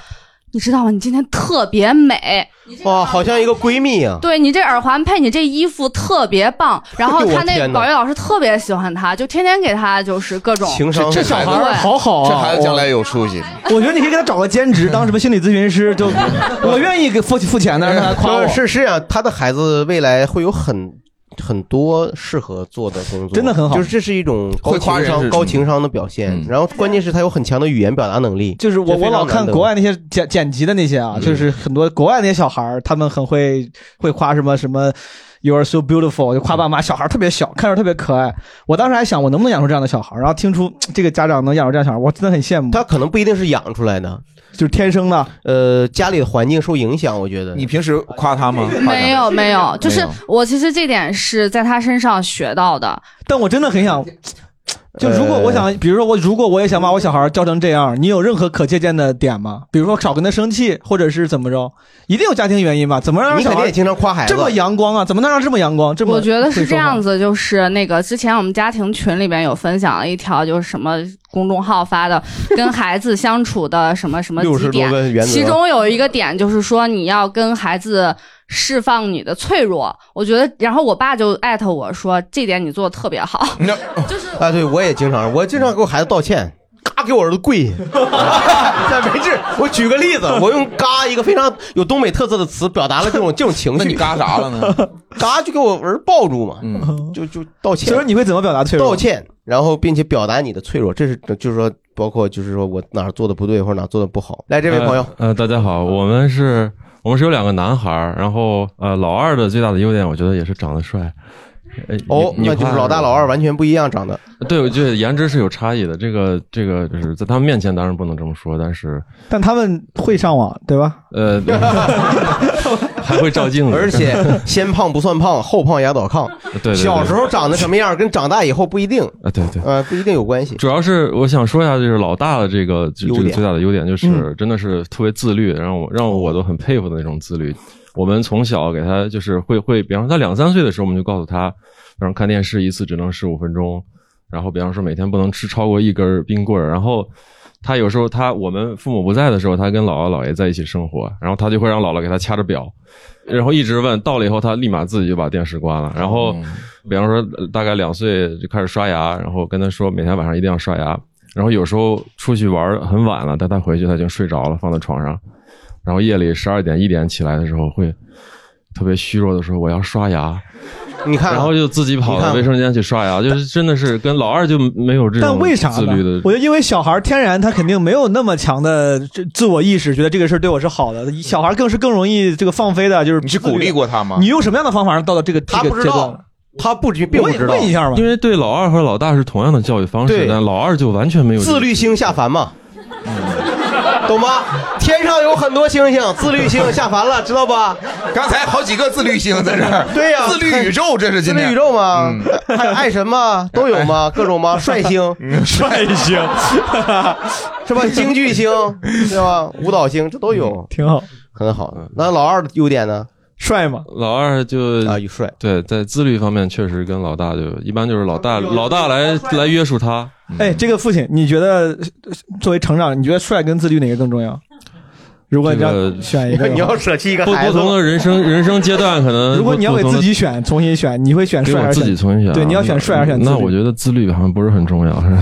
S10: 你知道吗？你今天特别美，
S4: 哇，好像一个闺蜜啊。
S10: 对你这耳环配你这衣服特别棒。然后
S4: 哎呦
S10: 他
S4: 我
S10: 那
S4: 天
S10: 个
S4: 哪
S10: 保育老师特别喜欢他，就天天给他就是各种
S4: 情商
S2: 这小孩儿好好啊，
S3: 这孩子将来有出息。
S2: 我觉得你可以给他找个兼 职，当什么心理咨询师，就我愿意给付付钱的，让他夸我。
S4: 呃是是这样，他的孩子未来会有很很多适合做的工作，
S2: 真的很好
S4: 就是这是一种高
S2: 会夸
S4: 情
S2: 人是
S4: 商、
S2: 什么
S4: 高情商的表现。然后关键是他有很强的语言表达能力，
S2: 就是我
S4: 这非
S2: 我
S4: 常
S2: 老看
S4: 难得嗯
S2: 国外那些剪剪辑的那些啊，就是很多国外那些小孩儿，他们很会会夸什么什么。You are so beautiful，就夸爸妈，小孩儿特别小，看着特别可爱。我当时还想，我能不能养出这样的小孩儿？然后听出这个家长能养出这样小孩儿，我真的很羡慕。
S4: 他可能不一定是养出来的，
S2: 就是天生的。
S4: 呃，家里的环境受影响，我觉得。你
S3: 平时夸他吗
S10: 没有没有，就是我其实这点是在他身上学到的。
S2: 但我真的很想，就如果
S4: 呃
S2: 我想，比如说我如果我也想把我小孩儿教成这样，你有任何可借鉴的点吗？比如说少跟他生气，或者是怎么着？一定有家庭原因吧？怎么让
S4: 你肯
S2: 小孩
S4: 定
S2: 儿
S4: 也经常夸孩子
S2: 这么阳光啊？怎么能让这么阳光？这么
S10: 我觉得是
S2: 会
S10: 这
S2: 说话
S10: 样子，就是那个之前我们家庭群里边有分享了一条，就是什么公众号发的跟孩子相处的什么什么
S4: 60
S10: 几
S4: 多
S10: 点
S4: 个原，则
S10: 其中有一个点就是说你要跟孩子。释放你的脆弱，我觉得，然后我爸就艾特我说这点你做的特别好，
S4: 啊，对我也经常，我经常给我孩子道歉，嘎给我儿子跪下，那没治。我举个例子，我用“嘎”一个非常有东北特色的词表达了这种这种情绪。
S3: 那你嘎啥了呢？
S4: 嘎就给我儿子抱住嘛，
S20: 嗯
S4: 就就 道歉。
S2: 所以说你会怎么表达脆弱？
S4: 道歉，然后并且表达你的脆弱，这是就是说，包括就是说我哪儿做的不对或者哪儿做的不好。哎来，这位朋友，
S20: 呃，呃大家好，我们是，我们是有两个男孩儿，然后呃，老二的最大的优点，我觉得也是长得帅。呃
S4: 哦，
S20: 你
S4: 那
S20: 呃
S4: 就是老大老二完全不一样长得。
S20: 对，我觉得颜值是有差异的。这个这个就是在他们面前当然不能这么说，但是
S2: 但他们会上网，对吧？
S20: 呃还会照镜子，
S4: 而且 先胖不算胖，后胖压倒炕。
S20: 对对对
S4: 小时候长得什么样，跟长大以后不一定，
S20: 啊对对，
S4: 呃，不一定有关系。
S20: 主要是我想说一下，就是老大的这个这
S4: 优
S20: 这
S4: 点
S20: 个最大的优点就是真的是特别自律，让我让我都很佩服的那种自律。我们从小给他就是会会，比方说他两三岁的时候，我们就告诉他，比方说看电视一次只能十五分钟，然后比方说每天不能吃超过一根冰棍儿，然后。他有时候他我们父母不在的时候，他跟姥姥姥爷在一起生活，然后他就会让姥姥给他掐着表，然后一直问到了以后，他立马自己就把电视关了。然后，比方说呃大概两岁就开始刷牙，然后跟他说每天晚上一定要刷牙。然后有时候出去玩儿很晚了，但他回去他已经睡着了，放在床上。然后夜里十二点一点起来的时候，会特别虚弱的说我要刷牙。
S4: 你看
S20: 然后就自己跑
S2: 啊你看
S20: 到卫生间去刷牙，就是真的是跟老二就没有这种
S2: 但为啥
S20: 自
S2: 呢
S20: 律的？
S2: 我觉得因为小孩儿天然他肯定没有那么强的这自我意识，觉得这个事儿对我是好的。小孩儿更是更容易这个放飞的，就是你去
S20: 鼓励过他吗
S2: 你用什么样的方法让他到到这个
S4: 他
S2: 这
S4: 不
S2: 个
S4: 知
S2: 阶
S4: 道
S2: 段？
S4: 他不知并不知道
S2: 问一下吧
S20: 因为对老二和老大是同样的教育方式
S4: 对，
S20: 但老二就完全没有这个
S4: 自律星下凡嘛，懂吗？天上有很多星星，自律星下凡了，知道吧？
S3: 刚才好几个自律星在这儿
S4: 对呀，
S3: 自律宇宙这是今
S4: 自
S3: 天嗯
S4: 律宇宙吗？还有爱神吗？都有吗？各种吗？帅星，
S2: 帅星，
S4: 是吧？京剧星，对吧？舞蹈星，这都
S3: 嗯
S4: 有，
S2: 挺好，
S4: 很好。那老二的优点呢？
S2: 帅吗？
S20: 老二就
S4: 啊，帅
S20: 对，在自律方面确实跟老大就一般，就是老大老大来来约束他。
S2: 哎，这个父亲，你觉得呃作为成长，你觉得帅跟自律哪个更重要？如果你要
S20: 这个
S2: 选一个的话，
S20: 你要
S4: 舍弃一
S20: 不不同的人生人生阶段，可能
S2: 如果你要给自己
S20: 选。
S2: 选，重新选，你会选
S20: 给
S2: 帅
S20: 我
S2: 还是
S20: 自己重新选啊，
S2: 对，你要选帅还是选自律？
S20: 那我觉得自律好像不是很重要。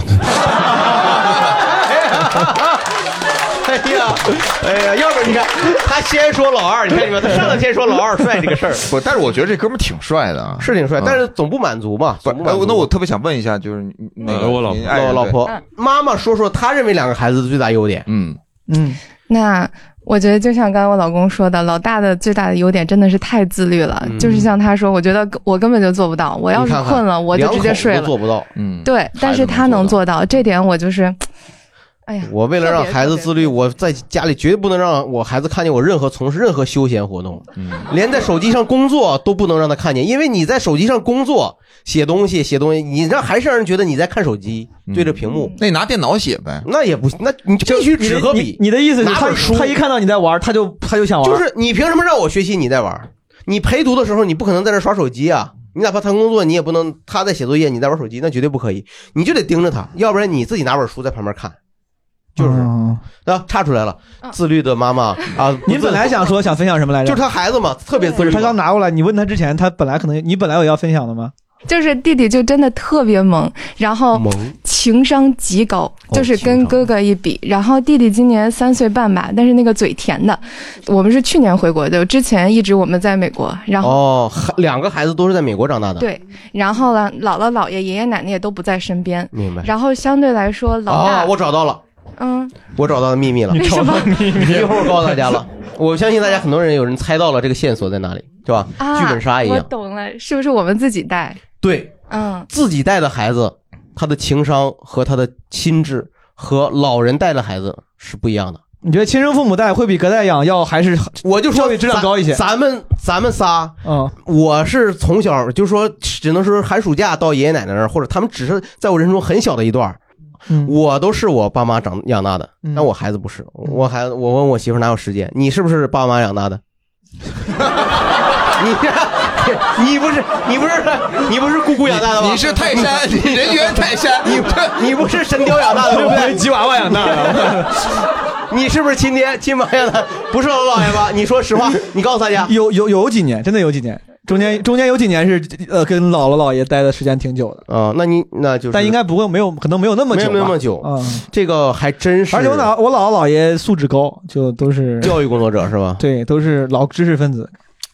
S4: 哎呀，哎呀，要不你看他先说老二，你看你们他上来先说老二帅这个事儿，
S3: 不，但是我觉得这哥们儿挺帅的啊，
S4: 是挺帅，但是总不满足嘛。
S3: 不，哎那我特别想问一下，就是你那个嗯你爱
S4: 哎老
S3: 人
S4: 老
S3: 对
S21: 嗯
S4: 婆妈妈说说她认为两个孩子的最大优点。
S3: 嗯
S2: 嗯，
S21: 那我觉得就像刚刚我老公说的，老大的最大的优点真的是太自律了，
S4: 嗯
S21: 就是像他说，我觉得我根本就做不到，我要
S4: 你
S21: 是
S4: 看看
S21: 困了我就直接睡
S4: 两口子都做
S21: 了。
S4: 不到。嗯，
S21: 对，但是他能做到，这点我就是，哎呀，
S4: 我为了让孩子自律，我在家里绝对不能让我孩子看见我任何从事任何休闲活动，
S3: 嗯
S4: 连在手机上工作都不能让他看见，因为你在手机上工作写东西写东西，你让还是让人觉得你在看手机，对着屏幕。
S3: 那你拿电脑
S15: 啊
S3: 写呗，
S4: 那也不，那你就必须纸和笔。
S2: 你的意思是
S4: 拿
S2: 他
S4: 本书，
S2: 他一看到你在玩，他就他就想玩，
S4: 就是你凭什么让我学习你在玩？你陪读的时候你不可能在那刷手机啊！你哪怕谈工作，你也不能他在写作业，你在玩手机，那绝对不可以。你就得盯着他，要不然你自己拿本书在旁边看，
S2: 就是
S4: 啊，插出来了。
S21: 嗯
S4: 自律的妈妈 啊，
S2: 你本来想说想分享什么来着？
S4: 就是他孩子嘛，特别自
S2: 不
S4: 律
S2: 是
S4: 嘛。
S2: 他刚拿过来，你问他之前，他本来可能你本来有要分享的吗？
S21: 就是弟弟就真的特别萌，然后
S2: 萌
S21: 情商极高，
S4: 哦
S21: 就是跟哥哥一比。然后弟弟今年三岁半吧，但是那个嘴甜的。我们是去年回国的，之前一直我们在美国，然后、
S4: 哦，孩两个孩子都是在美国长大的。，
S21: 对，然后呢，姥姥姥爷、爷爷奶奶也都不在身边。
S4: 明白。
S21: 然后相对来说，老大、
S4: 哦，我找到了，
S21: 嗯，
S4: 我找到了秘密了。
S21: 你找到秘密
S4: 你一会儿告诉大家了。我相信大家很多人有人猜到了这个线索在哪里，对吧？
S21: 啊，
S4: 剧本杀一
S21: 我
S4: 样。
S21: 懂了，是不是我们自己带？
S4: 对，
S21: 嗯，
S4: 自己带的孩子，他的情商和他的心智和老人带的孩子是不一样的。
S2: 你觉得亲生父母带会比隔代养要还是
S4: 我就说
S2: 教育质量高一些？
S4: 咱咱们咱们仨，
S2: 嗯，
S4: 我是从小就说，只能说寒暑假到爷爷奶奶那儿，或者他们只是在我人生中很小的一段儿。
S2: 嗯
S4: 我都是我爸妈长养大的，但我孩子不是。我孩子，我问我媳妇儿哪有时间？你是不是爸妈养大的？ 你 你不是你不是你不是姑姑养大的吗？
S3: 你是泰山你人猿泰山
S4: 你你不是神雕 养大的，对不
S2: 我
S4: 对？
S2: 是吉娃娃养大的。
S4: 你是不是亲爹亲妈养大的？ 不是老姥爷吧？你说实 话，你告诉大家，
S2: 有有有几年，真的有几年，中间中间有几年是呃跟姥姥姥爷待的时间挺久的。
S4: 啊、那你那就是
S2: 但应该不会没有，可能没有那么久吧，
S4: 没有那么久
S2: 嗯，
S4: 这个还真是。
S2: 而且我姥我姥姥姥爷素质高，就都是
S4: 教育工作者是吧？
S2: 对，都是老知识分子。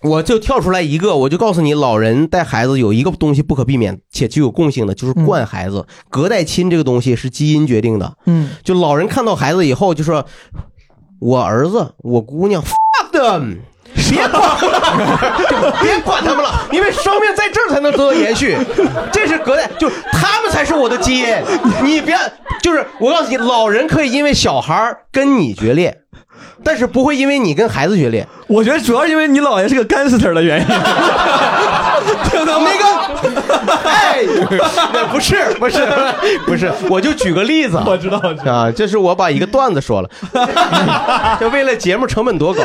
S4: 我就跳出来一个，我就告诉你，老人带孩子有一个东西不可避免且具有共性的，就是惯孩子。隔代亲这个东西是基因决定的，
S2: 嗯，
S4: 就老人看到孩子以后就说：“我儿子，我姑娘，fuck them。”别管了，别管他们了，因为生命在这儿才能得到延续，这是隔代，就他们才是我的基因。你别，就是我告诉你，老人可以因为小孩儿跟你决裂，但是不会因为你跟孩子决裂。
S2: 我觉得主要是因为你姥爷是个 gangster 的原因。 听到
S4: 那个，哎，不是不是不是，我就举个例子，我
S2: 知道
S4: 啊，这是我把一个段子说了， 就为了节目成本多高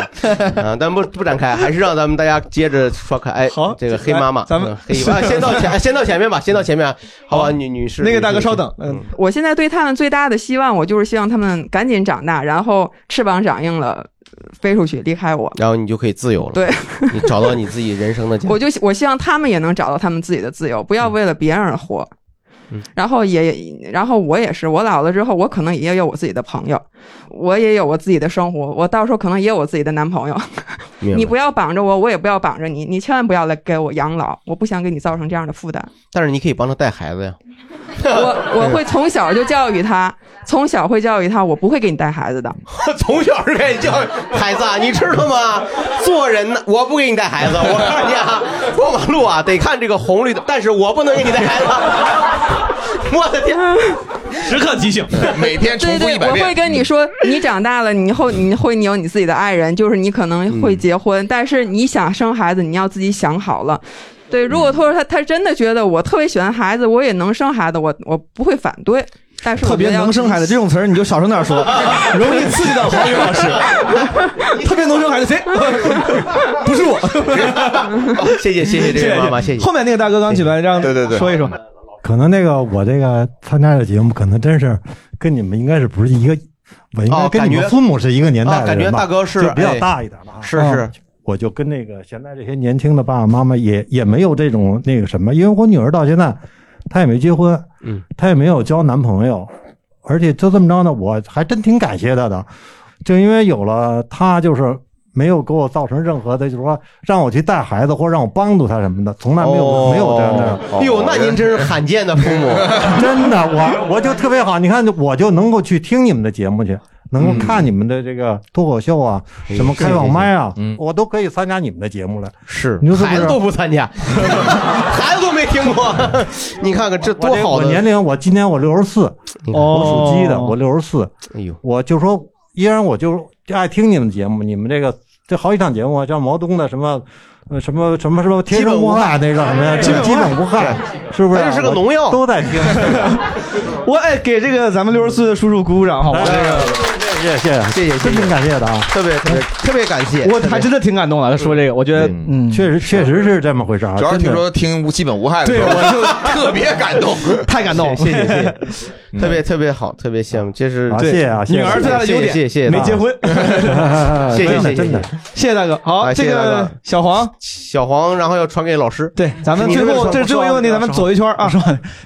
S4: 啊，咱不不展开，还是让咱们大家接着刷开。哎，好，这个黑妈妈，咱们黑啊， 先到前先到前面吧，先到前面，啊好吧，女女士，
S2: 那个大哥
S4: 女士
S2: 稍等，嗯，
S5: 我现在对他们最大的希望，我就是希望他们赶紧长大，然后翅膀长硬了，飞出去离开我。
S4: 然后你就可以自由了，
S5: 对，
S4: 你找到你自己人生的家，
S5: 我就我希望他们也能找到他们自己的自由，不
S4: 嗯
S5: 要为了别人而活。然后也，然后我也是，我老了之后，我可能也有我自己的朋友，我也有我自己的生活，我到时候可能也有我自己的男朋友。
S4: 明白
S5: 你不要绑着我，我也不要绑着你，你千万不要来给我养老，我不想给你造成这样的负担。
S4: 但是你可以帮他带孩子呀，
S5: 我我会从小就教育他，从小会教育他，我不会给你带孩子的。
S4: 从小就开始教育 孩子啊，你知道吗？做人呢，我不给你带孩子，我告诉你啊，过马路啊得看这个红绿灯，但是我不能给你带孩子。 我的天，
S2: 时刻提醒，
S3: 每天
S5: 对对，我会跟你说，
S2: 嗯
S5: 你长大了，你以后你会你有你自己的爱人，就是你可能会结婚，但是你想生孩子，你要自己想好了。对，如果他说他他真的觉得我特别喜欢孩子，我也能生孩子，我我不会反对。但是我
S2: 特别
S5: 觉得要
S2: 能生孩子这种词儿你就少声 点说，容易刺激到黄宇老师。 特别能生孩子谁？不是我。
S4: 谢谢谢谢这位妈妈，谢谢。
S2: 后面那个大哥刚起来，让对对对说一说。
S22: 可能那个我这个参加的节目，可能真是跟你们应该是不是一个我应该
S4: 哦
S22: 跟你
S4: 感
S22: 们
S4: 觉
S22: 父母是一个年代
S4: 啊
S22: 的
S4: 感觉
S22: 人吧
S4: 大哥是
S22: 就比较
S4: 哎
S22: 大一点了啊，
S4: 是是
S22: 嗯。我就跟那个现在这些年轻的爸爸妈妈也也没有这种那个什么，因为我女儿到现在她也没结婚，
S4: 嗯，
S22: 她也没有交男朋友，而且就这么着呢，我还真挺感谢她的，就因为有了她，就是没有给我造成任何的，就是说让我去带孩子或者让我帮助她什么的，从啊来没有、
S4: 哦
S22: 没有这样的。
S4: 哎呦，那您真是罕见的父母，
S22: 真的，我我就特别好，你看我就能够去听你们的节目去，能够看你们的这个脱口秀啊，
S4: 嗯
S22: 什么开放麦啊
S4: 是是是嗯，
S22: 我都可以参加你们的节目了。
S4: 是
S22: 你说是不
S4: 孩
S22: 是
S4: 子 都不参加，孩子都没听过。 你看看这多好
S22: 我
S4: 的
S22: 年龄，我今年我六十四，
S4: 你看
S22: 我属鸡的，
S4: 哦
S22: 我六十四。
S4: 哎呦，
S22: 我就说，依然我就爱听你们节目，你们这个这好几档节目，啊像毛东的什么。呃，什么什么什么天生无害那个什么呀，
S4: 基本无害
S22: 基本无害，是不是啊？
S4: 它就是个
S22: 我
S4: 农药
S22: 都在 听。
S2: 我哎，给这个咱们六十岁的叔叔鼓鼓掌，好吧？
S4: 哎
S2: 这
S22: 哎
S2: 个
S22: 谢
S4: 谢
S22: 谢
S4: 谢谢谢，
S22: 真挺感谢的啊，
S4: 特别特别特别感谢，
S2: 我还真的挺感动的。说这个，我觉得嗯，
S22: 确实确实是这么回事啊
S3: 主要是听说听无基本无害的时候，
S4: 对
S3: 我就 特别感动，
S2: 太感动了
S4: 谢谢谢 谢，特别特别好，特别羡慕，这是
S22: 啊
S4: 对
S22: 谢谢啊谢谢
S4: 女儿
S22: 最大的优点
S4: 谢谢谢谢
S22: 没结婚
S4: 谢谢谢谢
S22: 真的真的
S2: 谢谢大哥。好，
S4: 啊
S2: 这
S4: 谢谢大
S2: 个
S4: 哥
S2: 小黄
S4: 小黄，然后要传给老师，
S2: 对，咱们最后这是最后一个问题，咱们走一圈啊。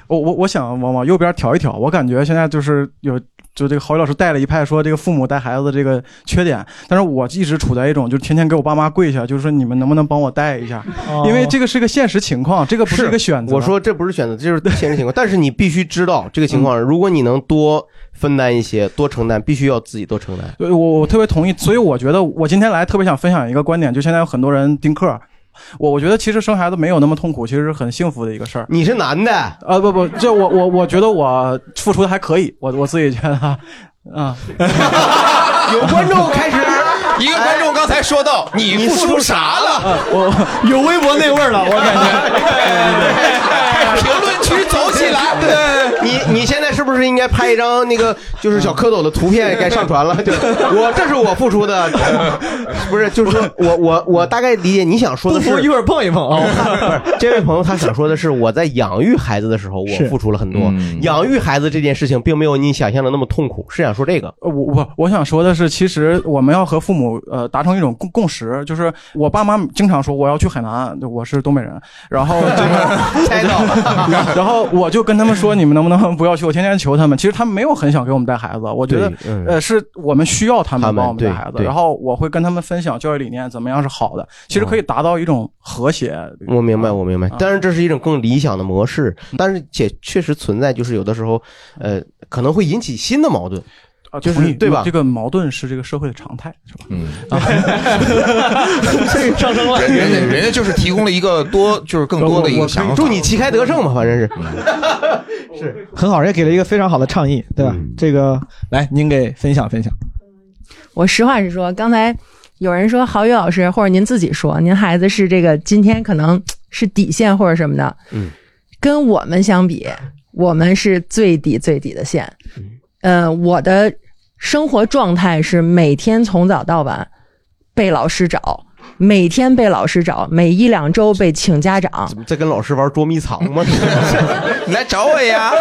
S15: 我我我想往往右边调一调，我感觉现在就是有。就这个郝宇老师带了一派说这个父母带孩子的这个缺点，但是我一直处在一种就是天天给我爸妈跪下，就是说你们能不能帮我带一下，
S2: 哦
S15: 因为这个是个现实情况，这个不是一个选择。
S4: 我说这不是选择，这 就是现实情况。但是你必须知道这个情况，如果你能多分担一些，多承担，必须要自己多承担。
S15: 对，我我特别同意，所以我觉得我今天来特别想分享一个观点，就现在有很多人丁克，我我觉得其实生孩子没有那么痛苦，其实是很幸福的一个事儿。呃
S4: 你是男的啊？
S15: 不不，这我我我觉得我付出的还可以，我我自己觉得啊。啊，
S4: 有观众开始，
S3: 一个观众刚才说到你付出啥了？
S15: 啊我 有微博那味儿了，我感 觉。
S4: 评论区走起来！对，你你现在是不是应该拍一张那个就是小蝌蚪的图片该 上传了？就我这是我付出的，不是就是说我我我大概理解你想说的
S2: 不服
S4: 是
S2: 一会儿碰一碰啊
S4: 不是这位朋友他想说的是我在养育孩子的时候我付出了很多，
S2: 嗯
S4: 养育孩子这件事情并没有你想象的那么痛苦，是想说这个。
S15: 呃我我我想说的是，其实我们要和父母呃达成一种共共识，就是我爸妈经常说我要去海南，我是东北人，然后这个
S4: 猜到 了
S15: 然后我就跟他们说你们能不能不要去，我天天求他们，其实他们没有很想给我们带孩子，我觉得
S4: 对嗯
S15: 呃是我们需要他
S4: 他
S15: 们
S4: 们
S15: 帮我们带孩子，
S4: 对对
S15: 然后我会跟他们分享教育理念怎么样是好的，其实可以达到一种和谐。
S4: 我明白，我明白。当然，这是一种更理想的模式，但是且确实存在，就是有的时候，呃，可能会引起新的矛盾，
S15: 啊
S4: 就
S15: 同意
S4: 是对吧？
S15: 这个矛盾是这个社会的常态，是吧？
S3: 嗯，
S15: 上升
S3: 人人家人家就是提供了一个多，就是更多的一个想法。
S4: 祝你旗开得胜吧，反 正是。
S2: 很好，人家给了一个非常好的倡议，对吧？
S4: 嗯
S2: 这个来，您给分享分享。
S23: 我实话实说，刚才有人说郝宇老师或者您自己说，您孩子是这个今天可能是底线或者什么的，
S4: 嗯，
S23: 跟我们相比，我们是最底最底的线。
S4: 嗯
S23: 呃，我的生活状态是每天从早到晚被老师找，每天被老师找，每一两周被请家长，
S4: 在跟老师玩捉迷藏吗？你来找我呀！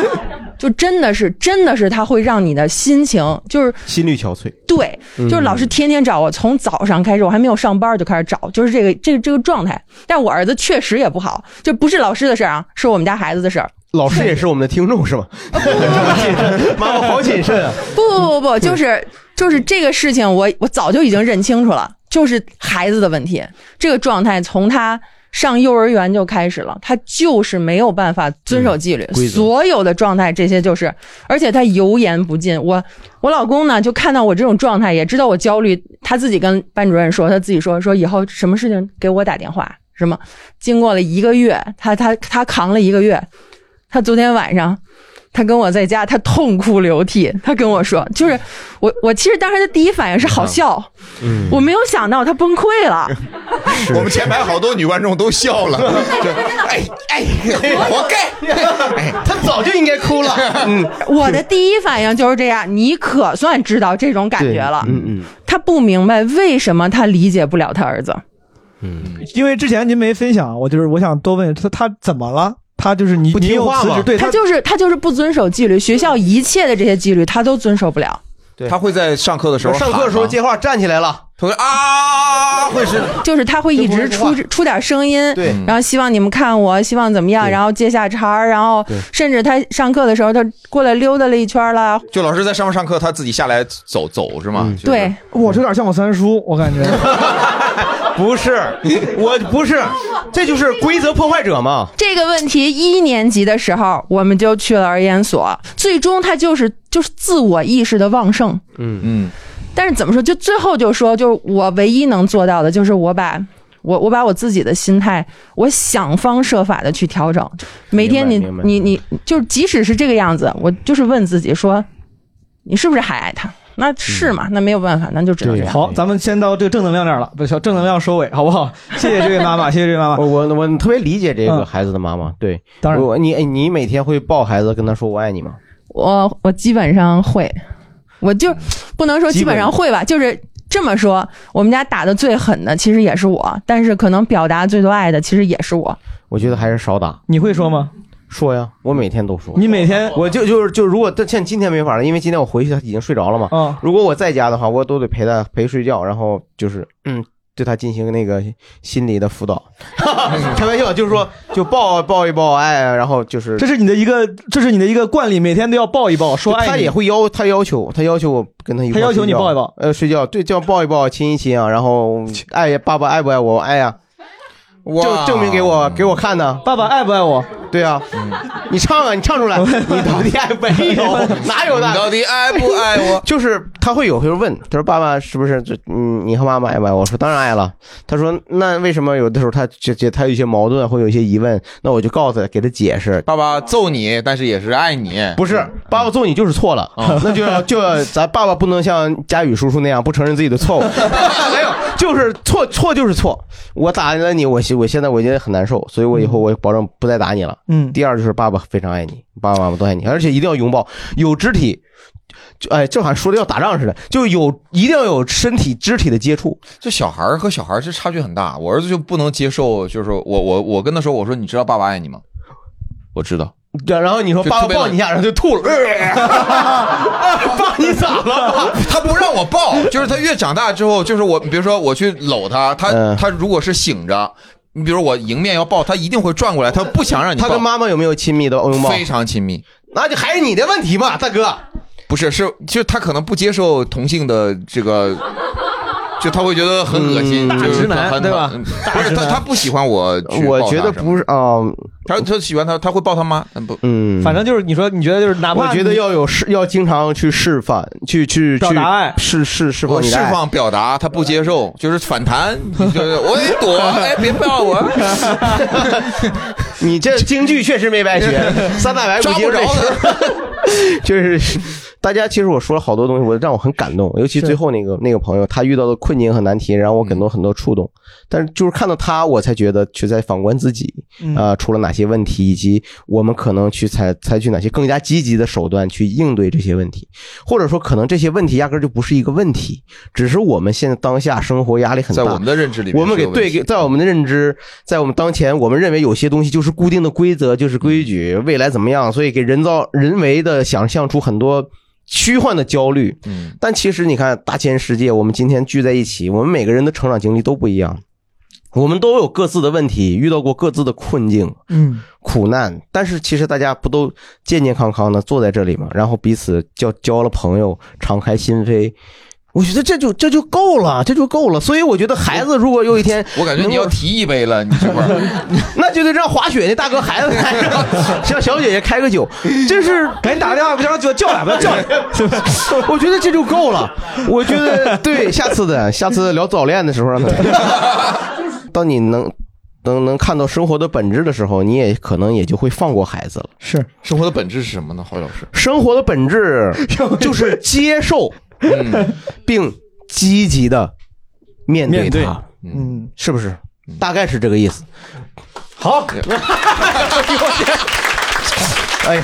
S23: 就真的是真的是他会让你的心情就是
S4: 心力憔悴。
S23: 对，
S4: 嗯
S23: 就是老师天天找我，从早上开始，我还没有上班就开始找，就是这个这个这个状态。但我儿子确实也不好，这不是老师的事儿啊，是我们家孩子的事儿。
S4: 老师也是我们的听 众是吗？妈，我好谨慎啊！
S23: 不不不不，就是就是这个事情我，我早就已经认清楚了，就是孩子的问题。这个状态从他上幼儿园就开始了，他就是没有办法遵守纪律，
S5: 嗯规则
S23: 所有的状态这些就是，而且他油盐不进。我我老公呢，就看到我这种状态，也知道我焦虑，他自己跟班主任说，他自己说说以后什么事情给我打电话。什么？经过了一个月，他他他扛了一个月，他昨天晚上，他跟我在家，他痛哭流涕，他跟我说，就是我我其实当时的第一反应是好笑，
S3: 嗯
S23: 我没有想到他崩溃了，
S3: 我们前排好多女观众都笑 了，这哎哎，活该！
S4: 哎，他早就应该哭了。嗯，
S23: 我的第一反应就是这样，你可算知道这种感觉了，
S4: 嗯嗯，
S23: 他不明白为什么他理解不了他儿子，
S4: 嗯
S2: 因为之前您没分享，我就是我想多问他他怎么了？他就是你你有辞职对
S23: 他就是他就是不遵守纪律，学校一切的这些纪律他都遵守不了。
S3: 他会在上课的时候
S4: 上课的时候
S3: 喊吗
S4: 接话站起来了，
S3: 同学啊，会是
S23: 就是他会一直出出点声音，
S4: 对
S23: 然后希望你们看我，希望怎么样，然后接下茬儿，然后
S3: 对
S23: 甚至他上课的时候，他过来溜达了一圈了，
S3: 就老师在上面上课，他自己下来走走是吗？
S4: 嗯
S3: 就是，
S23: 对，
S2: 我这有点像我三叔，我感觉
S4: 不是，我不是，这就是规则破坏者嘛。
S23: 这个问题一年级的时候，我们就去了儿研所，最终他就是就是自我意识的旺盛。
S4: 嗯
S3: 嗯，
S23: 但是怎么说，就最后就说，就是我唯一能做到的，就是我把我我把我自己的心态，我想方设法的去调整。每天你
S4: 明白
S23: 你你就是即使是这个样子，我就是问自己说，你是不是还爱他？那是
S4: 嗯
S23: 嘛？那没有办法，那就只能这样。
S2: 好，咱们先到这个正能量这儿了，不小正能量收尾，好不好？谢谢这位妈 妈，谢谢这位妈妈。
S4: 我我我特别理解这个
S2: 嗯
S4: 孩子的妈妈，对，
S2: 当然
S4: 我你哎你每天会抱孩子跟他说我爱你吗？
S23: 我呃我基本上会，我就不能说基本上会吧，就是这么说。我们家打的最狠的其实也是我，但是可能表达最多爱的其实也是我。
S4: 我觉得还是少打。
S2: 你会说吗？
S4: 说呀，我每天都说。
S2: 你每天
S4: 我就就是就如果但像今天没法了，因为今天我回去他已经睡着了嘛。
S2: 嗯
S4: 如果我在家的话，我都得陪他陪睡觉，然后就是嗯。对他进行那 个心理的辅导，开玩笑，就是说就抱抱一抱，哎，然后就是
S2: 这是你的一个，这是你的一个惯例，每天都要抱一抱，说爱你。
S4: 他也会要，他要求，他要求我跟他一
S2: 他
S4: 块
S2: 要求
S4: 睡
S2: 你
S4: 觉
S2: 抱一抱，
S4: 呃，睡觉，对，叫抱一抱，亲一亲啊，然后爱呀，爸爸爱不爱我？爱呀，
S3: 哇
S4: 证证明给我给我看呢。
S2: 爸爸爱不爱我？
S4: 对啊，你唱啊，你唱 出来，你到底爱不爱我？哪有的？
S3: 你到底爱不爱我？
S4: 就是他会有会问，他说爸爸是不是这嗯，你和妈妈爱不爱我？我说当然爱了。他说那为什么有的时候他就就他有一些矛盾，会有一些疑问，那我就告诉他，给他解释。
S3: 爸爸揍你，但是也是爱你。嗯
S4: 不是，爸爸揍你就是错了，
S3: 啊
S4: 那就 要就要咱爸爸不能像佳宇叔叔那样不承认自己的 错误，没有，就是错错就是错。我打了你，我现我现在我觉得很难受，所以我以后
S3: 嗯
S4: 我保证不再打你了。
S2: 嗯
S4: 第二就是爸爸非常爱你，爸爸妈妈都爱你，而且一定要拥抱，有肢体。就哎，就好像说的要打仗似的，就有一定要有身体肢体的接触。
S3: 这小孩儿和小孩儿这差距很大，我儿子就不能接受，就是说我我我跟他说，我说你知道爸爸爱你吗？我知道。
S4: 对，然后你说
S3: 就
S4: 爸
S3: 特
S4: 爸
S3: 别
S4: 抱
S3: 冷
S4: 你一下，然后就吐 了。 爸，你咋了？
S3: 他不让我 抱，就是他越长大之后，就是我，比如说我去搂他，
S4: 嗯
S3: 他他如果是醒着，你比如我迎面要抱，他一定会转过来，他不想让你抱。
S4: 他跟妈妈有没有亲密的拥抱？
S3: 非常亲密，
S4: 那就还是你的问题嘛，大哥。
S3: 不是，是就是他可能不接受同性的这个， 就他会觉得很恶心，
S4: 嗯
S3: 就是
S4: 大直男
S3: 很
S4: 对吧
S3: 很不是他他不喜欢我去
S4: 我
S3: 抱他
S4: 觉得
S3: 什么
S4: 不是啊，
S3: 他他喜欢他，他会抱他妈，嗯不，
S4: 嗯，
S2: 反正就是你说，你觉得就是哪怕
S4: 我觉得
S2: 你
S4: 要有示，要经常去示范，去去
S3: 表达爱
S4: 去示示释
S3: 我
S4: 放你
S3: 释
S4: 的爱
S3: 放表达，他不接受，就是反弹，就是 我得躲，哎，别
S4: 啊
S3: 抱 我，
S4: 你这京剧确实没白学， 三大白骨精这是， 就是大家其实我说了好多东西，我让我很感动，尤其最后那个那个朋友，他遇到的困境和难题，让我很多很多触动。但是就是看到他，我才觉得去在反观自己，
S2: 嗯
S4: 啊、出了哪些问题，以及我们可能去采采取哪些更加积极的手段去应对这些问题，或者说可能这些问题压根儿就不是一个问题，只是我们现在当下生活压力很大，
S3: 在我们的认知里面
S4: 我们
S3: 是
S4: 给
S3: 有问
S4: 对
S3: 题
S4: 给在我们的认知，在我们当前，我们认为有些东西就是固定的规则，就是
S3: 嗯
S4: 规矩，未来怎么样，所以给人造人为的想象出很多虚幻的焦虑。
S3: 嗯，
S4: 但其实你看，大千世界，我们今天聚在一起，我们每个人的成长经历都不一样，我们都有各自的问题，遇到过各自的困境。
S2: 嗯，
S4: 苦难，但是其实大家不都健健康康的坐在这里嘛，然后彼此交交了朋友，敞开心扉，我觉得这就这就够了，这就够了。所以我觉得孩子如果有一天，
S3: 我感觉你要提一杯了，你这会儿
S4: 那就得让滑雪那大哥孩子哎来， 让小姐姐开个酒，这是
S2: 赶紧打个电话给他叫来吧，叫来。
S4: 我觉得这就够了，我觉得对，下次的下次聊早恋的时 候让他来。当你能能能看到生活的本质的时候，你也可能也就会放过孩子了。
S2: 是
S3: 生活的本质是什么呢？郝宇老师，
S4: 生活的本质就是接受，并积极的面对
S3: 面对
S4: 它，
S2: 嗯，
S4: 是不是？大概是这个意思。好， 哎呀，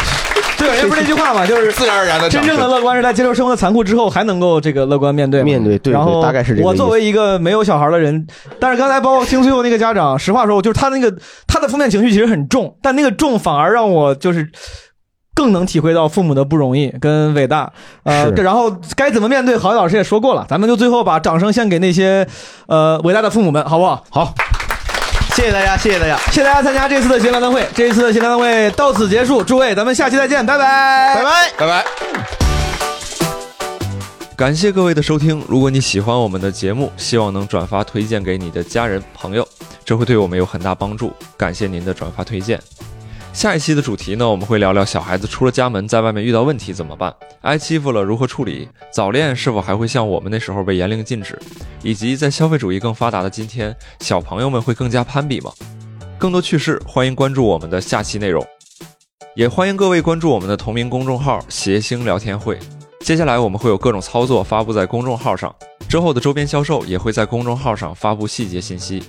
S2: 对，人家不是那句话嘛，就是
S3: 自然而然地
S2: 真
S3: 长
S2: 正的
S3: 大
S2: 乐观是在接受生活的残酷之后，还能够这个乐观面对嘛。面对，
S4: 对
S2: 然后
S4: 大概是这个
S2: 我
S4: 意
S2: 作
S4: 思
S2: 为一个没有小孩的人，但是刚才包括听最后那个家长，实话说，就是他那个他的负面情绪其实很重，但那个重反而让我就是更能体会到父母的不容易跟伟大。呃，
S1: 是
S2: 这然后该怎么面对，郝宇老师也说过了，咱们就最后把掌声献给那些呃伟大的父母们，好不好？好。
S4: 谢谢大家，谢谢大家，
S2: 谢谢大家参加这次的闲聊大会，这一次的闲聊大会到此结束，诸位，咱们下期再见，拜拜，拜拜。
S3: 拜拜。
S1: 感谢各位的收听。如果你喜欢我们的节目，希望能转发推荐给你的家人朋友，这会对我们有很大帮助。感谢您的转发推荐。下一期的主题呢，我们会聊聊小孩子出了家门，在外面遇到问题怎么办，挨欺负了如何处理，早恋是否还会像我们那时候被严令禁止，以及在消费主义更发达的今天，小朋友们会更加攀比吗？更多趣事，欢迎关注我们的下期内容。也欢迎各位关注我们的同名公众号“谐星聊天会”。接下来我们会有各种操作发布在公众号上，之后的周边销售也会在公众号上发布细节信息。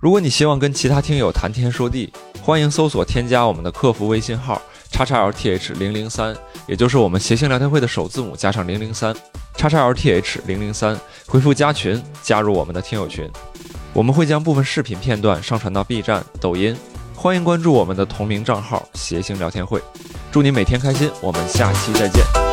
S1: 如果你希望跟其他听友谈天说地，欢迎搜索添加我们的客服微信号叉叉 LTH 零零三，也就是我们谐星聊天会的首字母加上零零三，叉叉 LTH 零零三，回复加群加入我们的听友群。我们会将部分视频片段上传到 B 站、抖音，欢迎关注我们的同名账号“谐星聊天会”。祝您每天开心，我们下期再见。